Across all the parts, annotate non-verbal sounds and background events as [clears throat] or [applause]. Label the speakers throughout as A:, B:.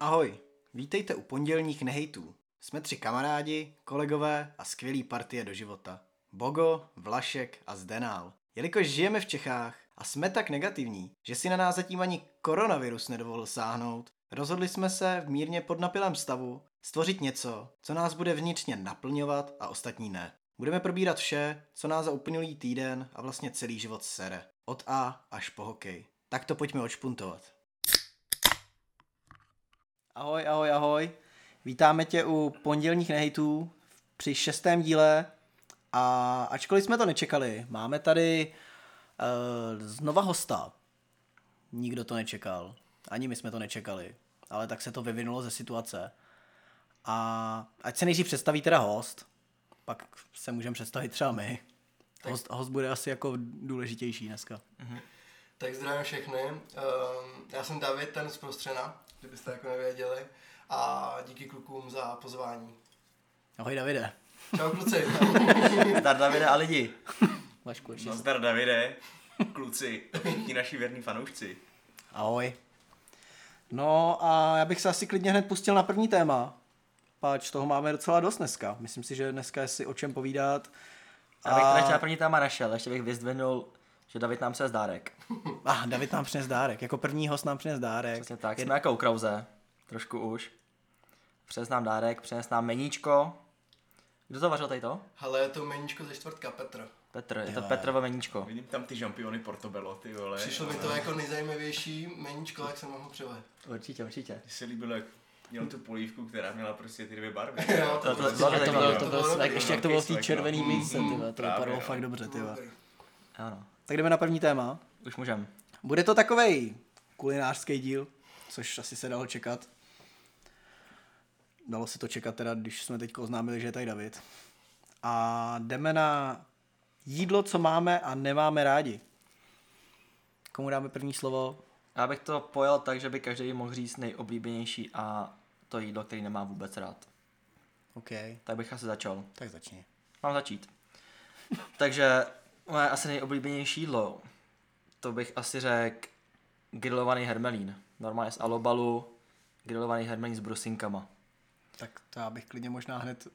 A: Ahoj, vítejte u pondělních nehejtů. Jsme tři kamarádi, kolegové a skvělý partie do života. Bogo, Vlašek a Zdenál. Jelikož žijeme v Čechách a jsme tak negativní, že si na nás zatím ani koronavirus nedovolil sáhnout, rozhodli jsme se v mírně podnapilém stavu stvořit něco, co nás bude vnitřně naplňovat a ostatní ne. Budeme probírat vše, co nás za uplynulý týden a vlastně celý život sere. Od A až po hokej. Tak to pojďme odšpuntovat. Ahoj, ahoj, ahoj. Vítáme tě u pondělních nehejtů při šestém díle a ačkoliv jsme to nečekali, máme tady uh, znova hosta. Nikdo to nečekal, ani my jsme to nečekali, ale tak se to vyvinulo ze situace. A ať se nejdřív představí teda host, pak se můžeme představit třeba my. Host, host bude asi jako důležitější dneska.
B: Tak zdravím všechny. Ehm, Já jsem David, ten z Prostřena, kdybyste jako nevěděli. A díky klukům za pozvání.
A: Ahoj Davide.
B: Čau kluci.
C: Zdar Davide a lidi.
A: Vašku, ještě.
C: Zdar Davide, kluci, všichni naši věrní fanoušci.
A: Ahoj. No a já bych se asi klidně hned pustil na první téma. Páč, toho máme docela dost dneska. Myslím si, že dneska je si o čem povídat.
D: Já bych teda ještě na první téma našel, ještě bych vyzdvihnul, že David nám přes dárek.
A: Ah, David nám přines dárek. Jako první host nám přines dárek.
D: Přesně tak, jsme jako u Krauze, trošku už. Přes nám dárek, přines nám meníčko. Kdo to vařil tady to?
B: Ale je to meníčko ze čtvrtka Petr.
D: Petr, je to
A: Jo.
D: Petrovo meníčko.
C: Vidím tam ty žampiony Portobello, ty vole.
B: Přišlo mi to jako nejzajímavější meníčko, jak jsem ho přivez.
D: Určitě, určitě.
C: Mně se líbilo, jak měl tu polívku, která měla prostě ty dvě barvy. [laughs]
B: Jo, to-
D: To, to, to, to,
C: bylo-
D: to, to,
C: to bylo-
A: tak ještě jak to bylo v té
C: Kyslek,
A: červený
C: no.
A: mince, ty vole, to
C: právě,
A: vypadalo
C: no.
A: fakt dobře, ty vole.
D: ano,
A: Tak jdeme na první téma.
D: už můžem.
A: Bude to takovej kulinářský díl, což asi se dalo čekat. Dalo se to čekat teda, když jsme teď oznámili, že je tady David. A jdeme na jídlo, co máme a nemáme rádi. Komu dáme první slovo?
D: Já bych to pojel tak, že by každý mohl říct nejoblíbenější a to jídlo, který nemá vůbec rád.
A: OK,
D: Tak bych asi začal.
A: tak začni.
D: Mám začít. Takže moje asi nejoblíbenější jídlo, to bych asi řekl grilovaný hermelín. Normálně z alobalu, grilovaný hermelín s brusinkama.
A: Tak to já bych klidně možná hned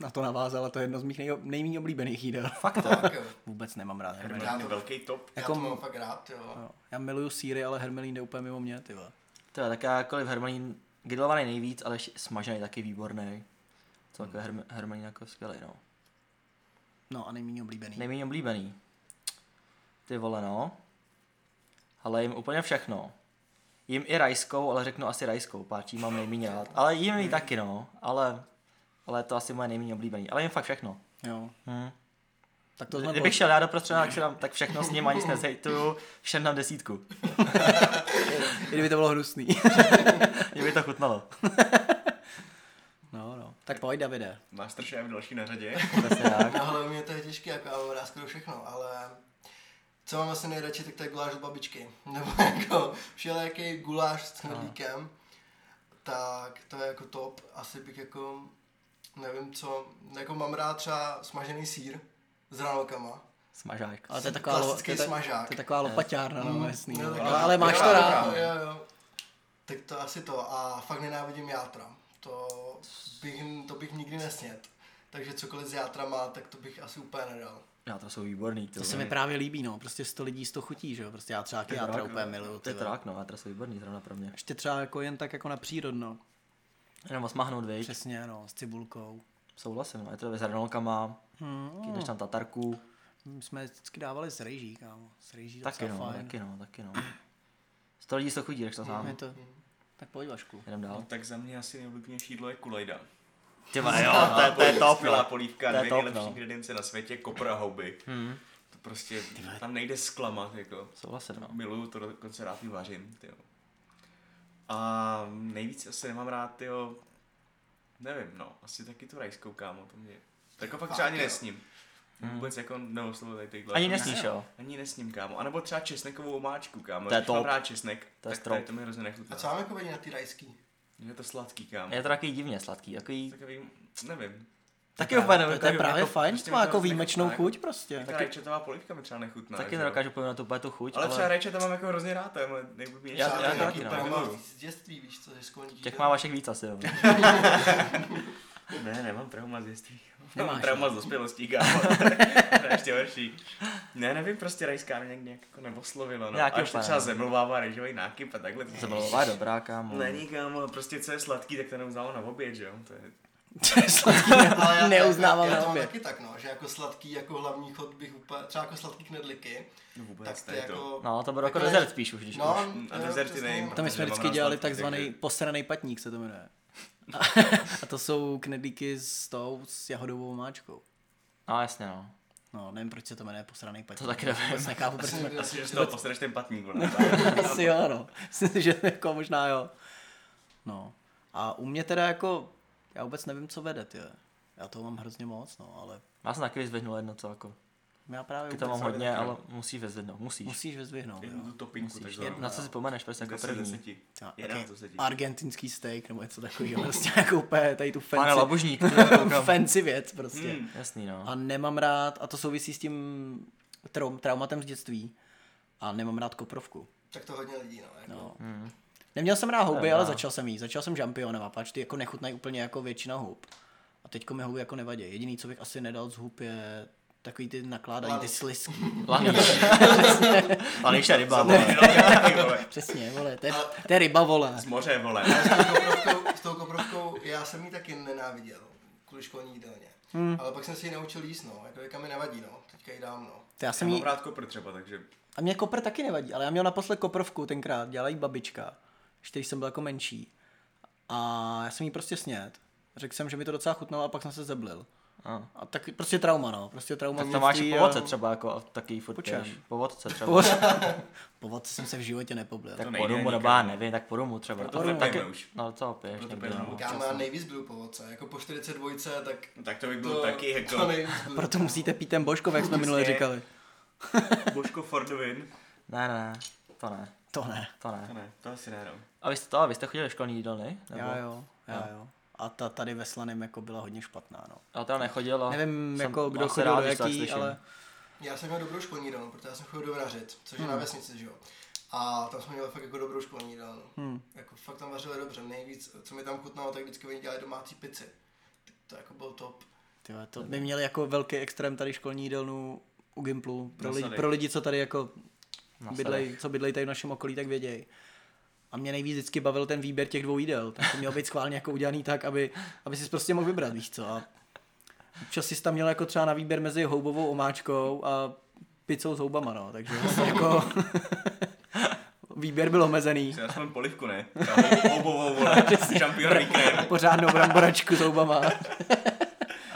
A: na to navázal, a to je jedno z mých nej- nejméně oblíbených jídel.
D: Fakt to? [laughs]
B: Tak jo.
A: Vůbec nemám rád hermelín.
C: Hermelín je velký top.
B: Já
A: Jako-
B: to mám fakt rád, jo.
A: Jo. No, Já miluju síry, ale hermelín jde úplně mimo mě, ty vole.
D: to je tak jakkoliv hermelín, grilovaný nejvíc, ale ještě smažený taky výborný. Celkově herme, hermelín jako skvělý, no.
A: No a nejméně oblíbený.
D: Nejméně oblíbený. Ty vole, no. Ale jim úplně všechno. Jím i rajskou, ale řeknu asi rajskou, páčí mám nejméně rád. Ale jim ji taky, no. Ale, ale to asi moje nejméně oblíbený. Ale jim fakt všechno.
A: Jo.
D: Hm.
A: Tak to jsme
D: Kdybych šel já do prostředí, tak, si dám- tak všechno s ním ani nic nezejtuju, všem dám desítku.
A: I kdyby to bylo
D: [laughs]
A: hnusný.
D: Mě by to chutnalo.
A: No, no. Tak pojď, Davide.
C: Master Chef další na řadě.
D: Přesně tak.
B: No ale u mě to je těžké, jako já mám rád skoro všechno, ale co mám asi nejradši, tak to je guláš od babičky. [laughs] Nebo jako všelijaký guláš s knedlíkem. Tak to je jako top. Asi bych jako, nevím co, jako mám rád třeba smažený sír s hranolkama.
D: Smažák.
A: Ale to je taková,
B: taková lo-
A: lo,
B: Klasický to je ta- smažák.
A: to
B: to
A: je
B: je
A: taková lopaťárna, no, jasný.
B: No, tak
A: ale, ale máš to rád.
B: Jo, jo. Tak to asi to. A fakt nenávidím játra. To bych, to bych nikdy nesnět. Takže cokoliv z játra má, tak to bych asi úplně nedal.
D: Já to jsou výborný, ty
A: To se
D: vole.
A: mi právě líbí, no. Prostě 100 lidí, 100 chutí, že jo. Prostě já třeba já
D: tak,
A: úplně
D: no.
A: miluju.
D: To
A: Ty
D: je
A: vole.
D: trák, no, já to jsou výborný zrovna pro mě.
A: Ještě třeba jako jen tak jako na přírodno.
D: Jenom smahnout, viď?
A: Přesně, no, s cibulkou.
D: Souhlasím, no, je to s hranolkama,
A: Hmm.
D: když tam tatarku,
A: My jsme vždycky dávali s rejží, kámo. S rejží
D: taky
A: docela
D: no,
A: fajn.
D: taky no, taky no. [clears throat] Sto lidí se chudí, když to
A: Je
D: sám.
A: to... Tak pojď, Vašku.
D: Jdem
C: No, [laughs]
D: dál.
C: tak za mě asi nejoblíbenější jídlo je kulejda.
D: Ty vole, jo, no. to je, to je top,
C: Skvělá
D: jo.
C: polívka,
D: To je
C: dvě
D: top,
C: nejlepší
D: no. Hmm.
C: ingredience na světě, kopra a houby. To prostě, tam nejde zklamat, jako.
D: Souhlasím, no.
C: Miluju to, dokonce rád i vařím, tyjo. A nejvíc asi nemám rád, tyjo, nevím, no, asi taky tu rajskou, kámo, to mě, tak jako fakt třeba ani
B: jo. Hmm.
C: nesním. Vůbec jako neoslovuji tady tyhle.
D: Ani nesníš, jo.
C: Ani nesním, kámo. A nebo třeba česnekovou omáčku, kámo.
D: To je
C: Když mám
D: top.
C: rád česnek,
D: To je
C: tak
D: strop.
C: to, to mi hrozně
B: A
C: nechutná.
B: co mám jako na ty rajský?
C: Je to sladký, kámo.
D: Je to taky divně sladký, takový
C: Takový, nevím.
D: Taky úplně
A: to, je- to je
D: nedokážu-
A: právě
D: jako-
A: fajn,
C: prostě
A: to má
C: mi to
A: jako
C: nechutná,
A: výjimečnou
C: jako-
A: chuť prostě.
C: Ta rajčatová polívka mi třeba
D: No,
C: nechutná.
D: Taky
C: že jo.
D: nedokážu pojmenovat úplně tu chuť,
C: Ale třeba
D: ale
C: rajčata mám jako hrozně rád, to je moje nejoblíbenější.
D: Já-
B: Třeba
D: já
B: to
D: taky,
B: nějaký
D: no.
B: trauma z dětství, víš co, že skončí.
D: těch má vašich víc asi, jo.
C: Ne, nemám trauma z dětství.
A: Nemáš,
C: Nemám trauma z dospělostí, kámo. to je ještě horší. Ne, nevím, prostě rajská mě někdy jako neoslovila. No.
D: Nějaký
C: Nějaký Až to
D: opa,
C: třeba
D: no.
C: zemlvává rejžový nákyp a takhle. To
D: To bylo vá dobrá, kámo.
C: Není kámo, prostě co je sladký, tak to neuznávám na oběd, že jo? To je...
A: [laughs]
D: [laughs]
A: Sladký
B: Ale
C: [laughs]
B: já,
A: neuznávám
B: já, já,
A: na
B: to mám
A: obě.
B: taky tak, no, že jako sladký, jako hlavní chod bych úplně, třeba jako sladký knedliky,
C: No vůbec,
B: tak
C: tak
B: to
C: je to.
B: jako...
D: No, to bylo jako
B: Jako než-
D: dezert spíš už, když už.
B: No,
C: A
B: jo,
C: dezerty
B: přesně.
C: nejím.
A: To my jsme
C: Nemám
A: vždycky
C: rád
A: dělali
C: sladký, takže-
A: takzvaný posraný patník, se to jmenuje. A, a to jsou knedlíky s tou, s jahodovou máčkou.
D: No, jasně, no.
A: No, nevím, proč se to jmenuje posraný patník.
D: To taky nevím.
A: Vůbec nechápu, proč
B: Asi
A: jsme...
B: nikdy
C: Asi,
B: asi-
C: že z toho postaneš ten patník, vole.
A: [laughs]
D: [laughs]
A: Asi jo, no. [laughs] Myslím, si, že jako možná jo. No. A u mě teda jako, já vůbec nevím, co vede, ty. Já toho mám hrozně moc, no, ale
D: Já jsem taky vyzvednul jedno, co jako.
A: já právě
D: Taky
A: vůbec
D: to mám
A: nevím.
D: hodně, ale musíš vyzvednout, musíš.
A: Musíš vyzvihnout, jo.
C: Jednu tu topinku,
D: Musíš.
C: takzvanou.
D: Na co si pomeneš, prostě jako
C: Deset z
D: první.
C: deseti.
A: A,
C: Jedna
A: taky
C: z deseti. [laughs]
A: argentinský steak nebo něco takového, [laughs] prostě jako úplně tady tu
D: Pane
A: fancy,
D: Labužník, ty jo, koukám.
A: fancy věc prostě.
C: Mm.
D: Jasný, no.
A: A nemám rád, a to souvisí s tím traum, traumatem z dětství, a nemám rád koprovku.
B: Tak to hodně lidí, no. Jako.
A: No. Neměl jsem rád houby,
D: Nevím,
A: ale
D: já.
A: začal jsem jí. Začal jsem žampionem a páč, ty jako nechutnají úplně jako většina hub. A teďko mi houby jako nevadí. Jediný, co bych asi nedal z hub, je takový ty nakládají, ty
B: Lany.
C: [laughs]
A: slisky.
D: [laughs] Laníš. Laníš je ryba,
C: Ty
D: vole.
C: vole, taky, vole.
A: Přesně, vole, to je, to je ryba, vole.
C: Z moře, vole.
B: S tou koprovkou, s tou koprovkou já jsem ji taky nenáviděl kvůli školní jídelně. Hmm. Ale pak jsem si ji naučil jíst, no, jako jaká mi nevadí, no, teďka ji dám, no.
A: To já
C: Já
A: jsem
C: mám
A: jí,
C: rád kopr třeba, takže
A: a mě kopr taky nevadí, ale já měl naposled koprovku tenkrát, dělala jí babička, ještě když jsem byl jako menší. A já jsem jí prostě snět. Řekl jsem, že mi to docela chutnalo a pak jsem se zeblil.
D: A.
A: A tak prostě trauma, no, prostě trauma.
D: Tak
A: z
D: to máš
A: dětství
D: i
A: a-
D: po vodce třeba, jako a taky furt
A: Po čem?
D: piješ. Po vodce třeba.
A: Po vodce. [laughs] Po vodce jsem se v životě nepoblil.
D: Tak
C: To
D: po
C: nejde
D: rumu,
C: nikam.
D: nebo já nevím, tak po rumu třeba.
C: Proto
D: A
C: pijeme
D: taky-
C: už.
D: No, co piješ
C: Proto
D: někdy,
C: pijeme
D: no.
C: už.
B: Kámo, já nejvíc byl po ovoce, jako po 42, tak
C: No Tak to by bylo taky jako
B: to nejvíc byl.
A: Proto musíte pít ten Božkov, jak jsme minule
C: Přesně.
A: říkali.
C: Božko Fordovin.
D: Ne, ne, ne, to ne,
A: To ne.
D: to
C: To
D: ne.
C: ne, to asi ne, no.
D: A vy jste, to, a vy jste chodili do školní jídelny? Nebo?
A: Já jo, já jo. A ta tady ve Slaném jako byla hodně špatná, no.
D: Já teda nechodil. a
A: Nevím, jako kdo
D: asi
A: chodil do
D: rád, když to tak
A: jaký,
D: slyším.
A: ale
B: Já jsem měl dobrou školní jídelnu, protože já jsem chodil do Vrařic, což je
D: Hmm.
B: na vesnici, že jo. A tam jsme měli fakt jako dobrou školní jídelnu. Hmm. Jako fakt tam vařili dobře, nejvíc, co mi tam chutnalo, tak vždycky oni dělali domácí pici. To jako byl top.
A: tyhle, to by měli jako velký extrém tady školní jídelnu u Gimplu. Pro,
C: Na
A: lidi,
C: sadech.
A: pro lidi, co tady jako
D: Na
A: bydlej, co bydlej tady v našem okolí, tak věděj. A mě nejvíc vždycky bavil ten výběr těch dvou jídel. Tak to mělo být schválně jako udělaný tak, aby, aby si prostě mohl vybrat, víš co. A občas jsi tam měl jako třeba na výběr mezi houbovou omáčkou a pizzou s houbama, no. Takže vlastně jako [laughs] výběr byl omezený.
C: Jsi aspoň
A: [laughs]
C: polivku, ne? Kámo, Houbovou, vole, šampionový krém.
A: Pořádnou bramboračku s houbama.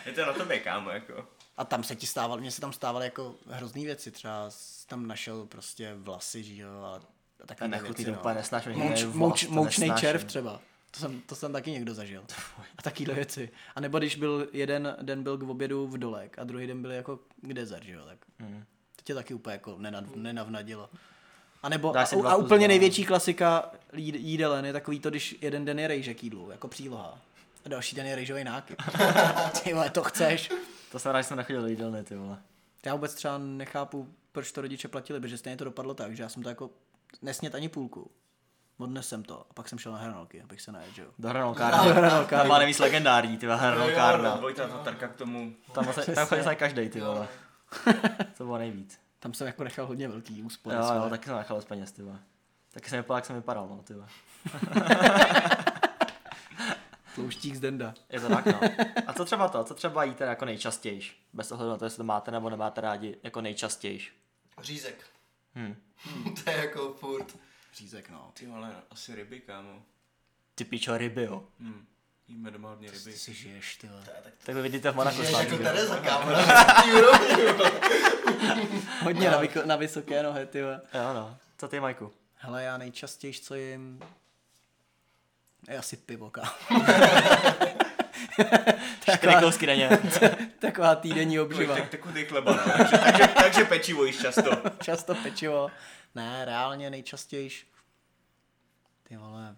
C: Je to na tobě, kámo, jako.
A: A tam se ti stával, mně se tam stávaly jako hrozný věci. Třeba jsi tam našel prostě vlasy, že jo, a, a
D: To je
A: takový
D: nechutný,
A: věci,
D: to
A: no.
D: úplně nesnáším. že
A: Mouč,
D: je vlastně vlast,
A: mouč,
D: to
A: moučnej
D: nesnáším.
A: červ třeba. To jsem, to jsem taky někdo zažil. A takovýhle věci. A nebo když byl jeden den byl k obědu v dolek a druhý den byl jako k dezert, že jo, tak
D: Mm.
A: to tě taky úplně jako nenav, nenavnadilo. A nebo
D: Dá
A: a,
D: se
A: u-
D: dva
A: a
D: plus
A: úplně
D: dva, no.
A: největší klasika jí- jídelen je takový to, když jeden den je rejžek jídlu, jako příloha. A další den je rejžový nákyp. [laughs] Ty vole, to chceš.
D: To jsem rád, že jsem nechodil do jídelny, ty vole.
A: Já vůbec třeba nechápu, proč to rodiče platili, protože stejně to dopadlo tak, že já jsem to jako nesnět ani půlku. Odnes jsem to a pak jsem šel na hranolky, abych se najedl, že jo. [laughs]
D: Do hranolkárna. Tam má nejvíc legendární, ty vole,
C: No,
D: hranolkárna.
C: Vojta Tatarka k tomu.
D: Tam, asi- tam chodil každý
A: [laughs]
D: ty vole. To bylo nejvíc.
A: Tam jsem jako nechal hodně velký úspor.
D: Jo,
A: své.
D: jo, taky jsem nechal z peněz, ty vole. Taky jsem vypadal, jak jsem vypadal, no, ty vole.
A: Tlouštík z Denda.
D: Je to tak, no. A co třeba to? Co třeba jíte jako nejčastějiš? Bez ohledu na to, jestli to máte nebo nemáte rádi, jako nejčastějiš.
B: Řízek.
D: Hm.
B: [laughs] to je jako furt.
A: Řízek, no.
C: Ty vole, no, asi ryby, kámo.
D: Ty píčo ryby, jo.
C: Hm. Jíme doma hodně ryby.
A: Ty si žiješ, ty vole.
D: Tak vy vidíte v Monaku
B: Žiješ
D: slavný,
B: jako
D: jo.
B: Tereza, kámo, na vysoký úrovni, vole.
A: Hodně na, vyko- na vysoké nohy, ty vole.
D: Jo, no. Co ty, Majku?
A: Hele, já nejčastěji, co jim... Je asi pivo, kámo. [laughs] taková,
D: Škrekovský daně.
A: taková týdenní obživa.
C: Tak takutej chleba, no. takže, takže, takže pečivo již
A: [laughs]
C: často.
A: Často pečivo. Ne, reálně nejčastěji... Ty vole...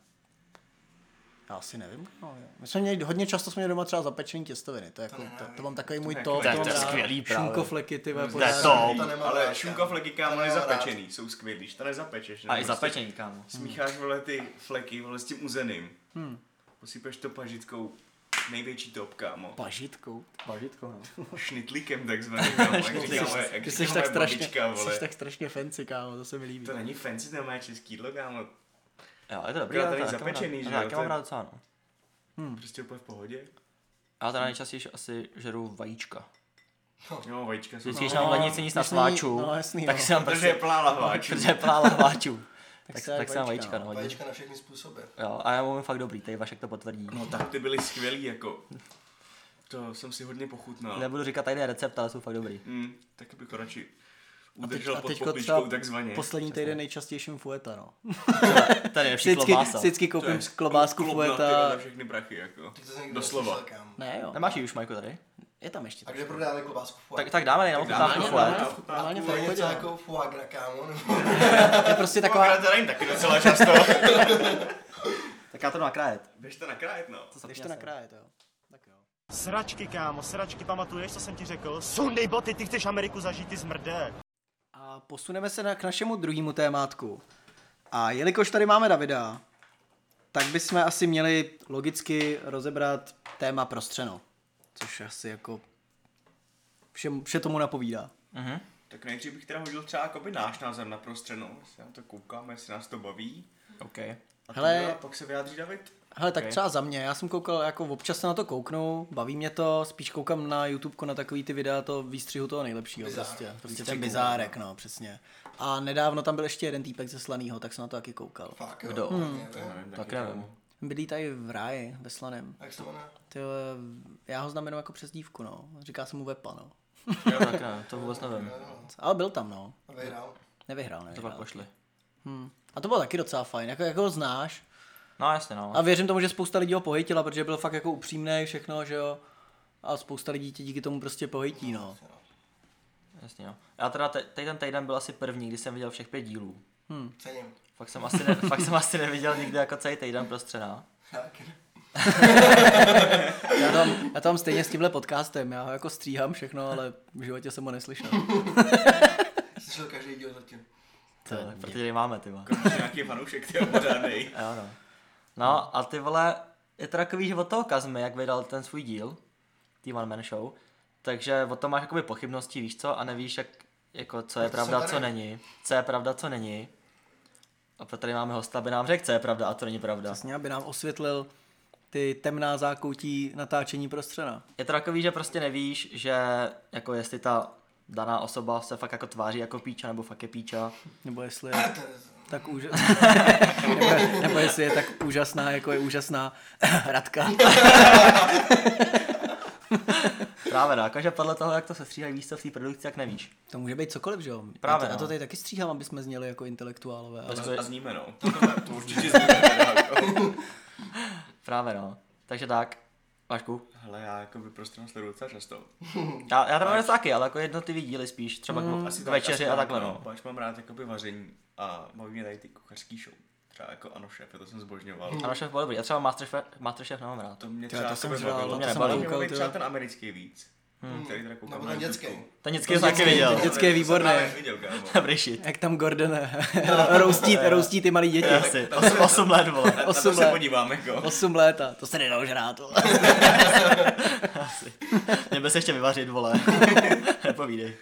A: Já asi nevím. No, jo. My jsme měli, hodně často jsme měli doma třeba zapečený těstoviny. To, je jako, to, to, mám takový můj top.
D: To je-
A: mám
D: to je
A: rád.
D: skvělý právě.
A: Šunkofleky, ty vole,
D: To je
A: pořád.
D: top.
B: To nemám rád,
C: Ale
B: kámo.
C: šunka fleky, kámo,
B: To nemám
C: nezapečený, jsou skvělý, když to nezapečeš.
D: A
C: ne?
D: i
C: Prostě
D: zapečení, kámo.
C: Smícháš, vole, ty fleky, vole, s tím uzeným.
A: Hmm.
C: Posypeš to pažitkou, největší top, kámo.
A: Pažitkou. Pažitkou, no.
C: Šnitlikem takzvaným,
A: [laughs]
C: no. kámo, jak říká moje, jak
A: Ty jsi
C: říká moje
A: tak strašně,
C: babička, vole.
A: jsi tak strašně fancy, kámo, to se mi líbí.
C: To není fancy, to nemá český jídlo, kámo.
D: Jo, je to dobrý,
C: Akorát
D: ale
C: to
D: to taky mám
C: není zapečený,
D: rád-
C: že
D: já
C: jo,
D: taky
C: to
D: mám
C: je-
D: rád docela, no.
C: Prostě úplně v pohodě.
D: Ale teda nejčastěji asi žeru vajíčka.
C: Jo, vajíčka jsou...
D: Vždycky, když nám v lednici nic na
A: když není-
D: sváču,
A: no, jasný,
D: tak
A: no.
D: si nám
C: Protože je
D: prostě
C: plná lahváčů.
D: protože plá lahváčů. tak,
A: si dá
D: tak si nám
A: vajíčka,
D: vajíčka, no.
B: [laughs]
D: hodně.
B: Vajíčka na všechny způsoby.
D: Jo, a já mluvím fakt dobrý, tady Vašek to potvrdí.
C: No tak ty byly skvělý, jako. To jsem si hodně pochutnal.
D: Nebudu říkat tady recept, ale jsou fakt dobrý.
C: Mm, taky bych ho radši
A: A teď-
C: udržel
A: a
C: pod
A: teďko
C: popličkou takzvaně.
A: poslední týden nejčastějším fueta, no.
D: Tady je všichni
A: Vždycky,
D: klobása.
A: vždycky
C: To je
A: koupím klobásku
C: klobna, ty
A: fueta.
C: vole, za všechny prachy, jako.
B: Ty to někdo
C: Doslova.
B: neslyšel, kámo.
A: Ne, jo.
D: Nemáš ji už, Majko, tady?
A: Je tam ještě.
B: A kde prodávají klobásku fuá?
D: Tak, tak dáme, jenom
C: dáme,
D: tam
C: dáme,
A: no.
D: fuet.
C: dáme. Ochutnávku,
A: Normálně
B: to je
A: fuet,
B: něco
A: jo.
B: jako foie gras, kámo. nebo-
A: To je prostě
C: Já
A: taková...
C: teda jim taky docela často.
A: [laughs]
D: Tak já to jdu nakrájet.
C: Běžte nakrájet, no.
A: Když to nakrájet, jo. Tak jo.
E: Sračky, kámo, sračky, pamatuješ, co jsem ti řekl? Sundej boty, ty chceš Ameriku zažít, ty zmrde.
A: A posuneme se na, k našemu druhému témátku. A jelikož tady máme Davida, tak bychom asi měli logicky rozebrat téma prostřeno. Což asi jako všem, vše tomu napovídá.
C: Tak nejdřív bych teda hodil třeba jakoby náš názor na prostřenu. Jestli na to koukáme, jestli nás to baví.
D: OK.
C: A
A: Hele-
C: Hele... pak se vyjádří David.
A: Hele, tak třeba za mě, já jsem koukal, jako občas se na to kouknu, baví mě to, spíš koukám na YouTube na takový ty videa to výstřihu toho nejlepšího Bizár. prostě. Prostě ten bizárek, no, přesně. A nedávno tam byl ještě jeden týpek ze Slanýho, tak jsem na to taky koukal.
B: Fakt, jo.
D: Kdo?
B: Hmm.
D: Tak nevím.
A: Bydlí tady v ráji, ve Slaném.
B: Jak se to jmenuje?
A: Ty, vole, já ho znám jenom jako přes dívku, no. Říká se mu Vepa, no.
D: Jo, tak ne, to vůbec nevím.
A: Ale byl tam, no.
B: A Vyhrál.
A: Nevyhrál,
D: To pak
A: nevyhrál.
D: pošli.
A: A to bylo taky docela fajn, jako, jako ho znáš.
D: No jasně, no.
A: A věřím tomu, že spousta lidí ho pohejtila, protože byl fakt jako upřímný všechno, že jo. A spousta lidí tě díky tomu prostě pohejtí, no.
D: Jasně, no. Já teda te- tady ten týden byl asi první, kdy jsem viděl všech pět dílů.
B: Cením.
D: Fakt jsem asi, ne- [laughs] fakt jsem asi neviděl nikdy jako celý týden prostřená.
B: Tak.
D: Hmm.
A: Já tam, já tam stejně s tímhle podcastem, já ho jako stříhám všechno, ale v životě jsem ho neslyšel.
B: Slyšel každý díl zatím.
D: To, protože tady máme, ty vole.
C: Ještě [laughs] nějaký fanoušek, ty pořádnej.
D: Jo, no. No a ty vole, je to takový, že od toho Kazmy, jak vydal ten svůj díl, tý One Man Show, takže o tom máš jakoby pochybnosti, víš co, a nevíš, jak, jako, co je
B: to
D: pravda,
B: jsem
D: co
B: tady.
D: není. Co je pravda, co není. A proto tady máme hosta, aby nám řekl, co je pravda a co není pravda.
A: Vlastně, aby nám osvětlil ty temná zákoutí natáčení prostřena.
D: Je to takový, že prostě nevíš, že jako jestli ta daná osoba se fakt jako tváří jako píča nebo fakt je píča.
A: Nebo jestli je tak úžasná. [laughs] nebo, nebo jestli je tak úžasná, jako je úžasná [coughs] Radka.
D: Právě no, jakože podle toho, jak to se stříhají víš co v té produkci, jak nevíš.
A: To může být cokoliv, že jo?
D: Právě,
A: já to, já to
D: no.
A: tady taky stříhám, aby jsme zněli jako intelektuálové. Ale...
D: Prostě-
C: A zníme, no. To [laughs] určitě zníme. teda, jako.
D: Právě no. Takže tak, Vašku.
C: Hele, já jako by prostřenu sleduju docela často.
D: Já, já tam taky, ale jako jednotlivý díly spíš, třeba mm,
C: asi
D: k večeři
C: asi
D: a takhle
C: tak,
D: no.
C: Pač mám rád jakoby vaření a baví mě tady ty kuchařský show. Třeba jako ano šéf, to jsem zbožňoval.
D: Ano, šéf byl dobrý. Já třeba Masterchef, Masterchef nemám rád.
C: To mě
A: Tyhle,
C: třeba
A: to jsem
C: jakoby
A: žral,
C: bavilo.
A: to
D: jsem
C: Bavilo Hmm. mě
A: koukal,
C: bavit třeba
A: tyhle.
C: ten americký víc. Který teda koukám
B: Nebo
C: na
B: ten
C: YouTube.
B: dětský.
D: Ten dětský jsem taky viděl.
A: dětský- je výborný.
C: To jsem právě viděl, [laughs] kámo.
D: [laughs] Dobrý shit.
A: Jak tam
D: [laughs]
A: Gordon [laughs] roustí, roustí ty malý děti.
D: Asi, 8 let vole.
C: Na to
A: Osm
C: se
A: let.
C: podívám, jako.
A: 8 let a to se nedalo žrát. vole.
D: Mě by se ještě vyvařit
C: [laughs]
D: vole. Nepovídej.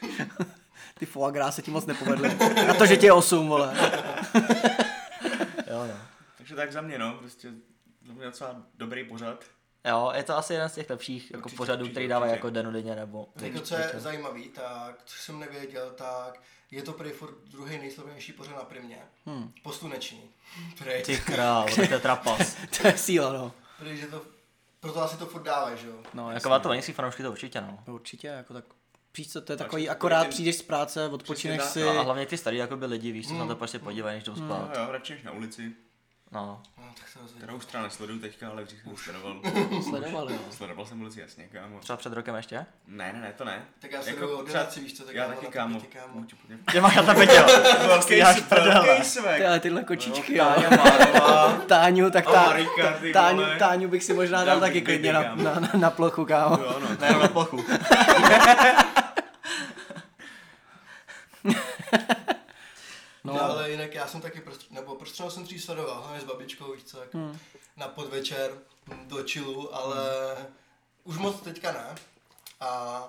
A: Ty foie gras se ti moc nepovedly. A to, že tě je 8, vole. [laughs]
D: Jo, no.
C: Takže tak za mě, no, prostě za mě docela dobrý pořad.
D: Jo, je to asi jeden z těch lepších jako
C: Určitě,
D: pořadů,
C: určitě,
D: který dávají
C: určitě.
D: jako den denně nebo
B: Jako co je zajímavý, tak, což jsem nevěděl, tak je to prý furt druhý nejslavnější pořad na primě. Hmm. Po [laughs] sluneční. Prej.
D: Ty král, tak to je
C: [laughs]
D: trapas.
A: To je síla, no.
B: Prej, že to, proto asi to furt dávají, že jo?
A: No,
D: Jako má to vanější fanoušky to určitě, no.
A: Určitě, jako tak Víš co, to je
C: že
A: takový,
C: to
A: akorát
C: jeden-
A: přijdeš z práce, odpočineš
C: tak,
A: si,
D: no, jako
C: Mm.
D: A hlavně ty starý jakoby lidi, víš, co se na to prostě podívají, než jdou spát.
C: No, jo, radši než na ulici.
D: No,
B: No, tak se rozhodně.
C: Kterou stranu sleduju teďka, ale dřív jsem sledoval. [laughs]
A: Sledovali, jo.
C: sledoval jsem ulici, jasně, kámo.
D: třeba před rokem
C: [laughs]
D: ještě.
C: Ne, ne, ne, to ne. Jako
B: Tak já sleduju ordinaci, víš co, tak
C: já
B: já mám
C: taky
B: na
C: kámo.
B: tapetě, kámo.
C: Můžu podívat.
D: Kde máš na tapetě?
C: Velký
D: Ty máš
C: svek, velký svek.
A: Ty, ale tyhle kočičky, jo.
C: Táňa Márová.
A: [laughs] Táňu, tak
C: A
A: tá,
C: Marika, ty
A: táňu,
C: vole.
A: táňu, bych si možná
C: Dám
A: dal taky
C: bych
A: klidně
C: baby,
A: na, na,
C: kámo.
A: na, na plochu, kámo.
C: Jo, no,
D: Ne, na plochu.
B: No. no. ale jinak já jsem taky, prostř- nebo prostřel jsem tří sledoval, hlavně s babičkou, víš co, jako hmm. na podvečer mm, do čilu, ale už moc teďka ne. A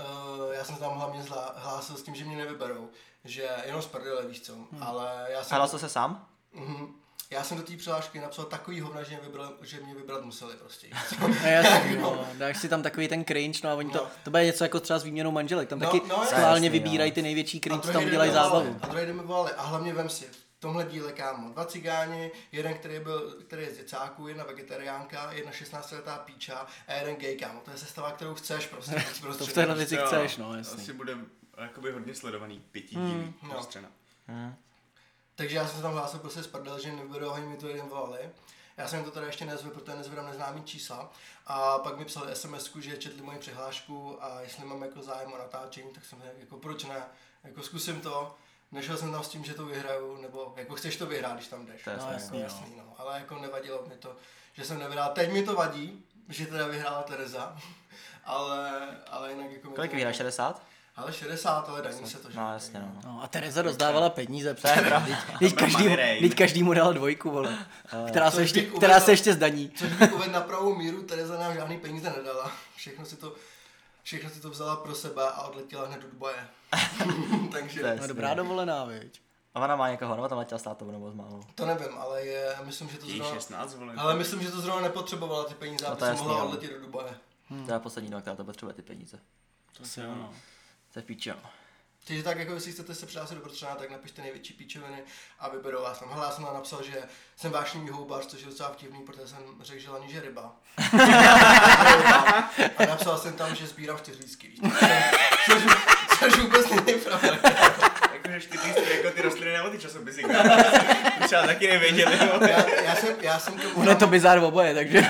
B: uh, já jsem tam hlavně zla- hlásil s tím, že mě nevyberou, že jenom z prdele, víš co, hmm. ale já jsem...
D: Hlásil se sám?
B: Mhm. Já jsem do té přihlášky napsal takový hovna, že mě, vybral, že mě vybrat
A: [laughs]
B: museli prostě.
A: No jasný, no. dáš si tam takový ten cringe, no a oni to,
B: No.
A: to bude něco jako třeba s výměnou manželek, tam
B: No,
A: taky
B: no, jasný,
A: schválně
D: jo.
A: vybírají ty největší
B: A
A: cringe,
B: druhý
A: tam
B: den
A: udělají
B: mi volali,
A: zábavu.
B: A druhý den mi volali, a hlavně vem si, v tomhle díle, kámo, dva cigáni, jeden, který, byl, který je z děcáků, jedna vegetariánka, jedna 16 letá píča a jeden gay, kámo. To je sestava, kterou
A: [laughs]
B: chceš prostě.
A: To v téhle věci
C: Jo,
A: chceš, no jasný.
C: Asi bude jakoby hodně sledovaný pětidílí
B: No.
C: prostřena.
B: Takže já jsem se tam hlásil prostě z prdel, že nebudu, oni mi to jeden volali. Já jsem jim to teda ještě nezvedl, protože nezvedám neznámý čísla. A pak mi psali sms že četli moji přihlášku a jestli mám jako zájem o natáčení, tak jsem řekl, jako proč ne, jako zkusím to. Nešel jsem tam s tím, že to vyhraju, nebo jako chceš to vyhrát, když tam jdeš.
D: To je
B: no,
D: jasný,
B: jasný,
D: no.
B: jasný, no. Ale jako nevadilo mi to, že jsem nevyhrál. Teď mi to vadí, že teda vyhrála Tereza, [laughs] ale, ale jinak jako... mi
D: Kolik
B: to-
D: vyhráš? 60?
B: Ale 60, ale daní se to, že?
D: No jasně, no.
A: No a Tereza rozdávala peníze, přesně. Teď- Teď
C: Tam byl
A: každý,
C: Mannerheim.
A: teď každý mu dal dvojku, vole, která
B: Což
A: se, ještě,
B: bych uvedl-
A: která se ještě zdaní.
B: Což bych uvedl na pravou míru, Tereza nám žádný peníze nedala. Všechno si to, všechno si to vzala pro sebe a odletěla hned do Dubaje.
D: To je
B: Takže
A: No
D: Jasný.
A: dobrá dovolená, viď.
D: A ona má někoho, nebo tam letěla s tátou, nebo s mámou.
B: to nevím, ale je, myslím, že to
C: Její
B: zrovna...
C: 16, vole.
B: Ale myslím, že to zrovna nepotřebovala ty peníze,
D: No
B: aby
D: to
B: no
D: jasný,
B: mohla
D: jo.
B: odletět do Dubaje.
D: To je poslední doba, která to potřebuje ty peníze.
C: to se jo.
D: To je píče, no. [laughs]
B: Takže tak, jako jestli chcete se přihlásit do Brtřana, tak napište největší píčoviny a vyberou vás tam. Hele, já jsem tam napsal, že jsem vášnivý houbař, což je docela vtipný, protože jsem řekl, že laní, že ryba. a napsal jsem tam, že sbírám čtyřlísky, víš. Což, což vůbec není pravda.
C: Jakože čtyřlístky, jako ty rostliny nebo ty časopisy. [laughs] Třeba taky nevěděli, jo.
B: Já, já jsem, já jsem to
A: Ono je to bizár oboje, takže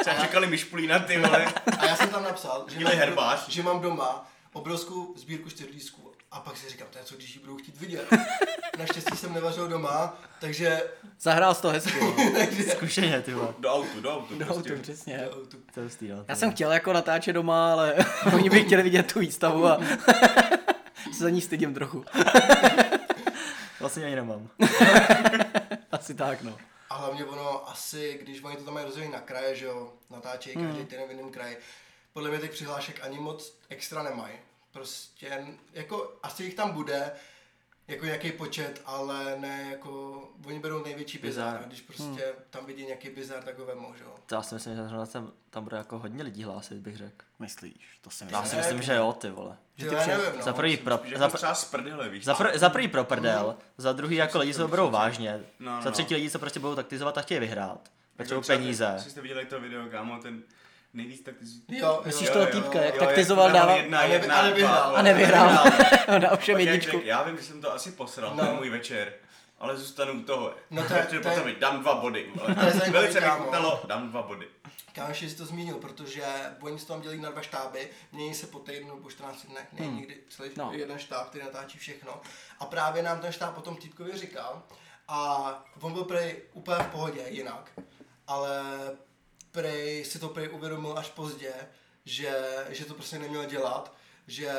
C: Třeba čekali myšpulína, ty vole.
B: A já jsem tam napsal, že
C: Měli
B: mám,
C: herbář.
B: že mám doma obrovskou sbírku čtyřlísků. A pak si říkám, to je co, když ji budou chtít vidět. Naštěstí jsem nevařil doma, takže... [laughs]
A: zahrál z toho hezky. no.
D: Zkušeně, ty vole.
C: Do autu, do autu.
A: No, to
C: prostě.
A: přesně.
D: To je hustý, no.
A: Já jsem chtěl jako natáčet doma, ale [laughs] oni by chtěli vidět tu výstavu a [laughs] se za ní stydím trochu. [laughs]
D: Vlastně ani nemám.
A: Asi tak, no. [laughs]
B: A hlavně ono asi, když oni to tam mají rozdělený na kraje, že jo, natáčejí každý týden v jiném kraji, podle mě těch přihlášek ani moc extra nemají. Prostě, jako, asi jich tam bude, jako nějaký počet, ale ne jako, oni berou největší bizár,
D: Bizár.
B: a když prostě hmm. tam vidí nějaký bizár, tak ho vemou, že jo.
D: To já si myslím, že zrovna sem- tam bude jako hodně lidí hlásit, bych řekl.
A: Myslíš, to jsem
D: Já si myslím, že jo, ty vole.
B: Ty, já nevím, no.
D: Za prvý pro,
C: Že
D: za,
C: jako třeba z prdele, víš.
D: za, pr, za prvý pro prdel, za druhý jako lidi se to berou vážně,
C: No, no,
D: za třetí
C: no.
D: lidi se prostě budou taktizovat a chtějí vyhrát. Potřebují
C: třeba-
D: peníze.
C: Jestli jste viděli to video, kámo, ten nejvíc tak ty...
B: Jo,
A: Myslíš
B: jo,
A: toho
B: jo, jo.
A: týpka, jak
C: jo,
A: taktizoval,
C: jak to dával
A: dával-
C: Jedna,
B: A ne-
C: jedna,
B: a nevyhrál.
C: dva,
B: A
A: nevyhrál.
B: [laughs]
A: na ovšem
C: Pak jak
A: jedničku.
C: řekl, Já vím, že jsem to asi posral,
B: No.
C: ten můj večer. Ale zůstanu u toho.
B: No
C: [laughs]
B: to je-
C: Protože
B: to je-
C: potom dám dva body. vole.
B: To je zajímavý,
C: Velice mi
B: kámo.
C: chutnalo, dám dva body.
B: Kámoš jsi to zmínil, protože oni se tam dělí na dva štáby, mění se po týdnu nebo 14 dnech, není nikdy celý
A: No.
B: no. jeden štáb, který natáčí všechno. A právě nám ten štáb potom týpkovi říkal a on byl prej úplně v pohodě jinak, ale prej si to prej uvědomil až pozdě, že, že to prostě neměl dělat, že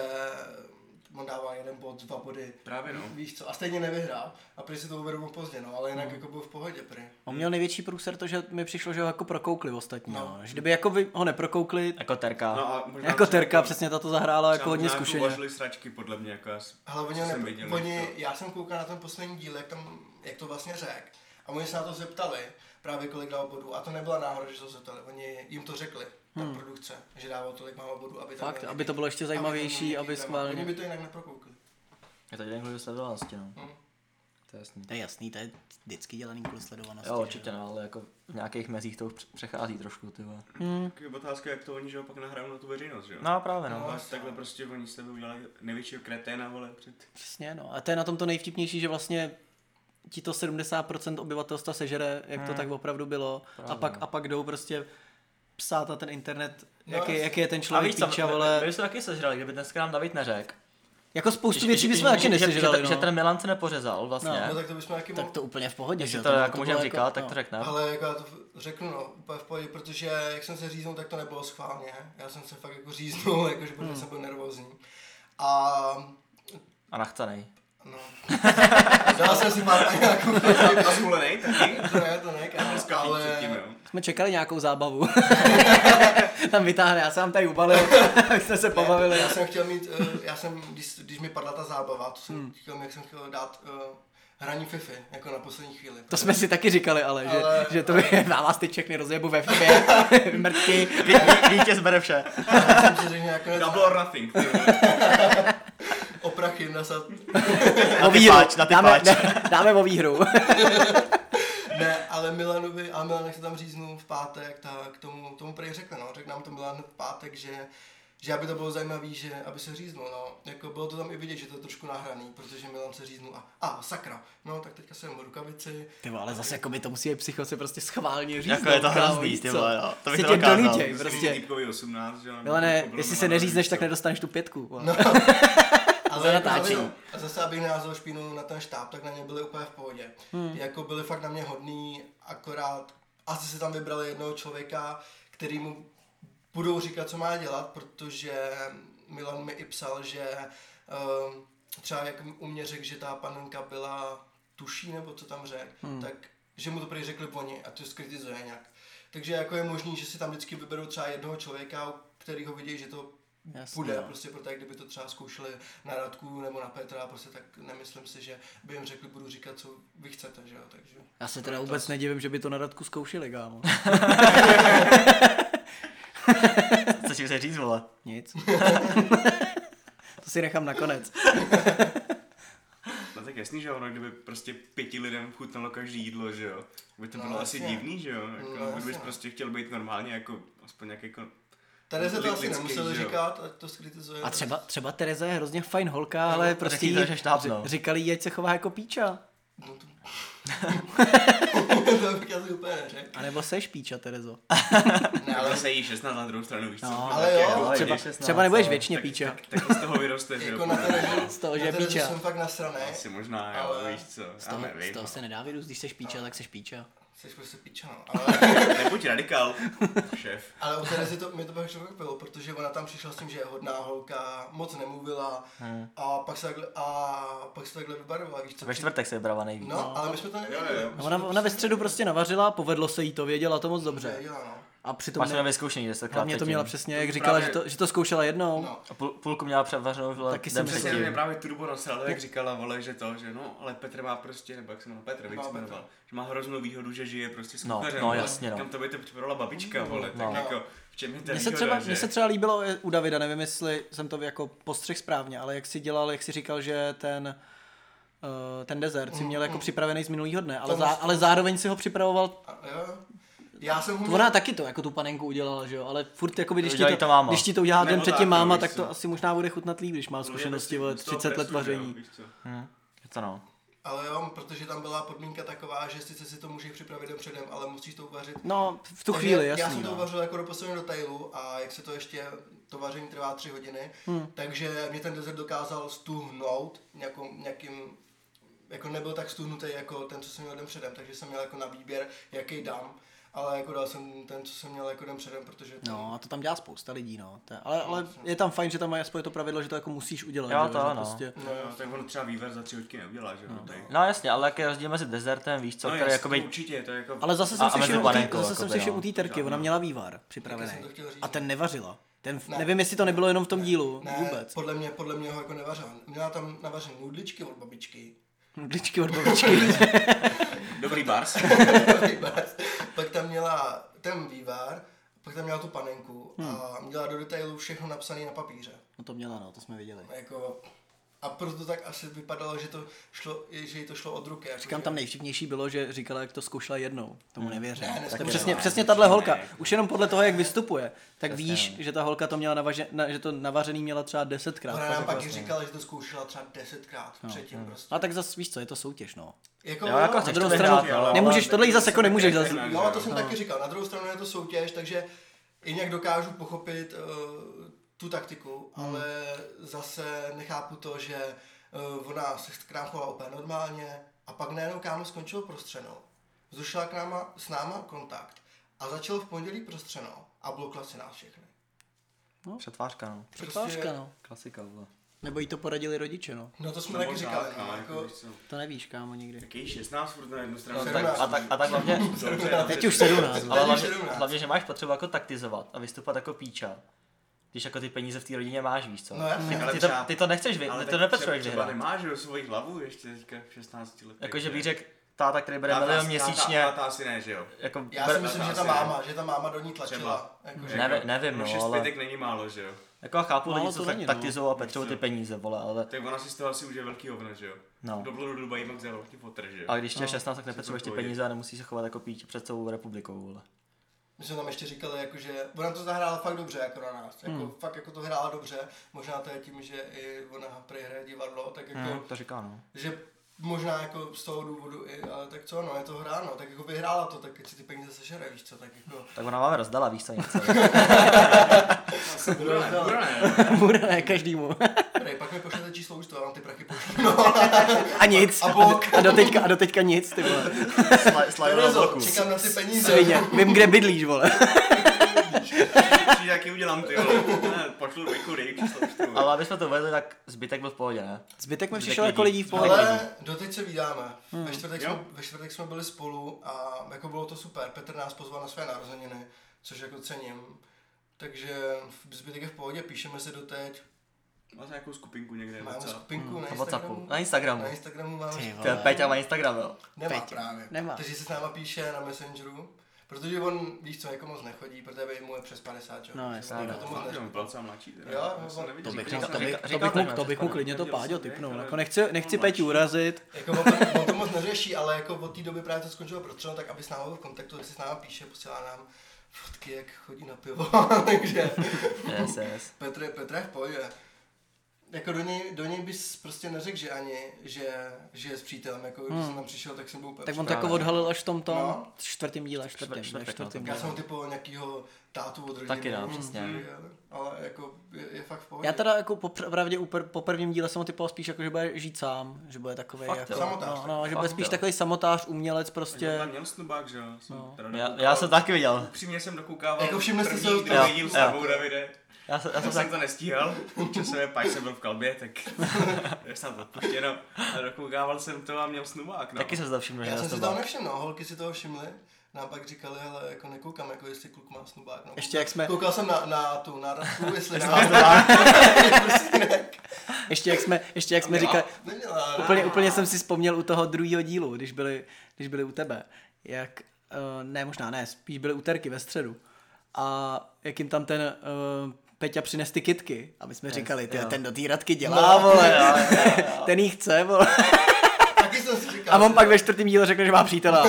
B: on dává jeden bod, dva body,
C: Právě no.
B: víš co, a stejně nevyhrál a prej si to uvědomil pozdě, no, ale jinak jako byl v pohodě prej.
A: On měl největší průser to, že mi přišlo, že ho jako prokoukli ostatní.
B: No.
A: No. Že kdyby jako vy ho neprokoukli,
D: Jako terka.
C: No a možná
A: jako
C: třeba-
A: Terka, přesně tato zahrála
C: třeba
A: jako hodně
C: možná
A: zkušeně.
C: uvažili sračky, podle mě, jako já s-
B: Ale oni,
C: co
B: ne,
C: jsem viděl,
B: oni
C: to-
B: já jsem koukal na ten poslední díl, jak, tam, jak to vlastně řek. A oni se na to zeptali, právě kolik dal bodů. A to nebyla náhoda, že se to zeptali. Oni jim to řekli, ta hmm. produkce, že dával tolik málo bodů, aby, tam
A: Fakt,
B: měl
A: aby
B: nějaký-
A: to bylo ještě zajímavější,
B: měl
A: aby
B: nějaký drama.
A: schválně-
B: Oni by to jinak neprokoukli.
D: Je to jeden kvůli sledovanosti, no. To je jasný.
A: To je jasný, to je vždycky dělaný kvůli sledovanosti.
D: Jo, určitě no, ale jako v nějakých mezích to už pře- přechází trošku, ty vole.
C: Tak je otázka, jak to oni, že jo, pak nahrajou na tu veřejnost, že jo?
D: No právě,
B: Hmm. No,
D: no.
B: jasně.
C: Takhle prostě oni [laughs] s tebe udělali největšího kreténa, vole, před...
A: Přesně, no. A to je na tom to nejvtipnější, že vlastně ti to 70% obyvatelstva sežere, jak to tak opravdu bylo. A pak, a pak jdou prostě psát na ten internet,
B: No,
A: jaký,
B: jasně.
A: jaký je ten
D: A
A: člověk
D: víš co,
A: píča, vole.
D: my, my jsme taky sežrali, kdyby dneska nám David neřekl.
A: Jako spoustu
D: Že-
A: věcí
D: že-
A: bychom
D: že-
A: taky
D: že- že,
A: nesežrali,
D: že, že ten
A: no.
D: Milan se nepořezal vlastně.
B: No tak to bychom taky
A: Tak
B: mohli.
A: to úplně v pohodě, že
D: Jestli
A: jo,
D: to
A: bylo-
D: jako můžeme
A: bylo
D: říkat, tak
A: no.
D: to řekne.
B: Ale jako já to řeknu, no, úplně v pohodě, protože jak jsem se říznul, tak to nebylo schválně. Já jsem se fakt jako říznul, [laughs] jakože protože
A: Hmm.
B: jsem byl nervózní. A
D: A nachcenej.
B: No. [laughs] Dal jsem si pár nějakou [laughs]
C: A skulenej taky?
B: to ne, to ne, kámo, ale...
C: Předtím, jo.
A: Jsme čekali nějakou zábavu. Tam vytáhne, já jsem tady ubalil, my jsme se pobavili.
B: Já jsem chtěl mít, eh, já jsem, když, když mi padla ta zábava, to jsem chtěl, jak jsem chtěl dát eh, hraní Fifi, jako na poslední chvíli.
A: To jsme si taky říkali, ale, že,
B: Ale-
A: že to je, já vás teď všechny rozjebu ve FIFě, mrtky.
D: Vítěz bere vše.
B: Já jsem si řekl jako nakonec
C: Double or nothing, ty vole.
B: o prachy nasad.
A: O výhru,
D: páč, na ty
A: dáme,
D: páč. [laughs]
A: ne, dáme o výhru.
B: Ne, ale Milanovi, a Milan, jak se tam říznul v pátek, tak tomu, tomu prej řekl, no, řekl nám to Milan v pátek, že že aby to bylo zajímavý, že aby se říznul, no. Jako bylo to tam i vidět, že to je trošku nahraný, protože Milan se říznul a, a sakra, no tak teďka jsem rukavici,
A: Ty vole, ale zase jako by to musí být psycho se prostě schválně říct.
D: Jako je to hrozný, ty vole, jo. To bych
A: se tě
D: nedokázal.
A: donutěj,
C: Myslím, že
A: prostě.
C: týpkovi 18, že jo.
A: Milane,
C: nebo
A: jestli se
C: problém,
A: neřízneš,
C: ale
A: tak
C: víš co.
A: nedostaneš tu pětku. vole.
B: No, ale jako,
A: natáčení.
B: aby- a zase, abych názor špínu na ten štáb, tak na ně byli úplně v pohodě. Jako byli fakt na mě hodní, akorát asi se tam vybrali jednoho člověka, který mu budou říkat, co má dělat, protože Milan mi i psal, že ehm, třeba jak u mě řekl, že ta panenka byla tuší, nebo co tam řekl, tak že mu to prý řekli oni a to skritizuje nějak. Takže jako je možný, že si tam vždycky vyberou třeba jednoho člověka, který ho vidí, že to
A: Jasně,
B: půjde,
A: no.
B: prostě proto, jak kdyby to třeba zkoušeli na Radku nebo na Petra, prostě tak nemyslím si, že by jim řekli, budu říkat, co vy chcete, že jo, takže.
A: Já se teda vůbec nedivím, že by to na Radku zkoušeli, kámo.
D: Co ti se říct, vole?
A: Nic. to si nechám nakonec.
C: No tak jasný, že jo, ono, kdyby prostě pěti lidem chutnalo každý jídlo, že jo. By to
B: No,
C: bylo asi
B: jasně.
C: divný, že jo. Jako,
B: No,
C: no, kdybys
B: jasně.
C: prostě chtěl být normálně jako, aspoň nějak jako...
A: No,
B: Tady se to
C: lid-
B: asi
C: lidský,
B: nemuseli
C: že jo.
B: říkat, ať to skritizuje.
A: A třeba, třeba Tereza je hrozně fajn holka, ale prostě
D: taky
A: jí,
D: to, že štáb,
A: ři-
D: no.
A: říkali jí, ať se chová jako píča. [laughs]
B: No to... [laughs] to bych asi úplně neřekl.
A: A nebo seš píča, Terezo.
B: Ne,
C: Ale
B: ale
C: se jí 16 na druhou stranu, víš co.
A: No,
B: ale
C: Tak
B: jo,
C: jako,
B: ale
D: třeba-
C: když-
A: Třeba nebudeš
D: ale-
A: věčně píča.
C: Tak, tak, tak z toho vyroste, že
B: jako
C: jo.
B: na to, že,
A: Z toho, že
B: na
A: je
B: to, že
A: píča.
B: jsem fakt nasraný,
C: Asi možná, jo,
B: Ale-
C: víš co.
A: Z
C: Já
A: toho, z
C: nevím.
A: toho
C: no.
A: se nedá vyrůst, když seš píča, tak seš píča.
B: jsi prostě píča, no. ale, [laughs]
C: Nebuď radikál, šéf.
B: ale u Terezy to, mě to pak překvapilo, protože ona tam přišla s tím, že je hodná holka, moc nemluvila
A: Hmm.
B: a pak se takhle, a pak se takhle vybarvila, víš co.
D: Ve čtvrtek se vybrala nejvíc.
B: No, ale my jsme to nevěděli.
C: Jo, jo.
B: my
A: No
B: jsme
A: Ona,
B: to
A: ona ve středu prostě navařila, povedlo se jí to, věděla to moc dobře.
B: nevěděla, no.
A: A přitom
D: Máš
A: ne-
D: to na vyzkoušení, desetkrát
A: A mě to
D: předtím.
A: měla přesně, jak říkala, že to, že to zkoušela jednou.
B: No.
D: A půl, půlku měla převařenou, vole,
A: Taky
D: den
A: jsem
C: Přesně
D: předtím.
C: mě právě Turbo nasral, jak říkala, vole, že to, že no, ale Petr má prostě, nebo jak se jmenoval Petr, víc
B: No,
C: se jmenoval, že má hroznou výhodu, že žije prostě s
D: No,
C: kuchařem,
D: no,
C: vole.
D: jasně, no.
C: Kam to by to připadala babička, vole, tak
D: No.
C: jako, v čem je ta
A: Mně se,
C: výhoda,
A: třeba,
C: že?
A: mně se třeba líbilo eh, u Davida, nevím, jestli jsem to jako postřeh správně, ale jak si dělal, jak si říkal, že ten eh, ten dezert si měl jako připravený z minulého dne, ale,
B: Mm, To
A: zá,
B: musí-
A: ale zároveň si ho připravoval,
B: A, jo. Já jsem ho
A: to
B: měl,
A: ona taky to, jako tu panenku udělala, že jo, ale furt, jakoby, když, ti
D: udělá i ta
A: to,
D: máma.
A: když ti to udělá den
C: Nebo
A: předtím
C: tak,
A: máma,
C: no, víš
A: tak to
C: co.
A: asi možná bude chutnat líp, když má zkušenosti, vole,
C: Z toho
A: 30 let
C: presu, že jo,
A: vaření.
C: víš co.
D: Je to no.
B: ale jo, protože tam byla podmínka taková, že sice si to můžeš připravit den předem, ale musíš to uvařit.
A: No, v tu
B: Takže
A: chvíli,
B: Já
A: jasný,
B: jsem to
A: no.
B: uvařil jako do posledního detailu a jak se to ještě, to vaření trvá tři hodiny,
A: Hmm.
B: takže mě ten dezert dokázal stuhnout nějakou, nějakým, jako nebyl tak stuhnutý jako ten, co jsem měl den předem, takže jsem měl jako na výběr, jaký dám, ale jako dal jsem ten, co jsem měl jako den předem, protože
A: No, a to tam dělá spousta lidí, no. To je- Ale, ale je tam fajn, že tam mají aspoň to pravidlo, že to jako musíš udělat.
D: Jo,
A: že,
D: to
A: že
D: ano.
A: Prostě...
C: No jo, tak on třeba vývar za tři hodky neudělá, že jo, tady.
D: No jasně, ale jaký je rozdíl mezi dezertem, víš co,
C: No
D: který
C: jasně,
D: jakoby...
C: určitě, to je jako...
A: Ale zase
D: A-
A: jsem
D: a mezi
A: slyšel, u té-
D: panenkou,
A: zase jsem
D: jakoby,
A: slyšel
D: no.
A: u té terky, ona měla vývar připravený.
B: Taky jsem to chtěl říct.
A: A ten nevařila. Ten,
B: Ne.
A: nevím, jestli to nebylo jenom v tom dílu,
B: Ne,
A: vůbec.
B: podle mě, podle mě ho jako nevařila. Měla tam navařené nudličky
A: [laughs]
B: od babičky.
A: Nudličky od
B: [laughs]
A: babičky.
C: Dobrý bars.
B: pak tam měla ten vývar, pak tam měla tu
A: Hmm.
B: panenku a měla do detailu všechno napsané na papíře.
A: No to měla, no, to jsme viděli.
B: Jako, A proto tak asi vypadalo, že, to šlo, že jí to šlo od ruky.
A: Říkám,
B: jakože-
A: tam nejvtipnější bylo, že říkala, jak to zkoušela jednou.
D: Hmm.
A: Tomu nevěřím.
B: Ne,
A: tak
B: neskoušela.
A: přesně,
B: Ne,
A: přesně
C: ne,
A: tahle
C: ne,
A: holka.
C: ne.
A: Už jenom podle toho, jak vystupuje, tak
D: Přesně, no.
A: víš, že ta holka to měla navaže, na, že to navařený měla třeba desetkrát.
B: Ona
A: fakt
B: nám
A: jako
B: pak i
A: vlastně. No, hmm.
B: říkala, že to zkoušela třeba desetkrát předtím prostě.
A: A tak zas víš co, je to soutěž, no.
B: Jako,
D: Jo, jako
B: na
D: chceš
B: druhou
D: to
B: stranu-
D: vyhrát, no, ale-
A: nemůžeš, tohle jí zase jako nemůžeš zase.
C: Tak,
B: Jo, No, to
C: že
B: jsem taky říkal. Na druhou stranu je to soutěž, takže i nějak dokážu pochopit eh, tu taktiku, ale zase nechápu to, že eh, ona se k nám chovala úplně normálně a pak najednou kámo skončil prostřenou. Zrušila k náma, s náma kontakt a začal v pondělí prostřenou a blokla si nás všechny.
D: Přetvářka, no.
B: Prostě-
A: Přetvářka, no.
D: Klasika, vole.
A: Nebo jí to poradili rodiče, no.
B: No to jsme
C: Nebo
B: taky říkali,
C: tak,
B: no,
C: ale
B: jako,
C: víš co,
A: To nevíš, kámo,
B: [laughs]
A: nikdy.
C: Jaký 16 furt na jednu stranu.
B: No,
D: Tak, a, tak, a tak hlavně,
C: Dobře,
A: Teď už no. 17.
D: ale
B: Tady
D: hlavně,
B: 17.
D: hlavně, že máš potřebu jako taktizovat a vystupovat jako píča. Když jako ty peníze v té rodině máš, víš co?
B: no jasně,
C: ale
D: ty, to,
C: třeba-
D: ty to nechceš vy,
C: ale
D: ty to
C: tak
D: nepotřebuješ
C: třeba, třeba
D: vyhrát.
C: nemáš jo, svoji hlavu ještě teďka v 16 let.
D: Jako, že bych řekl, táta, který bere
C: Táta-
D: milion
C: táta-
D: měsíčně,
C: Táta asi ne, že jo.
D: jako
B: já
D: bere-
B: si myslím, že ta
C: Asi ne.
B: máma, že ta máma do ní tlačila.
C: Třeba.
B: Jako,
D: Ne, nevím, nevím,
C: no,
D: no,
C: šest
D: ale-
C: pětek není málo, že jo.
D: Jako já chápu
A: Málo
D: lidi, co
A: to
D: tak
A: není, no.
D: taktizují a petřou ty
C: Víš co?
D: peníze, vole, ale
C: Tak ona si z toho asi užije velký hovno, že jo.
D: no.
C: Kdo byl do Dubaji, pak vzal ti fotr, že jo.
D: A když tě je 16, tak nepotřebuješ ty
C: pohodě.
D: peníze a nemusíš se chovat jako píč před celou republikou, vole.
B: My jsme tam ještě říkali, jako, že ona to zahrála fakt dobře jako na nás. Jako, hmm. Fakt jako to hrála dobře. Možná to je tím, že i ona prehraje divadlo, tak jako,
D: No,
B: hmm.
D: to říká, no.
B: že možná jako z toho důvodu i, ale tak co, no, je to hra, no, tak jako vyhrála to, tak si ty peníze sežere, víš co, tak jako,
D: Tak ona vám rozdala, víš co, něco.
C: Burane, burane.
A: Bude ne každému.
B: prej, pak mi pošlete číslo účtu, já vám ty prachy pošlu, no,
A: A nic.
B: A
A: A,
B: bok.
A: do, a, doteďka, a doteďka nic, ty vole.
D: Sla- Slajového bloku.
B: Terezo, čekám na ty peníze,
A: Svině, vím, kde bydlíš, vole.
C: Přijde, jak ji udělám, ty vole. Ne, Pošlu Riku, Riku, číslo čtyři.
D: Ale abychom to uvedli, tak zbytek byl v pohodě, ne?
A: Zbytek mi
D: Zbytek
A: přišel jako
D: lidí.
A: lidí v pohodě.
B: ale doteď se vídáme, ve, čtvrtek jsme, ve čtvrtek jsme byli spolu a jako bylo to super, Petr nás pozval na své narozeniny, což jako cením, takže zbytek je v pohodě, píšeme se doteď,
C: Máš nějakou skupinku někde?
B: Máme
C: WhatsApp?
B: skupinku na
D: Hmm, Na
B: Instagramu.
D: Whatsappu. Na Instagramu.
B: Na Instagramu máme skupinku.
D: Ty, Peťa má Instagram, jo.
B: Nemá
A: Petě.
B: právě.
A: Nemá.
B: Takže se s náma píše na Messengeru. Protože on, víš co, jako moc nechodí, protože mu je přes 50, že?
A: No, jasně,
B: jasně.
A: no.
B: To moc
D: [laughs]
C: Fakt, že
B: nechodí.
C: on byl docela mladší. teda.
B: Jo,
C: Já
B: no,
C: jsem
B: on-
C: neviděl.
D: to bych
C: Říkal
D: mu-
C: jsem,
D: to bych-
C: říkal-
D: to
A: To
C: říkal
A: bych
D: Říkal
A: mu,
D: jsem,
A: to
D: že
A: bych
D: to
A: mu
D: ne-
A: klidně to
C: nevěděl
A: Páďo
C: jsem,
A: typnul.
C: jak to
A: Jako
C: je.
D: No,
A: nechci, nechci Peťu urazit.
B: Jako on, pak- on to moc neřeší, ale jako od té doby právě to skončilo prostřeno, tak aby s námi byl v kontaktu, jestli s námi píše, posílá nám fotky, jak chodí na pivo, [laughs] takže
D: Yes, yes.
B: Petr, je- Petr je v pohodě. Jako do něj, do něj bys prostě neřekl, že ani, že, že je s přítelem, jako když jsem tam přišel, tak jsem byl úplně
A: Hmm. Tak on to jako odhalil až v tom tom
B: No.
A: čtvrtým díle, čtvrtým,
D: No. Čtvrt-
A: ve
D: čtvrtek,
A: čtvrtým.
D: no,
B: Já
A: díle.
B: jsem typoval nějakýho tátu od rodiny.
D: Taky no, přesně.
B: Mm. Ale jako je, je fakt v pohodě.
A: Já teda jako popravdě po prvním díle jsem ho typoval spíš jako, že bude žít sám, že bude takový
D: Fakt
A: jako,
D: jo.
B: Samotář
A: no, no, že
D: Fakt
A: bude spíš
D: jo.
A: takový samotář, umělec
C: Já
A: prostě.
C: tam měl snubák, že jo? Jsem teda
D: No. Já, já
C: dokoukal.
D: jsem taky viděl.
C: Upřímně jsem dokoukával.
B: Jako všimli jste
C: první,
B: si ho-
C: druhý
D: Jo,
C: díl s
D: jo.
C: tebou, Davide.
D: Já jsem, já
C: Já
D: jsem
C: jsem
D: tak...
C: to nestíhal, časově pak jsem byl v kalbě, tak [laughs] je snad odpuštěno. A dokoukával jsem to a měl snubák, no.
D: Taky jsem se to všiml, že
B: Já
D: já
B: jsem
D: jsem
B: si toho
D: byl.
B: nevšiml, no, holky si toho všimly. Nám pak říkali, hele, jako nekoukám, jako jestli kluk má snubák. No.
A: Ještě jak jsme-
B: Koukal jsem na, na
A: [laughs]
B: tu náradku, jestli má snubák. [laughs]
A: Ještě jak jsme, ještě jak jsme
B: Měla?
A: říkali,
B: Neměla, no. ne?
A: Úplně, úplně jsem si vzpomněl u toho druhého dílu, když byli, když byli u tebe. Jak, uh, ne, možná ne, spíš byly úterky ve středu. A jak jim tam ten uh, Peťa přines ty kitky. A my jsme říkali, ty
D: jo.
A: ten do té radky dělá, vole. [laughs] ten jí chce, vole.
B: Taky jsem si říkal.
A: A on
B: že-
A: pak ve čtvrtém díle řekl, že má přítela.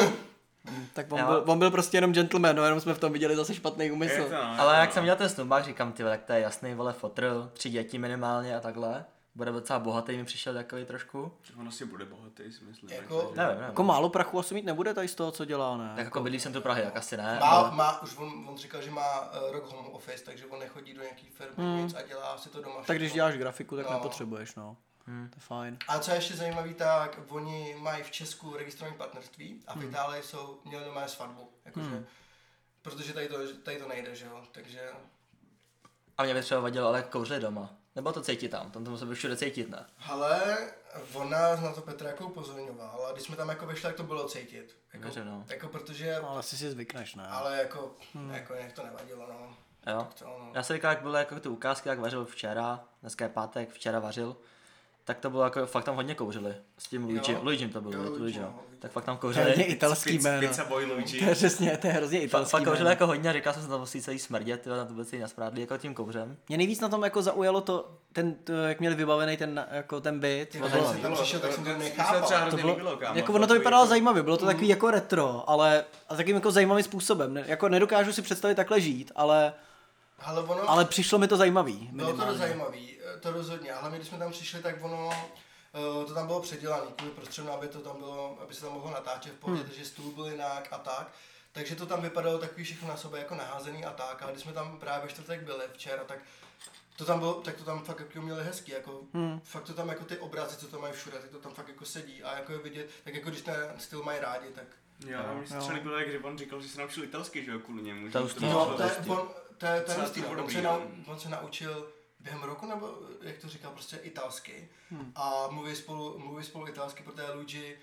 A: tak on
D: Jo.
A: byl, on byl, prostě jenom gentleman, no, jenom jsme v tom viděli zase špatný
C: Je
A: úmysl.
C: to, no, je
D: Ale
C: to,
D: jak
C: no.
D: jsem měl ten snubák, říkám, ty vole, tak to je jasný, vole, fotr, tři děti minimálně a takhle. Bude docela bohatý, mi přišel takový trošku.
C: On asi bude bohatý, si myslím.
B: Jako-
C: takže-
D: Nevím, nevím.
A: Jako málo prachu asi mít nebude tady z toho, co dělá, ne?
D: Tak jako bydlí jsem tu Prahy, jak asi ne.
B: Má,
D: ale-
B: má, už on, on říkal, že má eh, rok home office, takže on nechodí do nějaký firmy nic a dělá si to doma.
A: Hmm. tak když
B: všechno.
A: děláš grafiku, tak
B: No.
A: nepotřebuješ, no. To je fajn.
B: A co je ještě zajímavý, tak oni mají v Česku registrované partnerství a v
D: Hmm.
B: Itálii jsou, měli doma svatbu, jakože, protože tady to, tady to nejde, že jo, takže
D: A mě by třeba vadilo, ale kouřili doma. Nebo to cítit tam, tam to muselo být všude cítit, ne?
B: Ale on nás na to Petr jako upozorňoval a když jsme tam jako vyšli, tak to bylo cítit. Jako,
D: Dobře, no. Hmm.
B: jako protože,
A: No, ale asi si zvykneš, ne?
B: ale jako, jako nějak to nevadilo, no.
D: Jo.
B: To, no.
D: Já si říkal, jak byly jako ty ukázky, jak vařil včera, dneska je pátek, včera vařil. tak to bylo jako, fakt tam hodně kouřili. S tím Luigi,
B: Jo.
D: Luigim to bylo,
B: Jo, Luigi,
D: Luigi, no.
B: no.
D: Tak fakt
B: [laughs]
D: tam
A: To je hodně
D: kouřili.
A: italský
C: Pizza,
A: jméno.
C: pizza boy Luigi.
A: To je [laughs] přesně, to je hrozně
D: Fakt,
A: italský
D: fakt kouřili
A: jméno.
D: jako hodně, říkal jsem se tam musí celý smrdět, tyhle, na to byl celý nasprádlý, jako tím kouřem. [laughs]
A: Mě nejvíc na tom jako zaujalo to, ten, to, jak měli vybavený ten, na- jako ten byt.
B: Ty
A: To
B: vole,
A: bylo-
B: jsem tam přišel, tak jsem to
C: To se třeba
B: nechápal.
A: to
C: hrozně
A: bylo,
C: líbilo, kámo.
A: jako ono to
C: Takový
A: vypadalo
C: jako-
A: zajímavě, bylo to takový jako retro, ale a takým jako zajímavým způsobem. Ne, jako nedokážu si představit takhle žít, ale,
B: Ale ono,
A: ale přišlo mi to zajímavý.
B: Bylo No, to
A: minimálně.
B: zajímavý, eh, to rozhodně. A hlavně, když jsme tam přišli, tak ono, eh, to tam bylo předělané kvůli prostřednu, aby to tam bylo, aby se tam mohlo natáčet v pohodě, takže stůl byl jinak a tak. Takže to tam vypadalo takový všechno na sebe jako naházený a tak, ale když jsme tam právě ve čtvrtek byli včera, tak to tam bylo, tak to tam fakt jako měli hezky, jako hmm. fakt to tam jako ty obrazy, co to mají všude, tak to tam fakt jako sedí a jako je vidět, tak jako když ten styl mají rádi, tak
C: Jo, no, mně se třeba líbilo, jak Řibon říkal, že se naučil italsky, že jo, kvůli němu.
D: To
C: že
D: už
C: to
D: to-
C: bylo-
B: No, to je, on, to je, to je
C: Docela
B: hustý,
C: to bylo
B: on,
C: dobrý,
B: se
C: no.
B: nau, on se naučil během roku, nebo jak to říkal, prostě italsky. Hmm. A mluví spolu, mluví spolu italsky, protože Luigi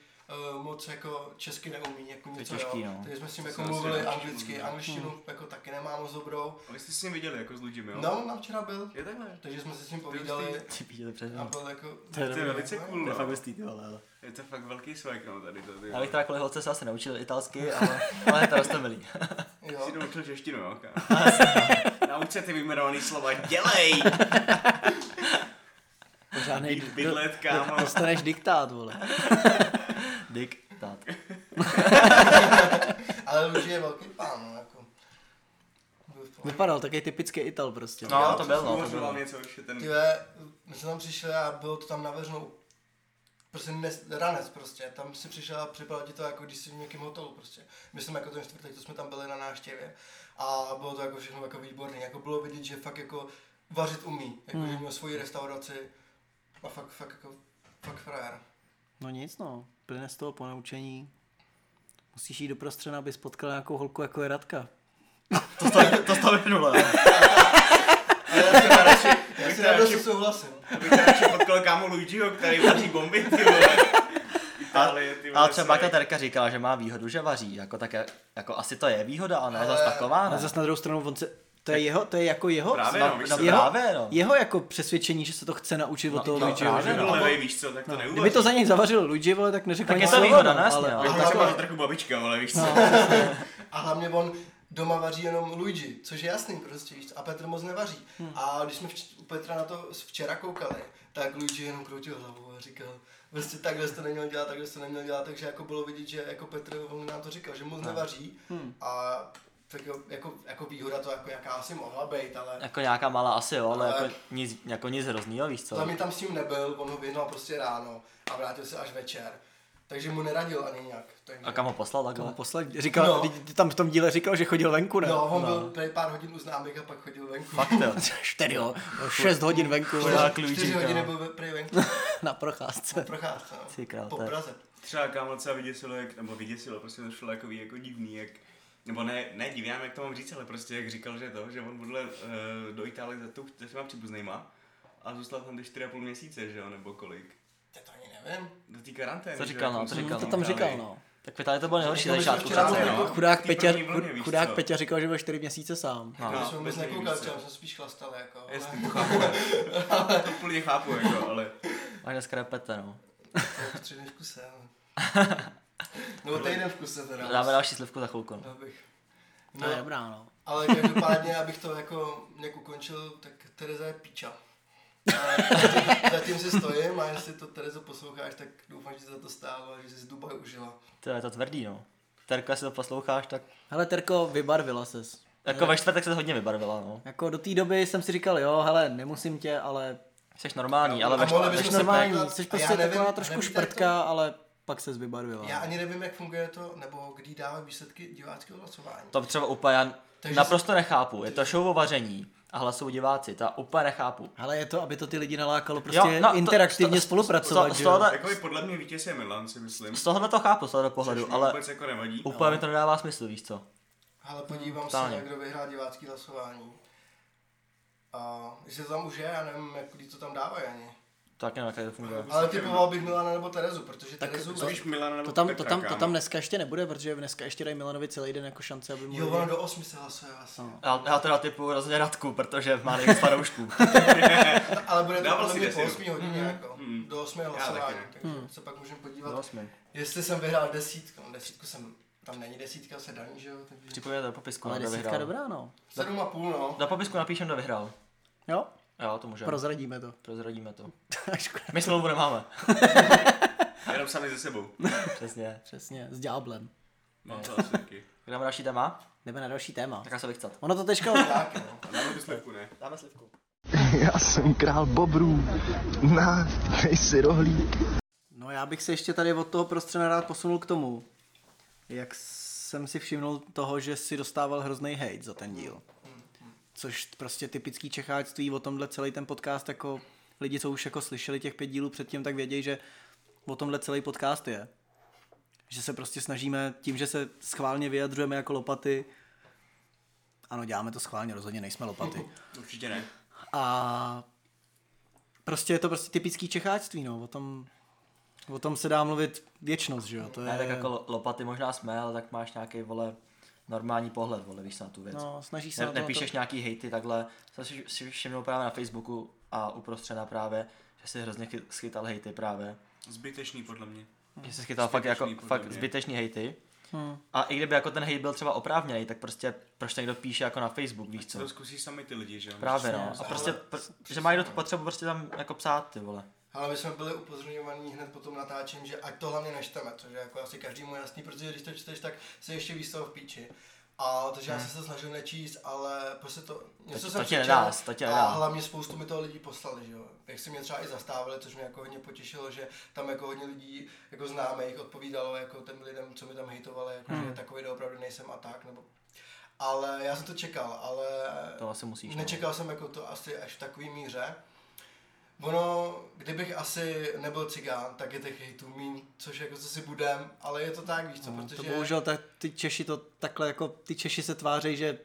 B: uh, moc jako česky neumí, jako něco,
D: těžký,
B: jo.
D: no.
B: Takže jsme s ním
C: To
B: jako
C: se asi
B: mluvili
C: naučí
B: anglicky,
C: mluvit.
B: angličtinu
C: Hmm.
B: jako taky nemá moc dobrou.
C: A vy jste s ním viděli, jako s Luigim, jo?
B: No, on nám včera byl,
C: Je takhle.
B: takže jsme se s ním
C: hustý.
B: povídali
D: Ty píčeli před
B: a
D: ním.
B: byl jako...
C: To je velice cool,
D: To je fakt
C: no.
D: hustý, ty vole, ale.
C: Je to fakt velký svek, no, tady to, ty.
D: Já
C: vole.
D: bych teda kvůli holce se asi neučil italsky, ale, ale to roste milý. [laughs]
B: Jo.
C: Si doučil češtinu, jo, kámo. Nauč se ty vyjmenovaný
B: [laughs]
C: slova, dělej!
A: Pořádnej
C: Byd- Bydlet, kámo.
A: Dostaneš diktát, vole.
D: Dick, tát.
B: Ale Luigi je velký pán, no, jako. Byl v pohodě.
A: Vypadal taky typický Ital prostě.
D: No, to byl, no, to byl.
C: Uvařoval něco už je
B: Ty
C: ten...
B: ve, my jsme tam přišli a bylo to tam naveřenou prostě nes, ranec prostě, tam si přišel a připadalo ti to jako když jsi v nějakém hotelu prostě. My jsme jako ten čtvrtek, to jsme tam byli na návštěvě a bylo to jako všechno jako výborné, jako bylo vidět, že fakt jako vařit umí, jako že měl svoji restauraci a fakt, fakt jako, fakt frajer.
A: No nic no, plyne z toho ponaučení. Musíš jít do prostřena, aby spotkal nějakou holku jako je Radka.
D: To to, to, to vyhnulo, jo.
B: Ale já si radši, já
C: Tak
B: si
C: to já
B: radši
C: ještě-
B: souhlasím.
C: Abych tam ještě potkal kámo Luigiho, který vaří bomby,
D: [laughs]
C: ty vole. Itálie, ty vole.
D: Ale třeba ta
C: svek.
D: Terka říkala, že má výhodu, že vaří. Jako, tak, je- jako asi to je výhoda, ale ne zas taková,
A: Ale
D: ne?
A: zase na druhou stranu, on se, to je jeho, to je jako jeho,
C: Právě,
D: No,
C: no, víš
D: no
C: co,
A: jeho,
D: právě, no.
A: jeho jako přesvědčení, že se to chce naučit od toho
D: no,
A: Luigi.
D: právě,
A: že
C: Že
A: jo.
C: byl levej, víš co,
B: No.
C: tak to neuvaří.
A: Kdyby to za něj zavařil Luigi, vole, tak neřekl
D: Tak
A: ani
D: je to
A: slovo,
D: výhoda,
A: no,
D: no, jasně, jo.
A: ale,
C: Byl
B: Ale No.
C: to třeba
B: takhle-
C: za trochu babička, ale víš co.
B: A hlavně on doma vaří jenom Luigi, což je jasný prostě, víš co, a Petr moc nevaří. A když jsme vč- u Petra na to s- včera koukali, tak Luigi jenom kroutil hlavou a říkal, prostě takhle jsi to neměl dělat, takhle jsi to neměl dělat, takže jako bylo vidět, že jako Petr on nám to říkal, že moc nevaří a tak jo, jako, jako výhoda to jako jaká asi mohla být, ale
D: Jako nějaká malá asi, jo, ale
B: Ale-
D: jako nic, jako nic hroznýho, víš co?
B: za mě tam s tím nebyl, on ho vyhnal prostě ráno a vrátil se až večer. Takže mu neradil ani nějak. Takže...
D: A kam ho poslal
A: Kam ho
D: takhle?
A: poslal, říkal,
B: No.
A: vždyť tam v tom díle říkal, že chodil venku, ne?
B: No, on no. byl tady pár hodin u známek a pak chodil venku.
D: Fakt jo. [laughs]
A: Čtyři, jo, 6 hodin venku,
D: Chodil
A: vole,
D: na
B: Čtyři
D: klíčík,
B: hodiny
D: no.
B: byl ve- prej venku.
A: na procházce.
B: procházka. no.
D: Ty král,
B: po
D: to je-
B: Praze.
C: Třeba kámo třeba vyděsilo, jak, nebo vyděsilo, prostě to šlo jako, jako divný, jak, nebo ne, ne divný, já nevím, jak to mám říct, ale prostě jak říkal, že to, že on odle uh, do Itálie za, tou, za těma příbuznejma a zůstal tam ty 4,5 měsíce, že jo, nebo kolik.
B: Já to ani nevím.
C: Do té karantény.
D: To
C: že jo,
D: říkal,
C: jako
D: no, to
C: jsou
D: říkal,
A: To
D: no.
A: tam
C: Itálii.
A: říkal, no.
D: Tak v Itálii to bylo nejhorší na
B: Říkali jsme
D: začátku.
B: včera,
D: přece,
B: že
D: no.
B: jako-
A: Chudák
C: Ty
A: Peťa,
C: první vlně, víš
A: chudák
C: co?
A: Peťa říkal, že byl čtyři měsíce sám.
B: No,
C: No,
B: jsem vůbec
C: bez něj
B: nekoukal,
C: víc,
B: třeba
C: jo.
B: jsem spíš chlastal jako. ale-
C: Jestli to chápu, ale [laughs] to úplně chápu, jako, ale
D: Až dneska repete, no.
B: To je Tři dny v kuse, [laughs] ale. No, týden v kuse teda.
D: Dáme další slivku za chvilku, no.
B: Dal bych.
A: To
B: No,
A: je dobrá, no.
B: ale každopádně, abych to jako nějak ukončil, tak Tereza je píča. Ale Zatím si stojím a jestli to Terezo posloucháš, tak doufám, že jsi za to stálo a že jsi z Dubaj užila.
D: To je to tvrdý, no. Terko, jestli to posloucháš, tak
A: Hele, Terko, vybarvila ses.
D: jako ve čtvrtek se hodně vybarvila, no.
A: Jako do té doby jsem si říkal, jo, hele, nemusím tě, ale
D: Jsi normální, ale ve
B: A mohli
D: čtvrtek.
B: bychom
A: jsi
B: se
A: normální,
B: podívat-
A: jsi
B: a já
A: prostě
B: nevím-
A: taková trošku
B: nevíte, jak to-
A: šprtka, ale pak se vybarvila.
B: Já ani nevím, jak funguje to, nebo kdy dávají výsledky diváckého hlasování.
D: To třeba úplně já
B: Takže-
D: naprosto nechápu. Je to show o vaření a hlasují diváci, to já úplně nechápu.
A: Ale je to, aby to ty lidi nalákalo prostě
D: Jo, no, to-
A: interaktivně
D: to- to-
A: spolupracovat,
D: to-
A: že
D: to-
A: jo?
D: to-
C: takový jako podle mě vítěz je Milan, si myslím.
D: Z tohohle to chápu, z tohohle pohledu,
C: Což mi
D: ale
C: vůbec jako nevadí.
D: úplně
B: no.
D: mi to nedává smysl, víš co?
B: Ale podívám se,
D: totálně.
B: jak kdo vyhrál divácký hlasování. A jestli to tam už je, já nevím, jak lidi to tam dávají ani.
D: To taky nevím, jak tady to
B: [laughs]
D: funguje.
B: Ale typoval bych Milana nebo Terezu, protože
A: Tak
B: Terezu...
C: Spíš Milana nebo
A: To tam, to,
C: Petra,
A: tam, to
C: kámo.
A: tam dneska ještě nebude, protože dneska ještě dají Milanovi celý den jako šance, aby mu...
B: Jo, ona do osmi se hlasuje vlastně. asi.
C: No.
D: Já, já teda typu rozhodně Radku, protože má
B: [laughs]
D: nejvíc fanoušků.
B: Ale bude to
C: Dával
B: podle
C: si
B: mě po 8
C: desinu.
B: hodině jako. Do 8 hlasování,
C: Mhm. taky Mhm.
B: takže se pak můžeme podívat. Jestli jsem vyhrál desítku, No, desítku jsem, tam není desítka, se daní, že jo, takže
D: Připojíme do popisku,
A: Ale
D: no, kdo
A: desítka
D: vyhrál.
A: dobrá, no.
B: sedm a půl, no.
D: Do popisku napíšem, kdo vyhrál.
A: Jo,
D: Jo, to můžeme.
A: prozradíme to. [laughs]
D: Prozradíme to.
A: Škoda.
D: My smlouvu nemáme. [laughs]
C: Jenom sami ze sebou.
D: Přesně.
A: Přesně, s ďáblem.
C: Mám No, to asi taky.
D: Kde máme další téma?
A: Jdeme na další téma.
D: Tak já se vychcat.
A: Ono to teďka...
B: Tak, no.
C: A dáme tu slivku, ne?
D: Dáme slivku.
F: Já jsem král bobrů. Na, dej si rohlík.
A: No já bych se ještě tady od toho prostřena rád posunul k tomu, jak jsem si všimnul toho, že si dostával hrozný hate za ten díl. Což prostě typický čecháctví o tomhle celý ten podcast, jako lidi, co už jako slyšeli těch pět dílů předtím, tak vědějí, že o tomhle celý podcast je. Že se prostě snažíme tím, že se schválně vyjadřujeme jako lopaty, ano, děláme to schválně, rozhodně nejsme lopaty.
C: Určitě ne.
A: A prostě je to prostě typický čecháctví, no, o tom, o tom se dá mluvit věčnost, že jo, to je...
D: Ne, tak jako lo- lopaty možná jsme, ale tak máš nějaký vole normální pohled, vole, víš se na tu věc.
A: No, snažíš se
D: ne,
A: na to-
D: nepíšeš nějaký hejty takhle. Jsem si si všimnul právě na Facebooku a uprostřena právě, že si hrozně chy- schytal hejty právě.
C: Zbytečný podle mě.
A: Hm.
D: Že se schytal fakt, jako,
C: Zbytečný, podle
D: fakt
C: mě.
D: zbytečný hejty. Hmm. A i kdyby jako ten hejt byl třeba oprávněný, tak prostě proč to někdo píše jako na Facebook, víš co?
C: To zkusí sami ty lidi, že jo?
D: Právě no. A prostě, pr- že mají do tu potřebu prostě tam jako psát ty vole.
B: Ale my jsme byli upozorňovaní hned po tom natáčení, že ať to hlavně nečteme, což je jako asi každému jasný, protože když to čteš, tak si ještě víc toho v píči. A takže já jsem se snažil nečíst, ale prostě to, něco
D: Hmm. to
B: jsem
D: tě
B: přečetl
D: nedá, to tě nedá.
B: A hlavně spoustu mi toho lidí poslali, že jo. Jak si mě třeba i zastávili, což mě jako hodně potěšilo, že tam jako hodně lidí jako známých odpovídalo jako těm lidem, co mi tam hejtovali, jako,
D: Hmm.
B: že takový doopravdy nejsem a tak, nebo ale já jsem to čekal, ale
D: To asi musíš, no.
B: nečekal jsem jako to asi až v takové míře. Ono, kdybych asi nebyl cigán, tak je těch hejtů mín, což jako co si budem, ale je to tak, víš co,
A: no,
B: protože...
A: to bohužel tak, ty Češi to takhle jako, ty Češi se tváří, že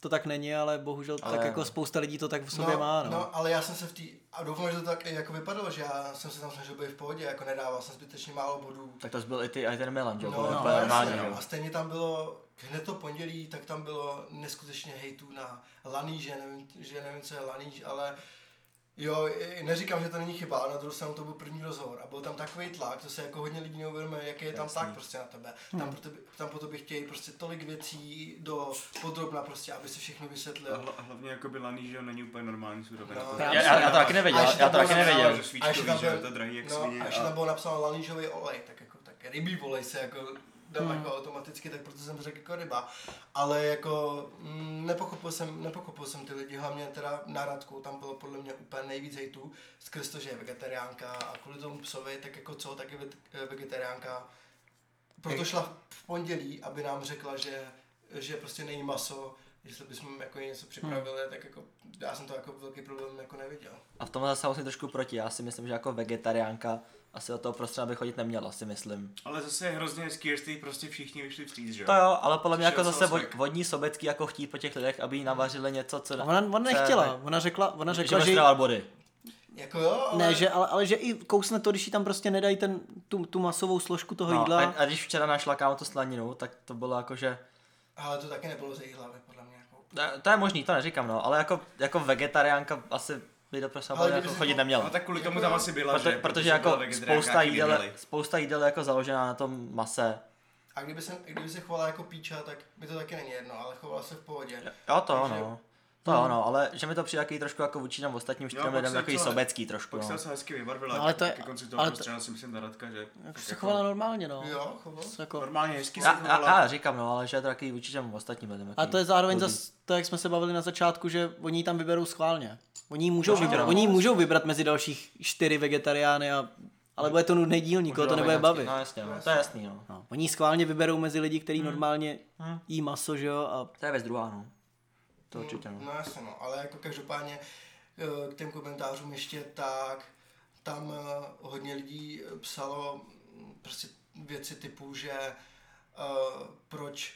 A: to tak není, ale bohužel ale... tak jako spousta lidí to tak v sobě
B: no,
A: má, no.
B: no. ale já jsem se v té, a doufám, že to tak i jako vypadalo, že já jsem se tam snažil být v pohodě, jako nedával jsem zbytečně málo bodů.
D: Tak to byl i ty, a i ten Milan, že jo?
B: No,
D: to bylo
B: no,
D: jako úplně normální,
B: jasně,
D: že
B: no.
D: jo?
B: A stejně tam bylo, hned to pondělí, tak tam bylo neskutečně hejtů na Laný, že nevím, že nevím co je Laný, ale jo, i- neříkám, že to není chyba, ale na druhou stranu to byl první rozhovor a byl tam takový tlak, to se jako hodně lidí neuvědomuje, jaký je tam tlak prostě na tebe. Tam, pro tebe, tam po tobě chtějí prostě tolik věcí do podrobna prostě, aby se všechny
C: A
B: vysvětlil.
C: hla- hlavně jako by Lany, že jo, není úplně normální surovina.
B: No.
D: Já, já, já to taky nevěděl,
B: A ještě
D: já
B: tam
D: to
B: bylo
D: taky
B: napsáno,
D: nevěděl.
C: že
B: A ještě
C: svíčkový,
B: tam
C: že jo,
B: byl-
C: to drahý jak
B: no,
C: svině.
B: A ještě tam bylo napsáno lanížový olej, tak jako tak rybí olej se jako dám jako automaticky, tak proto jsem řekl jako ryba. Ale jako mm, nepochopil jsem, nepochopil jsem ty lidi, hlavně teda na Radku, tam bylo podle mě úplně nejvíc hejtů, skrz to, že je vegetariánka a kvůli tomu psovi, tak jako co, tak je vet- vegetariánka. Proto šla v pondělí, aby nám řekla, že, že prostě nejí maso, jestli bychom jako jí něco připravili, tak jako já jsem to jako velký problém jako neviděl.
D: A v tom zase musím trošku proti. Já si myslím, že jako vegetariánka asi do toho prostřed by chodit neměla, si myslím.
C: Ale zase je hrozně hezký, že jste všichni všichni vyšli vstříc, že
D: To
C: jo?
D: jo, ale podle mě
C: Což
D: jako
C: je
D: zase
C: docela
D: vod,
C: smek.
D: vodní sobecký jako chtí po těch lidech, aby jí navařili něco, co...
A: A ona, ona nechtěla, ona řekla, ona
D: Že že...
A: řekla, že,
D: Že body.
B: Jako jo, ale...
A: ne, že, ale, ale že i kousne to, když jí tam prostě nedají ten, tu, tu masovou složku toho
D: No,
A: jídla.
D: a, a, když včera našla kámo tu slaninu, tak to bylo jako, že...
B: Ale to taky nebylo z její hlavy, podle mě. Jako.
D: Ne, To je možný, to neříkám, no, ale jako, jako vegetariánka asi by do prostřed
B: Ale
D: body
B: kdyby
D: jako
B: si
D: chodit
B: to-
D: neměla.
C: Ale tak kvůli tomu tam asi byla,
D: Proto,
C: že?
D: protože jako
C: byla vegetariánka,
D: spousta
C: jaký
D: jídel,
C: neměli.
D: spousta jídel je jako založená na tom mase.
B: A kdyby se, kdyby se chovala jako píča, tak mi to taky není jedno, ale chovala se v pohodě.
D: Jo, to
B: Takže-
D: ono. To ono, ale že mi to přijde takový trošku jako vůči nám ostatním
C: Jo,
D: čtyřem
C: pak
D: lidem
C: se
D: takový
C: docela-
D: sobecký trošku,
C: Pak
D: no.
C: se se hezky vybarvila,
A: No, ale
C: no, ale
A: to je-
C: ke konci toho
A: ale
C: ale
A: to-
C: prostřed si myslím ta Radka, že?
A: Jako
C: tak
A: se chovala normálně, no.
B: Jo, chovala.
A: Jako,
C: Normálně hezky se
D: No, Já, já,
C: chovala.
D: já, říkám, no, ale že je to takový vůči těm ostatním lidem.
A: A
D: takový
A: to je zároveň
D: blbý.
A: zase to, jak jsme se bavili na začátku, že oni ji tam vyberou schválně. Oni ji můžou,
D: Určitě,
A: vybrat,
D: no.
A: oni ji můžou vybrat mezi dalších čtyři vegetariány, a, ale bude to nudný díl, nikoho to nebude
D: Veganský,
A: bavit.
D: No jasně, Hmm. no, to je jasný, no.
A: No, oni ji schválně vyberou mezi lidi, kteří normálně jí maso, že jo, a
D: To je věc druhá, no. To určitě, no.
B: No jasně, no, ale jako každopádně eh, k těm komentářům ještě tak, tam eh, hodně lidí eh, psalo mm, prostě věci typu, že eh, proč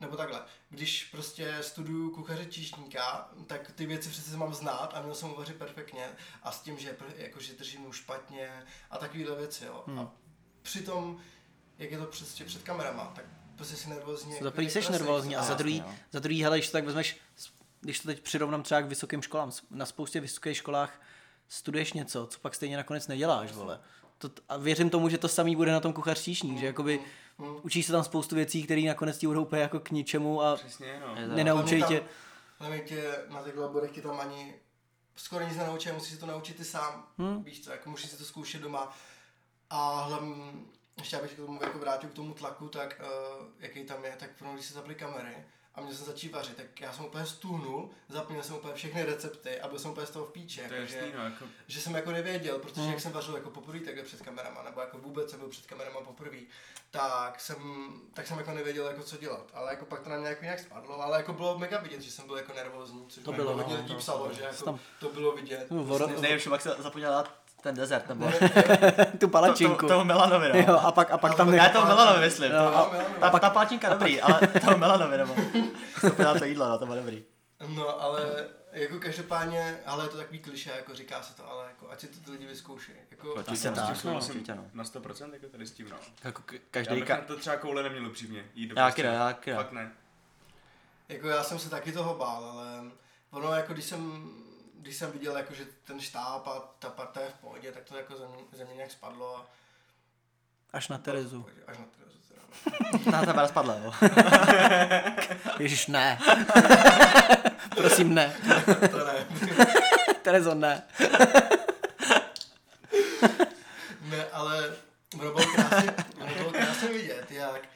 B: Nebo takhle, když prostě studuju kuchaře číšníka, tak ty věci přece mám znát a měl jsem uvařit perfektně a s tím, že pr- jakože držím mu špatně a takovéhle věci, jo. Hmm. A přitom, jak je to prostě před kamerama, tak prostě si nervózní.
A: Za prvý seš nervózní a za druhý,
D: jasně, no.
A: za druhý, hele, když to tak vezmeš, s- když to teď přirovnám třeba k vysokým školám, s- na spoustě vysokých školách studuješ něco, co pak stejně nakonec neděláš, vole. To, t- a věřím tomu, že to samý bude na tom kuchař číšník, že jakoby učíš se tam spoustu věcí, které nakonec ti budou úplně jako k ničemu a
C: Přesně, no.
A: nenaučej tě.
B: Hlavně tě na těch laborech ti tam ani skoro nic nenaučí, musíš si to naučit ty sám, hmm. víš co, jako musíš si to zkoušet doma. A hlavně, ještě abych k tomu jako vrátil k tomu tlaku, tak uh, jaký tam je, tak pro když se zapli kamery a měl jsem začít vařit, tak já jsem úplně stuhnul, zapnul jsem úplně všechny recepty a byl jsem úplně z toho v píči.
C: To je
B: jakože-
C: jasný, no, jako
B: že jsem jako nevěděl, protože
A: Hmm.
B: jak jsem vařil jako poprvé takhle před kamerama, nebo jako vůbec jsem byl před kamerama poprvé, tak jsem, tak jsem jako nevěděl jako co dělat, ale jako pak to na mě jako nějak spadlo, ale jako bylo mega vidět, že jsem byl jako nervózní, což to
A: bylo,
B: jako
A: no,
B: hodně lidí psalo, že jako
A: Tam- No,
B: to bylo vidět. prostě.
A: Voro,
D: Nejlepší, pak se zapomněl dát ten dezert, nebo
A: tu
D: to,
A: palačinku.
D: to, toho Melanovi, no.
A: Jo, a pak, a pak tam
D: Já
A: ne...
D: to Melanovi myslím.
A: No,
D: to-
A: a-
B: Melanovi.
D: ta, ta palačinka dobrý, ale toho Melanovi, nebo. To to jídlo, no, to bylo dobrý.
B: No ale jako každopádně, ale je to takový kliše, jako říká se to, ale jako ať si to ty lidi vyzkoušej. Jako,
D: Asi
C: s tím
D: tak, no,
C: souhlasím
D: určitě no.
C: prostě Na 100% jako tady s tím, no.
D: Jako k-
C: Já
D: každý
C: bych
D: ka...
C: na to třeba koule neměl upřímně. Jít do
D: Já
C: prostě-
D: kira, já kira.
C: Fakt ne.
B: Jako já jsem se taky toho bál, ale ono jako když jsem, když jsem viděl jako, že ten štáb a ta parta je v pohodě, tak to jako ze mě, ze mě nějak spadlo a
A: Až na Terezu.
B: až na Terezu teda. [laughs] no.
D: Na tebe spadla, jo.
A: Ježiš, ne. [laughs] Prosím, ne.
B: To ne.
A: Terezo, ne.
B: ne, ale ono bylo krásně, ono bylo krásně vidět, jak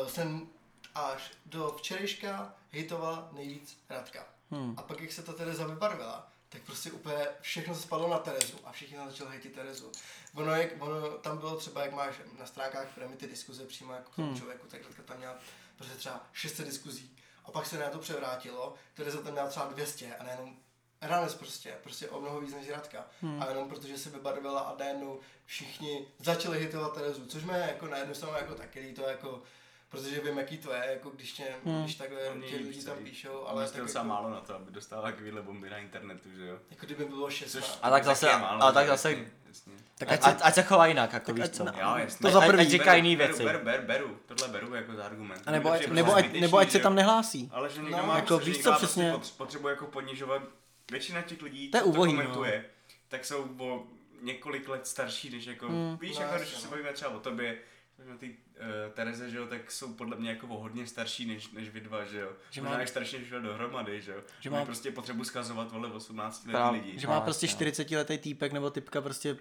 B: uh, jsem až do včerejška hejtoval nejvíc Radka. Hmm. A pak, jak se ta Tereza vybarvila, tak prostě úplně všechno se spadlo na Terezu a všichni tam začali hejtit Terezu. Ono, jak, ono, tam bylo třeba, jak máš na stránkách Premy ty diskuze přímo jako k tomu člověku, tak Radka tam měla prostě třeba 600 diskuzí. A pak se na to převrátilo, Tereza tam měla třeba 200 a nejenom Ranec prostě, prostě o mnoho víc než Radka. Hmm. A jenom protože se vybarvila a najednou všichni začali hitovat Terezu, což mě jako na jednu stranu jako taky líto, jako, protože vím, jaký to je, jako když, tě, hmm. když takhle
C: Mě
B: tě lidi
C: víc,
B: tam
C: co-
B: píšou, ale tak
C: Měl
B: jako,
C: docela málo na to, aby dostala takovýhle bomby na internetu, že jo.
B: jako kdyby bylo šest.
C: Což
B: na-
D: A tak
C: taky
D: zase-
C: je málo,
D: a
C: že
D: tak
C: jo,
D: zase-
C: jasně, jasně.
D: Tak ať, ať, ať se chová jinak, jako víš co.
C: Jo, jasně.
A: To za
D: Ať-
A: prvý.
D: Ať říká jiný
C: Beru,
D: věci.
C: Beru, beru, beru, tohle beru jako za argument.
A: A nebo,
C: Protože
A: ať,
C: je
A: nebo,
C: prostě
A: ať, nebo ať
C: zbytečný,
A: se
C: že
A: tam
C: jo.
A: nehlásí.
C: Ale že někdo
B: No,
C: má
A: jako
C: prostě,
A: víš
C: někdo
A: co,
C: má prostě
A: přesně.
C: pot- potřebu jako ponižovat. Většina těch lidí,
A: To je
C: co to
A: uvolní, no.
C: komentuje, tak jsou o několik let starší, než jako,
A: Hmm.
C: víš,
B: No,
C: jako když
B: jasně,
C: se
B: no.
C: bavíme třeba o tobě, na ty eh, Tereze, že jo, tak jsou podle mě jako o hodně starší než, než vy dva, že jo. Že Možná
A: mám-
C: i starší než vy dva dohromady, že jo. Že
A: Že
C: mám
A: mám-
C: prostě potřebu skazovat vole 18 let
D: Právě,
C: lidí.
A: Že
D: No,
A: má prostě
D: jasně,
A: 40 letý týpek nebo typka prostě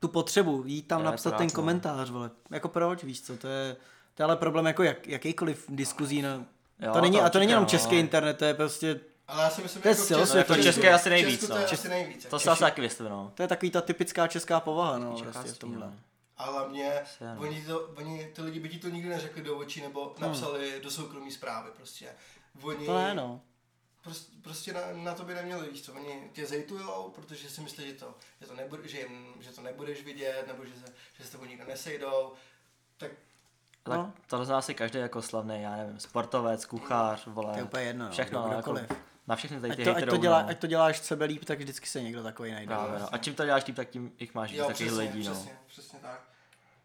A: tu potřebu jít tam
D: To je
A: napsat
D: akorát,
A: ten
D: no.
A: komentář, vole. Jako proč, víš co, to je, to je ale problém jako jak, jakýkoliv diskuzí na...
D: Jo,
A: to není,
D: to
A: a to není
D: určitě,
A: jenom
D: no.
A: český internet, to je prostě,
B: Ale já si myslím,
A: To je
B: v
A: silosvětový.
B: Česku-
A: No, jako
D: české asi
B: v Česku
D: nejvíc,
B: to je
D: no.
B: asi nejvíc.
D: To
B: jako.
D: se asi taky vystavil, no.
A: to je takový ta typická česká povaha, no, prostě v
D: Čechácký,
A: tomhle.
D: no.
B: A hlavně,
D: Jasně, no.
B: oni, to, oni, ty lidi by ti to nikdy neřekli do očí, nebo napsali do soukromí zprávy prostě. Oni,
A: To ne, no.
B: prostě, prostě na, na to by neměli, víš co, oni tě zejtujou, protože si myslí, že to, že to, nebude, že jim, že to nebudeš vidět, nebo že se, že se s tebou nikdo nesejdou, tak
D: Tak
A: No.
D: to zná asi každý jako slavný, já nevím, sportovec, kuchař, vole.
A: To je úplně jedno, no,
D: všechno,
A: kdo-
D: no,
A: kdokoliv.
D: Jako, na všechny tady
A: Ať
D: ty
A: to, ať,
D: hejty
A: to
D: jdou,
A: dělá,
D: no.
A: ať to děláš sebe líp, tak vždycky se někdo takový najde.
D: Právě, no. A čím to děláš líp, tak tím jich máš víc
B: jo,
D: takových
B: přesně,
D: lidí, no.
B: přesně, přesně tak.